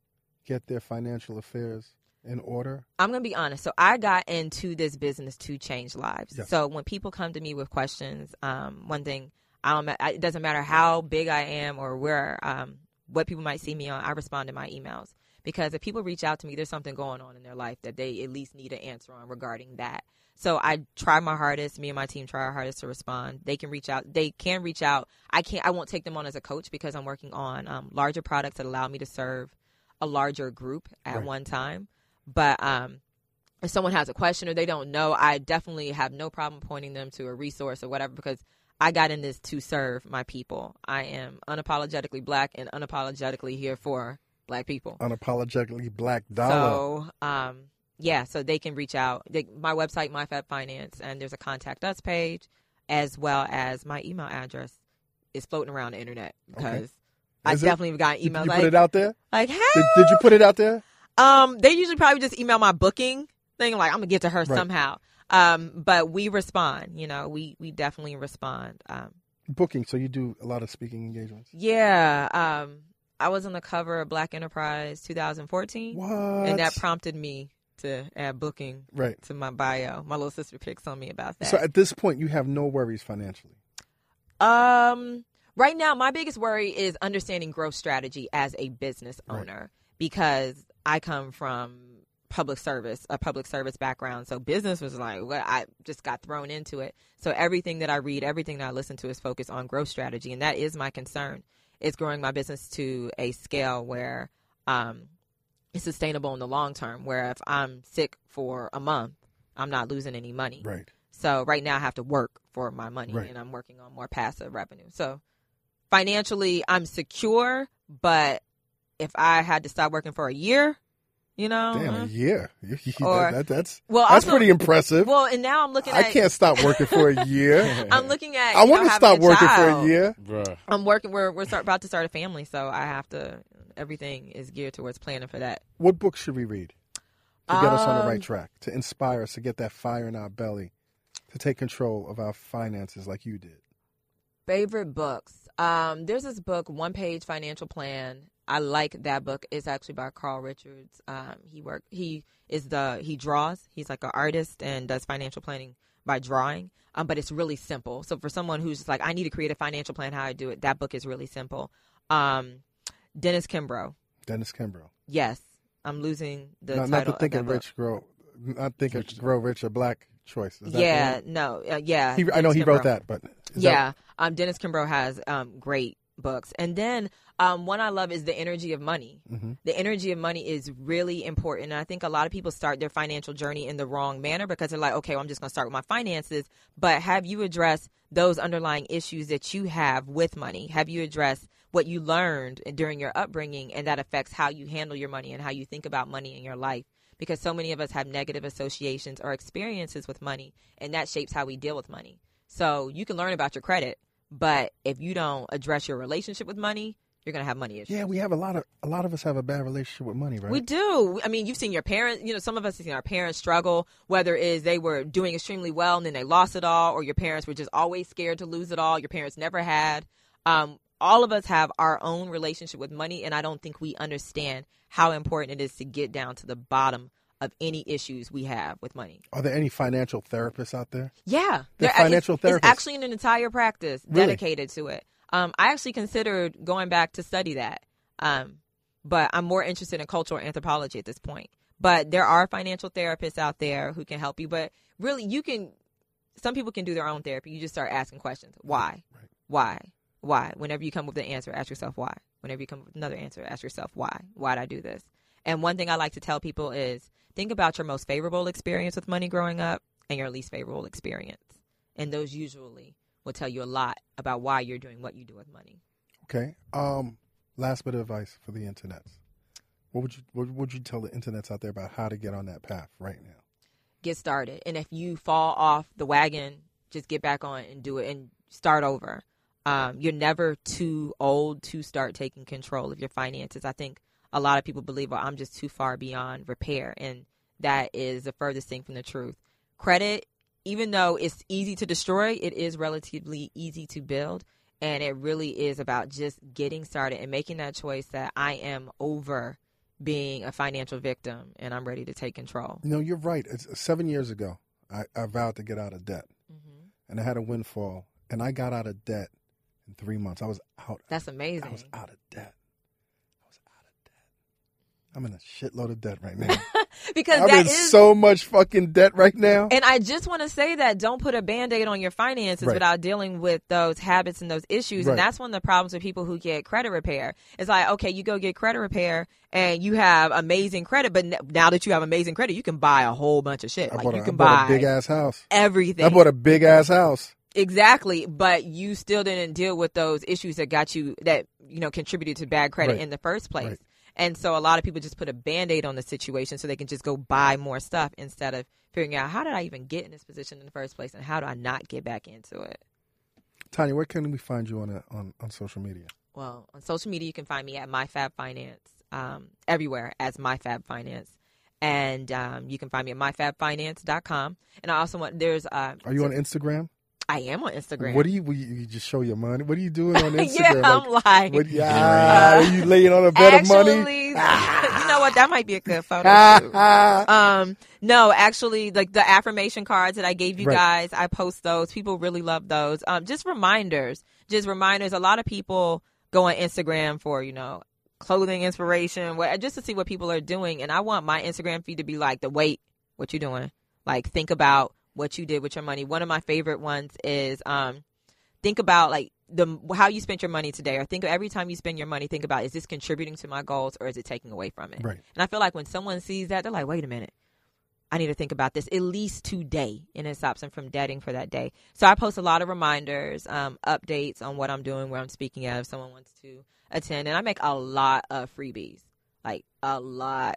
[SPEAKER 1] get their financial affairs in order?
[SPEAKER 5] I'm gonna be honest. So I got into this business to change lives.
[SPEAKER 1] Yes.
[SPEAKER 5] So when people come to me with questions, um, one thing I don't, ma- I- it doesn't matter how big I am or where, um, what people might see me on. I respond to my emails because if people reach out to me, there's something going on in their life that they at least need an answer on regarding that. So I try my hardest. Me and my team try our hardest to respond. They can reach out. They can reach out. I can't. I won't take them on as a coach because I'm working on um, larger products that allow me to serve a larger group at
[SPEAKER 1] Right.
[SPEAKER 5] one time. But um, if someone has a question or they don't know, I definitely have no problem pointing them to a resource or whatever because I got in this to serve my people. I am unapologetically black and unapologetically here for black people.
[SPEAKER 1] Unapologetically black dollar.
[SPEAKER 5] So, um, yeah, so they can reach out. They, my website, MyFab Finance, and there's a contact us page, as well as my email address is floating around the internet because I
[SPEAKER 1] Is it?
[SPEAKER 5] definitely got
[SPEAKER 1] Did
[SPEAKER 5] emails
[SPEAKER 1] you
[SPEAKER 5] like,
[SPEAKER 1] put it out there?
[SPEAKER 5] like, hey,
[SPEAKER 1] Did, did you put it out there?
[SPEAKER 5] um, they usually probably just email my booking thing. Like I'm gonna get to her
[SPEAKER 1] Right.
[SPEAKER 5] somehow. Um, but we respond. You know, we we definitely respond. Um,
[SPEAKER 1] Booking. So you do a lot of speaking engagements.
[SPEAKER 5] yeah. Um, I was on the cover of Black Enterprise 2014,
[SPEAKER 1] What?
[SPEAKER 5] and that prompted me to add booking
[SPEAKER 1] right.
[SPEAKER 5] to my bio. My little sister picks on me about that.
[SPEAKER 1] So at this point, you have no worries financially.
[SPEAKER 5] Um, right now, my biggest worry is understanding growth strategy as a business owner because I come from public service, a public service background. So business was like what I just got thrown into it. So everything that I read, everything that I listen to is focused on growth strategy, and that is my concern. Is growing my business to a scale where um, it's sustainable in the long term. Where if I'm sick for a month, I'm not losing any money.
[SPEAKER 1] Right.
[SPEAKER 5] So right now I have to work for my money
[SPEAKER 1] Right.
[SPEAKER 5] and I'm working on more passive revenue. So financially I'm secure, but if I had to stop working for a year, you know,
[SPEAKER 1] Damn,
[SPEAKER 5] uh,
[SPEAKER 1] a year.
[SPEAKER 5] Or-
[SPEAKER 1] that, that, that's
[SPEAKER 5] well,
[SPEAKER 1] that's
[SPEAKER 5] also-
[SPEAKER 1] pretty impressive.
[SPEAKER 5] well, and now I'm looking at,
[SPEAKER 1] I can't stop working for a year.
[SPEAKER 5] I'm looking at,
[SPEAKER 1] I
[SPEAKER 5] you know,
[SPEAKER 1] want to
[SPEAKER 5] having
[SPEAKER 1] stop
[SPEAKER 5] a
[SPEAKER 1] working for a
[SPEAKER 5] child.
[SPEAKER 1] year.
[SPEAKER 4] Bruh.
[SPEAKER 5] I'm working, we're, we're start, about to start a family. So I have to, everything is geared towards planning for that.
[SPEAKER 1] What book should we read to get us on the
[SPEAKER 5] Um,
[SPEAKER 1] right track, to inspire us, to get that fire in our belly, to take control of our finances like you did?
[SPEAKER 5] Favorite books. Um, there's this book, One Page Financial Plan, I like that book. It's actually by Carl Richards. Um, he work he is the he draws. He's like an artist and does financial planning by drawing. Um, but it's really simple. So for someone who's just like I need to create a financial plan, how I do it, that book is really simple. Um, Dennis Kimbrough.
[SPEAKER 1] Dennis Kimbrough.
[SPEAKER 5] Yes, I'm losing the
[SPEAKER 1] Not,
[SPEAKER 5] title
[SPEAKER 1] not to
[SPEAKER 5] of
[SPEAKER 1] think
[SPEAKER 5] that
[SPEAKER 1] of
[SPEAKER 5] book.
[SPEAKER 1] Rich Grow. Not think of Grow Rich a black choice. Is that
[SPEAKER 5] yeah,
[SPEAKER 1] right?
[SPEAKER 5] no, uh, yeah.
[SPEAKER 1] He, I know
[SPEAKER 5] Dennis
[SPEAKER 1] he wrote
[SPEAKER 5] Kimbrough.
[SPEAKER 1] that, but is that-
[SPEAKER 5] yeah, um, Dennis Kimbrough has um, great books, and then um, one I love is the energy of money.
[SPEAKER 1] Mm-hmm.
[SPEAKER 5] The energy of money is really important, and I think a lot of people start their financial journey in the wrong manner because they're like, okay, well, I'm just going to start with my finances. But have you addressed those underlying issues that you have with money? Have you addressed what you learned during your upbringing, and that affects how you handle your money and how you think about money in your life? Because so many of us have negative associations or experiences with money, and that shapes how we deal with money. So you can learn about your credit, but if you don't address your relationship with money, you're gonna have money issues.
[SPEAKER 1] yeah, we have a lot of a lot of us have a bad relationship with money, right?
[SPEAKER 5] We do. I mean, you've seen your parents. You know, some of us have seen our parents struggle. Whether it is they were doing extremely well and then they lost it all, or your parents were just always scared to lose it all. Your parents never had. Um, all of us have our own relationship with money, and I don't think we understand how important it is to get down to the bottom of any issues we have with money.
[SPEAKER 1] Are there any financial therapists out there?
[SPEAKER 5] Yeah,
[SPEAKER 1] They're
[SPEAKER 5] There- it's-
[SPEAKER 1] financial therapists.
[SPEAKER 5] It's actually an entire practice
[SPEAKER 1] Really?
[SPEAKER 5] dedicated to it. Um, I actually considered going back to study that, um, but I'm more interested in cultural anthropology at this point. But there are financial therapists out there who can help you. But really, you can. Some people can do their own therapy. You just start asking questions: Why? Why? Why? Whenever you come up with an answer, ask yourself why. Whenever you come up with another answer, ask yourself why. Why would I do this? And one thing I like to tell people is think about your most favorable experience with money growing up and your least favorable experience. And those usually will tell you a lot about why you're doing what you do with money.
[SPEAKER 1] Okay. Um, last bit of advice for the internet. What would you what would you tell the internets out there about how to get on that path right now?
[SPEAKER 5] Get started. And if you fall off the wagon, just get back on and do it and start over. Um, you're never too old to start taking control of your finances. I think a lot of people believe, well, I'm just too far beyond repair. And that is the furthest thing from the truth. Credit, even though it's easy to destroy, it is relatively easy to build. And it really is about just getting started and making that choice that I am over being a financial victim and I'm ready to take control.
[SPEAKER 1] You know, you're right. It's uh, seven years ago. I, I vowed to get out of debt,
[SPEAKER 5] Mm-hmm.
[SPEAKER 1] and I had a windfall, and I got out of debt in three months. I was out.
[SPEAKER 5] That's
[SPEAKER 1] I was
[SPEAKER 5] amazing.
[SPEAKER 1] out of debt. I was out of debt. I'm in a shitload of debt right now.
[SPEAKER 5] Because
[SPEAKER 1] I'm
[SPEAKER 5] that
[SPEAKER 1] in
[SPEAKER 5] is
[SPEAKER 1] so much fucking debt right now.
[SPEAKER 5] And I just want to say that don't put a band aid on your finances
[SPEAKER 1] Right.
[SPEAKER 5] without dealing with those habits and those issues.
[SPEAKER 1] Right.
[SPEAKER 5] And that's one of the problems with people who get credit repair. It's like, okay, you go get credit repair and you have amazing credit, but n- now that you have amazing credit, you can buy a whole bunch of shit.
[SPEAKER 1] I
[SPEAKER 5] like,
[SPEAKER 1] bought,
[SPEAKER 5] you
[SPEAKER 1] a,
[SPEAKER 5] can
[SPEAKER 1] I bought
[SPEAKER 5] buy
[SPEAKER 1] a big ass house.
[SPEAKER 5] everything.
[SPEAKER 1] I bought a big ass house.
[SPEAKER 5] Exactly, but you still didn't deal with those issues that got you that you know contributed to bad credit
[SPEAKER 1] Right.
[SPEAKER 5] in the first place.
[SPEAKER 1] Right.
[SPEAKER 5] And so a lot of people just put a band-aid on the situation so they can just go buy more stuff instead of figuring out how did I even get in this position in the first place and how do I not get back into it?
[SPEAKER 1] Tanya, where can we find you on a, on on social media?
[SPEAKER 5] Well, on social media, you can find me at MyFabFinance, um, everywhere as MyFabFinance. And um, you can find me at myfabfinance.com. And I also want, there's, uh,
[SPEAKER 1] Are you on Instagram?
[SPEAKER 5] I am on Instagram.
[SPEAKER 1] What do you, we, you just show your money? What are you doing on Instagram?
[SPEAKER 5] yeah, I'm lying.
[SPEAKER 1] what, yeah, are you laying on a bed of money? Ah.
[SPEAKER 5] actually, you know what? That might be a good photo. shoot. um, no, actually, like the affirmation cards that I gave you
[SPEAKER 1] Right.
[SPEAKER 5] guys, I post those. People really love those. Um, just reminders, just reminders. A lot of people go on Instagram for you know clothing inspiration, what just to see what people are doing. And I want my Instagram feed to be like the wait, what you doing? Like think about what you did with your money. One of my favorite ones is um think about like the how you spent your money today or think of every time you spend your money think about is this contributing to my goals or is it taking away from it
[SPEAKER 1] Right.
[SPEAKER 5] and i feel like when someone sees that they're like wait a minute i need to think about this at least today and it stops them from debting for that day so i post a lot of reminders um, updates on what i'm doing where i'm speaking at if someone wants to attend and i make a lot of freebies like a lot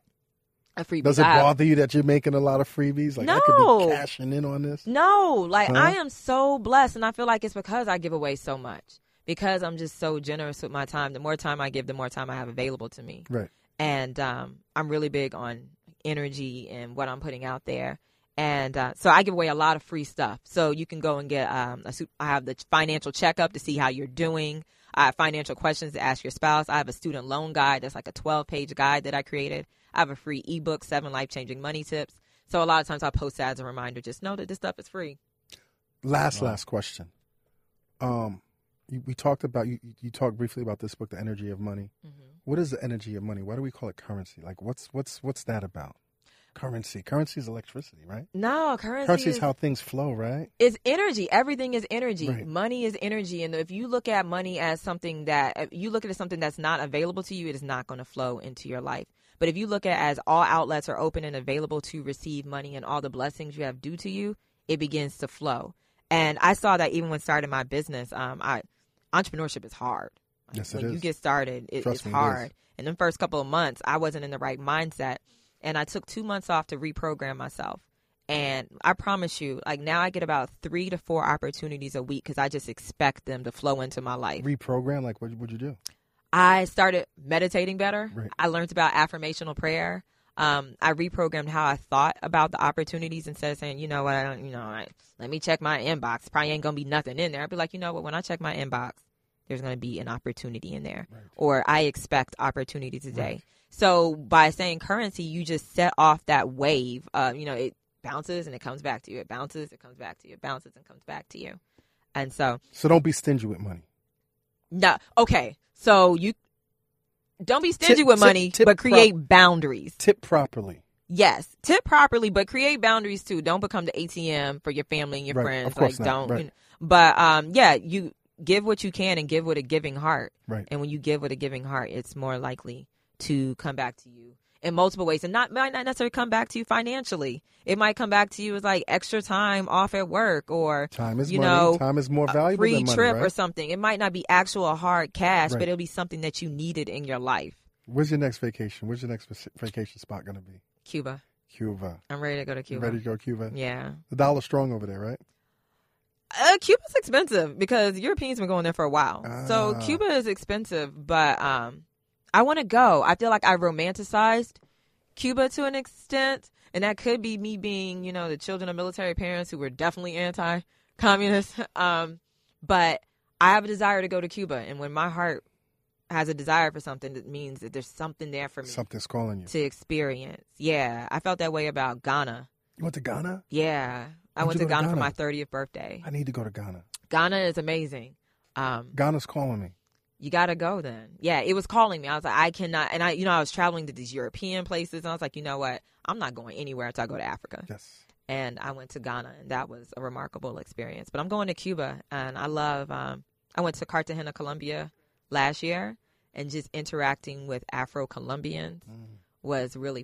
[SPEAKER 5] of freebies
[SPEAKER 1] Does it
[SPEAKER 5] I have-
[SPEAKER 1] bother you that you're making a lot of freebies? Like I could
[SPEAKER 5] No.
[SPEAKER 1] be cashing in on this.
[SPEAKER 5] No, like
[SPEAKER 1] Huh?
[SPEAKER 5] I am so blessed, and I feel like it's because I give away so much. Because I'm just so generous with my time. The more time I give, the more time I have available to me.
[SPEAKER 1] Right.
[SPEAKER 5] And um, I'm really big on energy and what I'm putting out there. And uh, so I give away a lot of free stuff. So you can go and get, um, a, su- I have the financial checkup to see how you're doing. I have financial questions to ask your spouse. I have a student loan guide that's like a 12 page guide that I created. I have a free ebook, seven life changing money tips. So a lot of times I post that as a reminder. Just know that this stuff is free.
[SPEAKER 1] Last last question. Um, you, we talked about you. You talked briefly about this book, The Energy of Money. What is the energy of money? Why do we call it currency? Like, what's what's what's that about? Currency. Currency is electricity, right?
[SPEAKER 5] No, currency,
[SPEAKER 1] Currency is
[SPEAKER 5] is-
[SPEAKER 1] how things flow, right?
[SPEAKER 5] It's energy. Everything is energy.
[SPEAKER 1] Right.
[SPEAKER 5] Money is energy, and if you look at money as something that if you look at it as something that's not available to you, it is not going to flow into your life. But if you look at it as all outlets are open and available to receive money and all the blessings you have due to you, it begins to flow. And I saw that even when starting my business, um, I entrepreneurship is hard. Like,
[SPEAKER 1] Yes, it
[SPEAKER 5] when you
[SPEAKER 1] is.
[SPEAKER 5] get started, it,
[SPEAKER 1] Trust
[SPEAKER 5] it's
[SPEAKER 1] me, it is.
[SPEAKER 5] hard. And the first couple of months, I wasn't in the right mindset, and I took two months off to reprogram myself. And I promise you, like now I get about three to four opportunities a week because I just expect them to flow into my life.
[SPEAKER 1] Reprogram. Like, what would you do?
[SPEAKER 5] I started meditating better.
[SPEAKER 1] Right.
[SPEAKER 5] I learned about affirmational prayer. Um, I reprogrammed how I thought about the opportunities instead of saying, you know what, I don't, you know, I, let me check my inbox. Probably ain't gonna be nothing in there. I'd be like, you know what, when I check my inbox, there's gonna be an opportunity in there, or I expect opportunity today. So by saying currency, you just set off that wave. Uh, you know, it bounces and it comes back to you. It bounces, it comes back to you. It bounces and comes back to you. And so,
[SPEAKER 1] So don't be stingy with money.
[SPEAKER 5] no. Okay. So you don't be stingy
[SPEAKER 1] Tip-
[SPEAKER 5] with
[SPEAKER 1] tip-
[SPEAKER 5] money,
[SPEAKER 1] tip
[SPEAKER 5] but create
[SPEAKER 1] prop-
[SPEAKER 5] boundaries.
[SPEAKER 1] Tip properly.
[SPEAKER 5] Yes. Tip properly, but create boundaries too. Don't become the ATM for your family and your
[SPEAKER 1] Right,
[SPEAKER 5] friends.
[SPEAKER 1] of course
[SPEAKER 5] like
[SPEAKER 1] not,
[SPEAKER 5] don't.
[SPEAKER 1] right.
[SPEAKER 5] you know. but um yeah, you give what you can and give with a giving heart.
[SPEAKER 1] Right.
[SPEAKER 5] And when you give with a giving heart, it's more likely to come back to you in multiple ways and not might not necessarily come back to you financially. It might come back to you as like extra time off at work or
[SPEAKER 1] Time is
[SPEAKER 5] you
[SPEAKER 1] money.
[SPEAKER 5] know
[SPEAKER 1] Time is more
[SPEAKER 5] a
[SPEAKER 1] valuable
[SPEAKER 5] free
[SPEAKER 1] than money,
[SPEAKER 5] trip
[SPEAKER 1] right?
[SPEAKER 5] or something. It might not be actual hard cash,
[SPEAKER 1] Right.
[SPEAKER 5] but it'll be something that you needed in your life.
[SPEAKER 1] Where's your next vacation? Where's your next vac- vacation spot going to be?
[SPEAKER 5] Cuba.
[SPEAKER 1] Cuba.
[SPEAKER 5] I'm ready to go to
[SPEAKER 1] You
[SPEAKER 5] Cuba.
[SPEAKER 1] ready to go Cuba?
[SPEAKER 5] Yeah.
[SPEAKER 1] The dollar's strong over there, right?
[SPEAKER 5] Uh, Cuba's expensive because Europeans been going there for a while. So
[SPEAKER 1] Ah.
[SPEAKER 5] Cuba is expensive, but um, I want to go. I feel like I romanticized Cuba to an extent, and that could be me being, you know, the children of military parents who were definitely anti-communist. um, but I have a desire to go to Cuba, and when my heart has a desire for something, it means that there's something there for me
[SPEAKER 1] Something's calling you.
[SPEAKER 5] to experience. Yeah, I felt that way about Ghana.
[SPEAKER 1] You went to Ghana?
[SPEAKER 5] Yeah, I
[SPEAKER 1] When'd you
[SPEAKER 5] went to
[SPEAKER 1] go to
[SPEAKER 5] Ghana, for
[SPEAKER 1] Ghana?
[SPEAKER 5] my 30th birthday.
[SPEAKER 1] I need to go to Ghana.
[SPEAKER 5] Ghana is amazing. Um,
[SPEAKER 1] Ghana's calling me.
[SPEAKER 5] you gotta go then. Yeah, it was calling me. I was like, I cannot. And I, you know, I was traveling to these European places, and I was like, you know what? I'm not going anywhere until I go to Africa.
[SPEAKER 1] Yes.
[SPEAKER 5] And I went to Ghana, and that was a remarkable experience. But I'm going to Cuba, and I love. Um, I went to Cartagena, Colombia, last year, and just interacting with Afro Colombians was really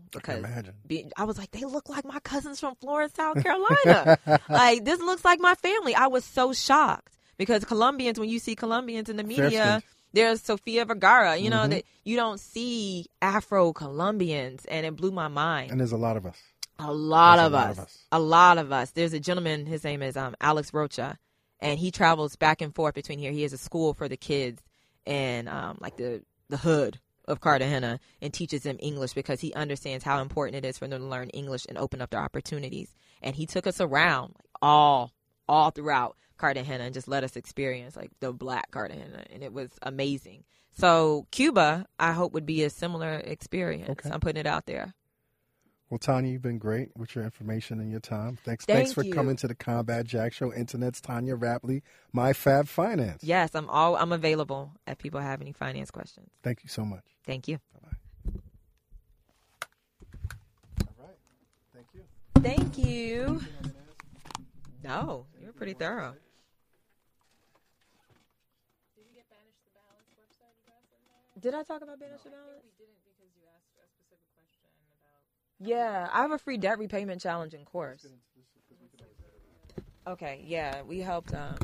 [SPEAKER 1] I can
[SPEAKER 5] Mm. because
[SPEAKER 1] imagine.
[SPEAKER 5] be, I was like, they look like my cousins from Florence, South Carolina. like, this looks like my family. I was so shocked because Colombians, when you see Colombians in the media,
[SPEAKER 1] Fair-skinned.
[SPEAKER 5] there's Sofia Vergara, you know, that you don't see Afro Colombians. And it blew my mind.
[SPEAKER 1] And there's a lot of us.
[SPEAKER 5] A lot,
[SPEAKER 1] There's
[SPEAKER 5] of, us, A lot of us. There's a gentleman, his name is um, Alex Rocha, and he travels back and forth between here. He has a school for the kids and um, like the, the hood of Cartagena and teaches them English because he understands how important it is for them to learn English and open up their opportunities. And he took us around like, all all throughout Cartagena and just let us experience like the black Cartagena and it was amazing. So Cuba, I hope would be a similar experience.
[SPEAKER 1] Okay.
[SPEAKER 5] I'm putting it out there.
[SPEAKER 1] Well, Tanya, you've been great with your information and your time. Thanks,
[SPEAKER 5] Thank
[SPEAKER 1] thanks for
[SPEAKER 5] you.
[SPEAKER 1] coming to the Combat Jack Show. Internet's Tanya Rapley, My Fab Finance.
[SPEAKER 5] Yes, I'm all I'm available if people have any finance questions.
[SPEAKER 1] Thank you so much.
[SPEAKER 5] Thank you.
[SPEAKER 1] All right. Thank you.
[SPEAKER 5] Thank you. No, you were pretty thorough. Did I talk about Banish the Balance? Yeah, I have a free debt repayment challenge in course. Okay, yeah, we helped. Um,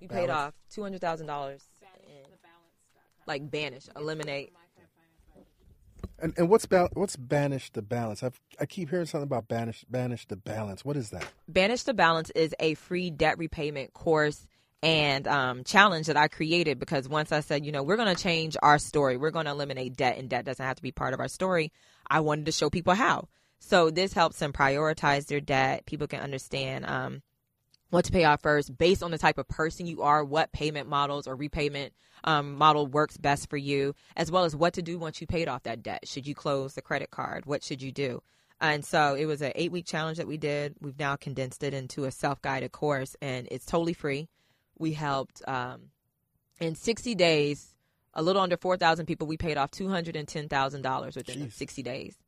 [SPEAKER 5] we paid off two hundred thousand dollars. Like banish, eliminate.
[SPEAKER 1] And, and what's ba- what's banish the balance? I've, I keep hearing something about banish banish the balance. What is that?
[SPEAKER 5] Banish the Balance is a free debt repayment course and um, challenge that I created because once I said, you know, we're going to change our story, we're going to eliminate debt, and debt doesn't have to be part of our story, I wanted to show people how. So this helps them prioritize their debt. People can understand um, what to pay off first based on the type of person you are, what payment models or repayment um, model works best for you, as well as what to do once you paid off that debt. Should you close the credit card? What should you do? And so it was an eight week challenge that we did. We've now condensed it into a self guided course, and it's totally free. We helped um, in 60 days, a little under 4,000 people, we paid off $210,000 within
[SPEAKER 1] Jeez.
[SPEAKER 5] 60 days.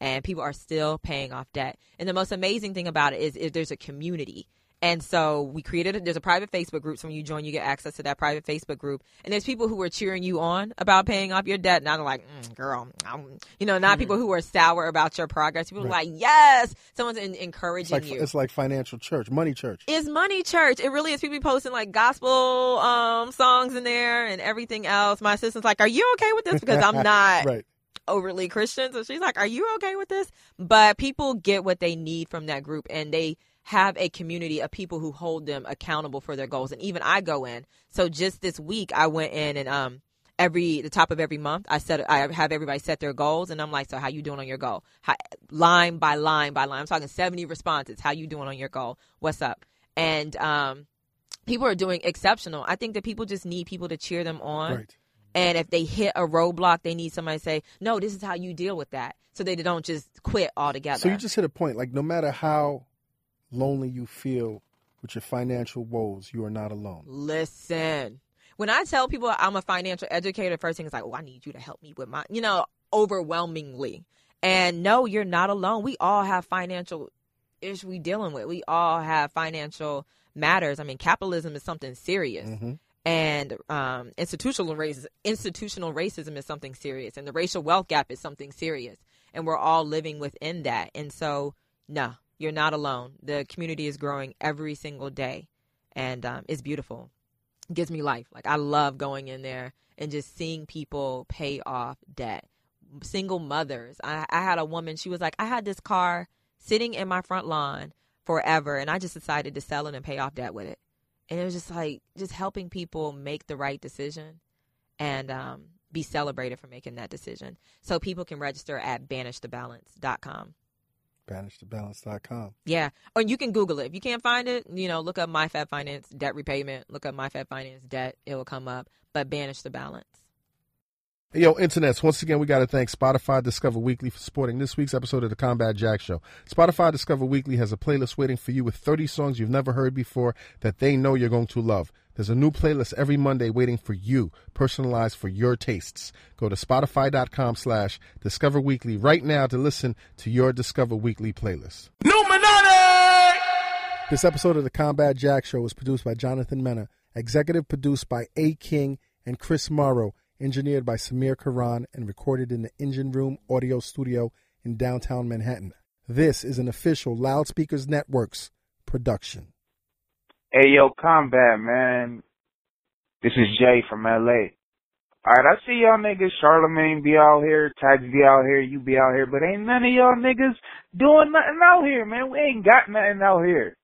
[SPEAKER 5] And people are still paying off debt. And the most amazing thing about it is, is there's a community. And so we created, a, there's a private Facebook group. So when you join, you get access to that private Facebook group. And there's people who are cheering you on about paying off your debt. Not like, mm, girl, I'm, you know,
[SPEAKER 1] Mm-hmm.
[SPEAKER 5] not people who are sour about your progress. People are like, yes, someone's en-
[SPEAKER 1] It's
[SPEAKER 5] encouraging
[SPEAKER 1] like
[SPEAKER 5] you.
[SPEAKER 1] it's like financial church, money church.
[SPEAKER 5] It's money church. It really is. People be posting like gospel um, songs in there and everything else. My assistant's like, "Are you okay with this?" Because I'm not
[SPEAKER 1] right.
[SPEAKER 5] overly Christian, so she's like, "Are you okay with this?" But people get what they need from that group, and they have a community of people who hold them accountable for their goals. And even I go in. So just this week, I went in and um. Every the top of every month, I set I have everybody set their goals, and I'm like, so how you doing on your goal? How, line by line by line, I'm talking 70 responses. How you doing on your goal? What's up? and um, people are doing exceptional. I think that people just need people to cheer them on.
[SPEAKER 1] Right.
[SPEAKER 5] And if they hit a roadblock, they need somebody to say, "No, this is how you deal with that," so they don't just quit altogether.
[SPEAKER 1] So you just hit a point. Like no matter how lonely you feel with your financial woes, you are not alone.
[SPEAKER 5] listen. When I tell people I'm a financial educator, first thing is like, "Oh, I need you to help me with my," you know, overwhelmingly. And no, you're not alone. We all have financial issues we dealing with. We all have financial matters. I mean, capitalism is something serious.
[SPEAKER 1] hmm
[SPEAKER 5] and um, institutional racism, institutional racism is something serious, and the racial wealth gap is something serious, and we're all living within that. And so, no, you're not alone. The community is growing every single day, and um, it's beautiful. It gives me life. Like I love going in there and just seeing people pay off debt. Single mothers. I, I had a woman. She was like, I had this car sitting in my front lawn forever, and I just decided to sell it and pay off debt with it and it was just like just helping people make the right decision and um, be celebrated for making that decision so people can register at banishthebalance.com
[SPEAKER 1] BanishTheBalance.com.
[SPEAKER 5] yeah or you can google it if you can't find it you know look up myfab finance debt repayment look up myfab finance debt it will come up but banish the balance
[SPEAKER 1] Hey, Yo, internets, once again, we got to thank Spotify Discover Weekly for supporting this week's episode of the Combat Jack Show. Spotify Discover Weekly has a playlist waiting for you with 30 songs you've never heard before that they know you're going to love. There's a new playlist every Monday waiting for you, personalized for your tastes. Go to spotify.com slash discover weekly right now to listen to your Discover Weekly playlist. This episode of the Combat Jack Show was produced by Jonathan Mena, executive produced by A. King and Chris Morrow, engineered by Samir Karan, and recorded in the Engine Room Audio Studio in downtown Manhattan. This is an official Loudspeakers Networks production.
[SPEAKER 6] Hey yo, combat man. This is Jay from LA. Alright, I see y'all niggas, Charlemagne be out here, Tax be out here, you be out here, but ain't none of y'all niggas doing nothing out here, man. We ain't got nothing out here.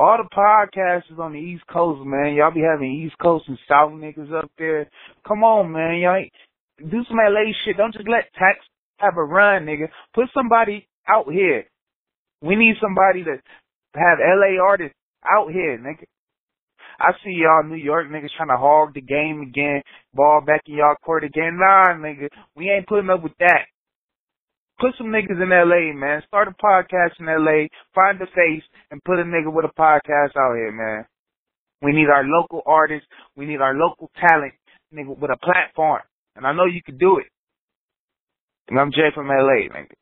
[SPEAKER 6] All the podcasters on the East Coast, man, y'all be having East Coast and South niggas up there. Come on, man, y'all ain't, do some LA shit. Don't just let Tax have a run, nigga. Put somebody out here. We need somebody to have LA artists out here, nigga. I see y'all New York niggas trying to hog the game again, ball back in y'all court again. Nah, nigga, we ain't putting up with that. Put some niggas in LA, man. Start a podcast in LA. Find a face and put a nigga with a podcast out here, man. We need our local artists. We need our local talent, nigga, with a platform. And I know you can do it. And I'm Jay from LA, nigga.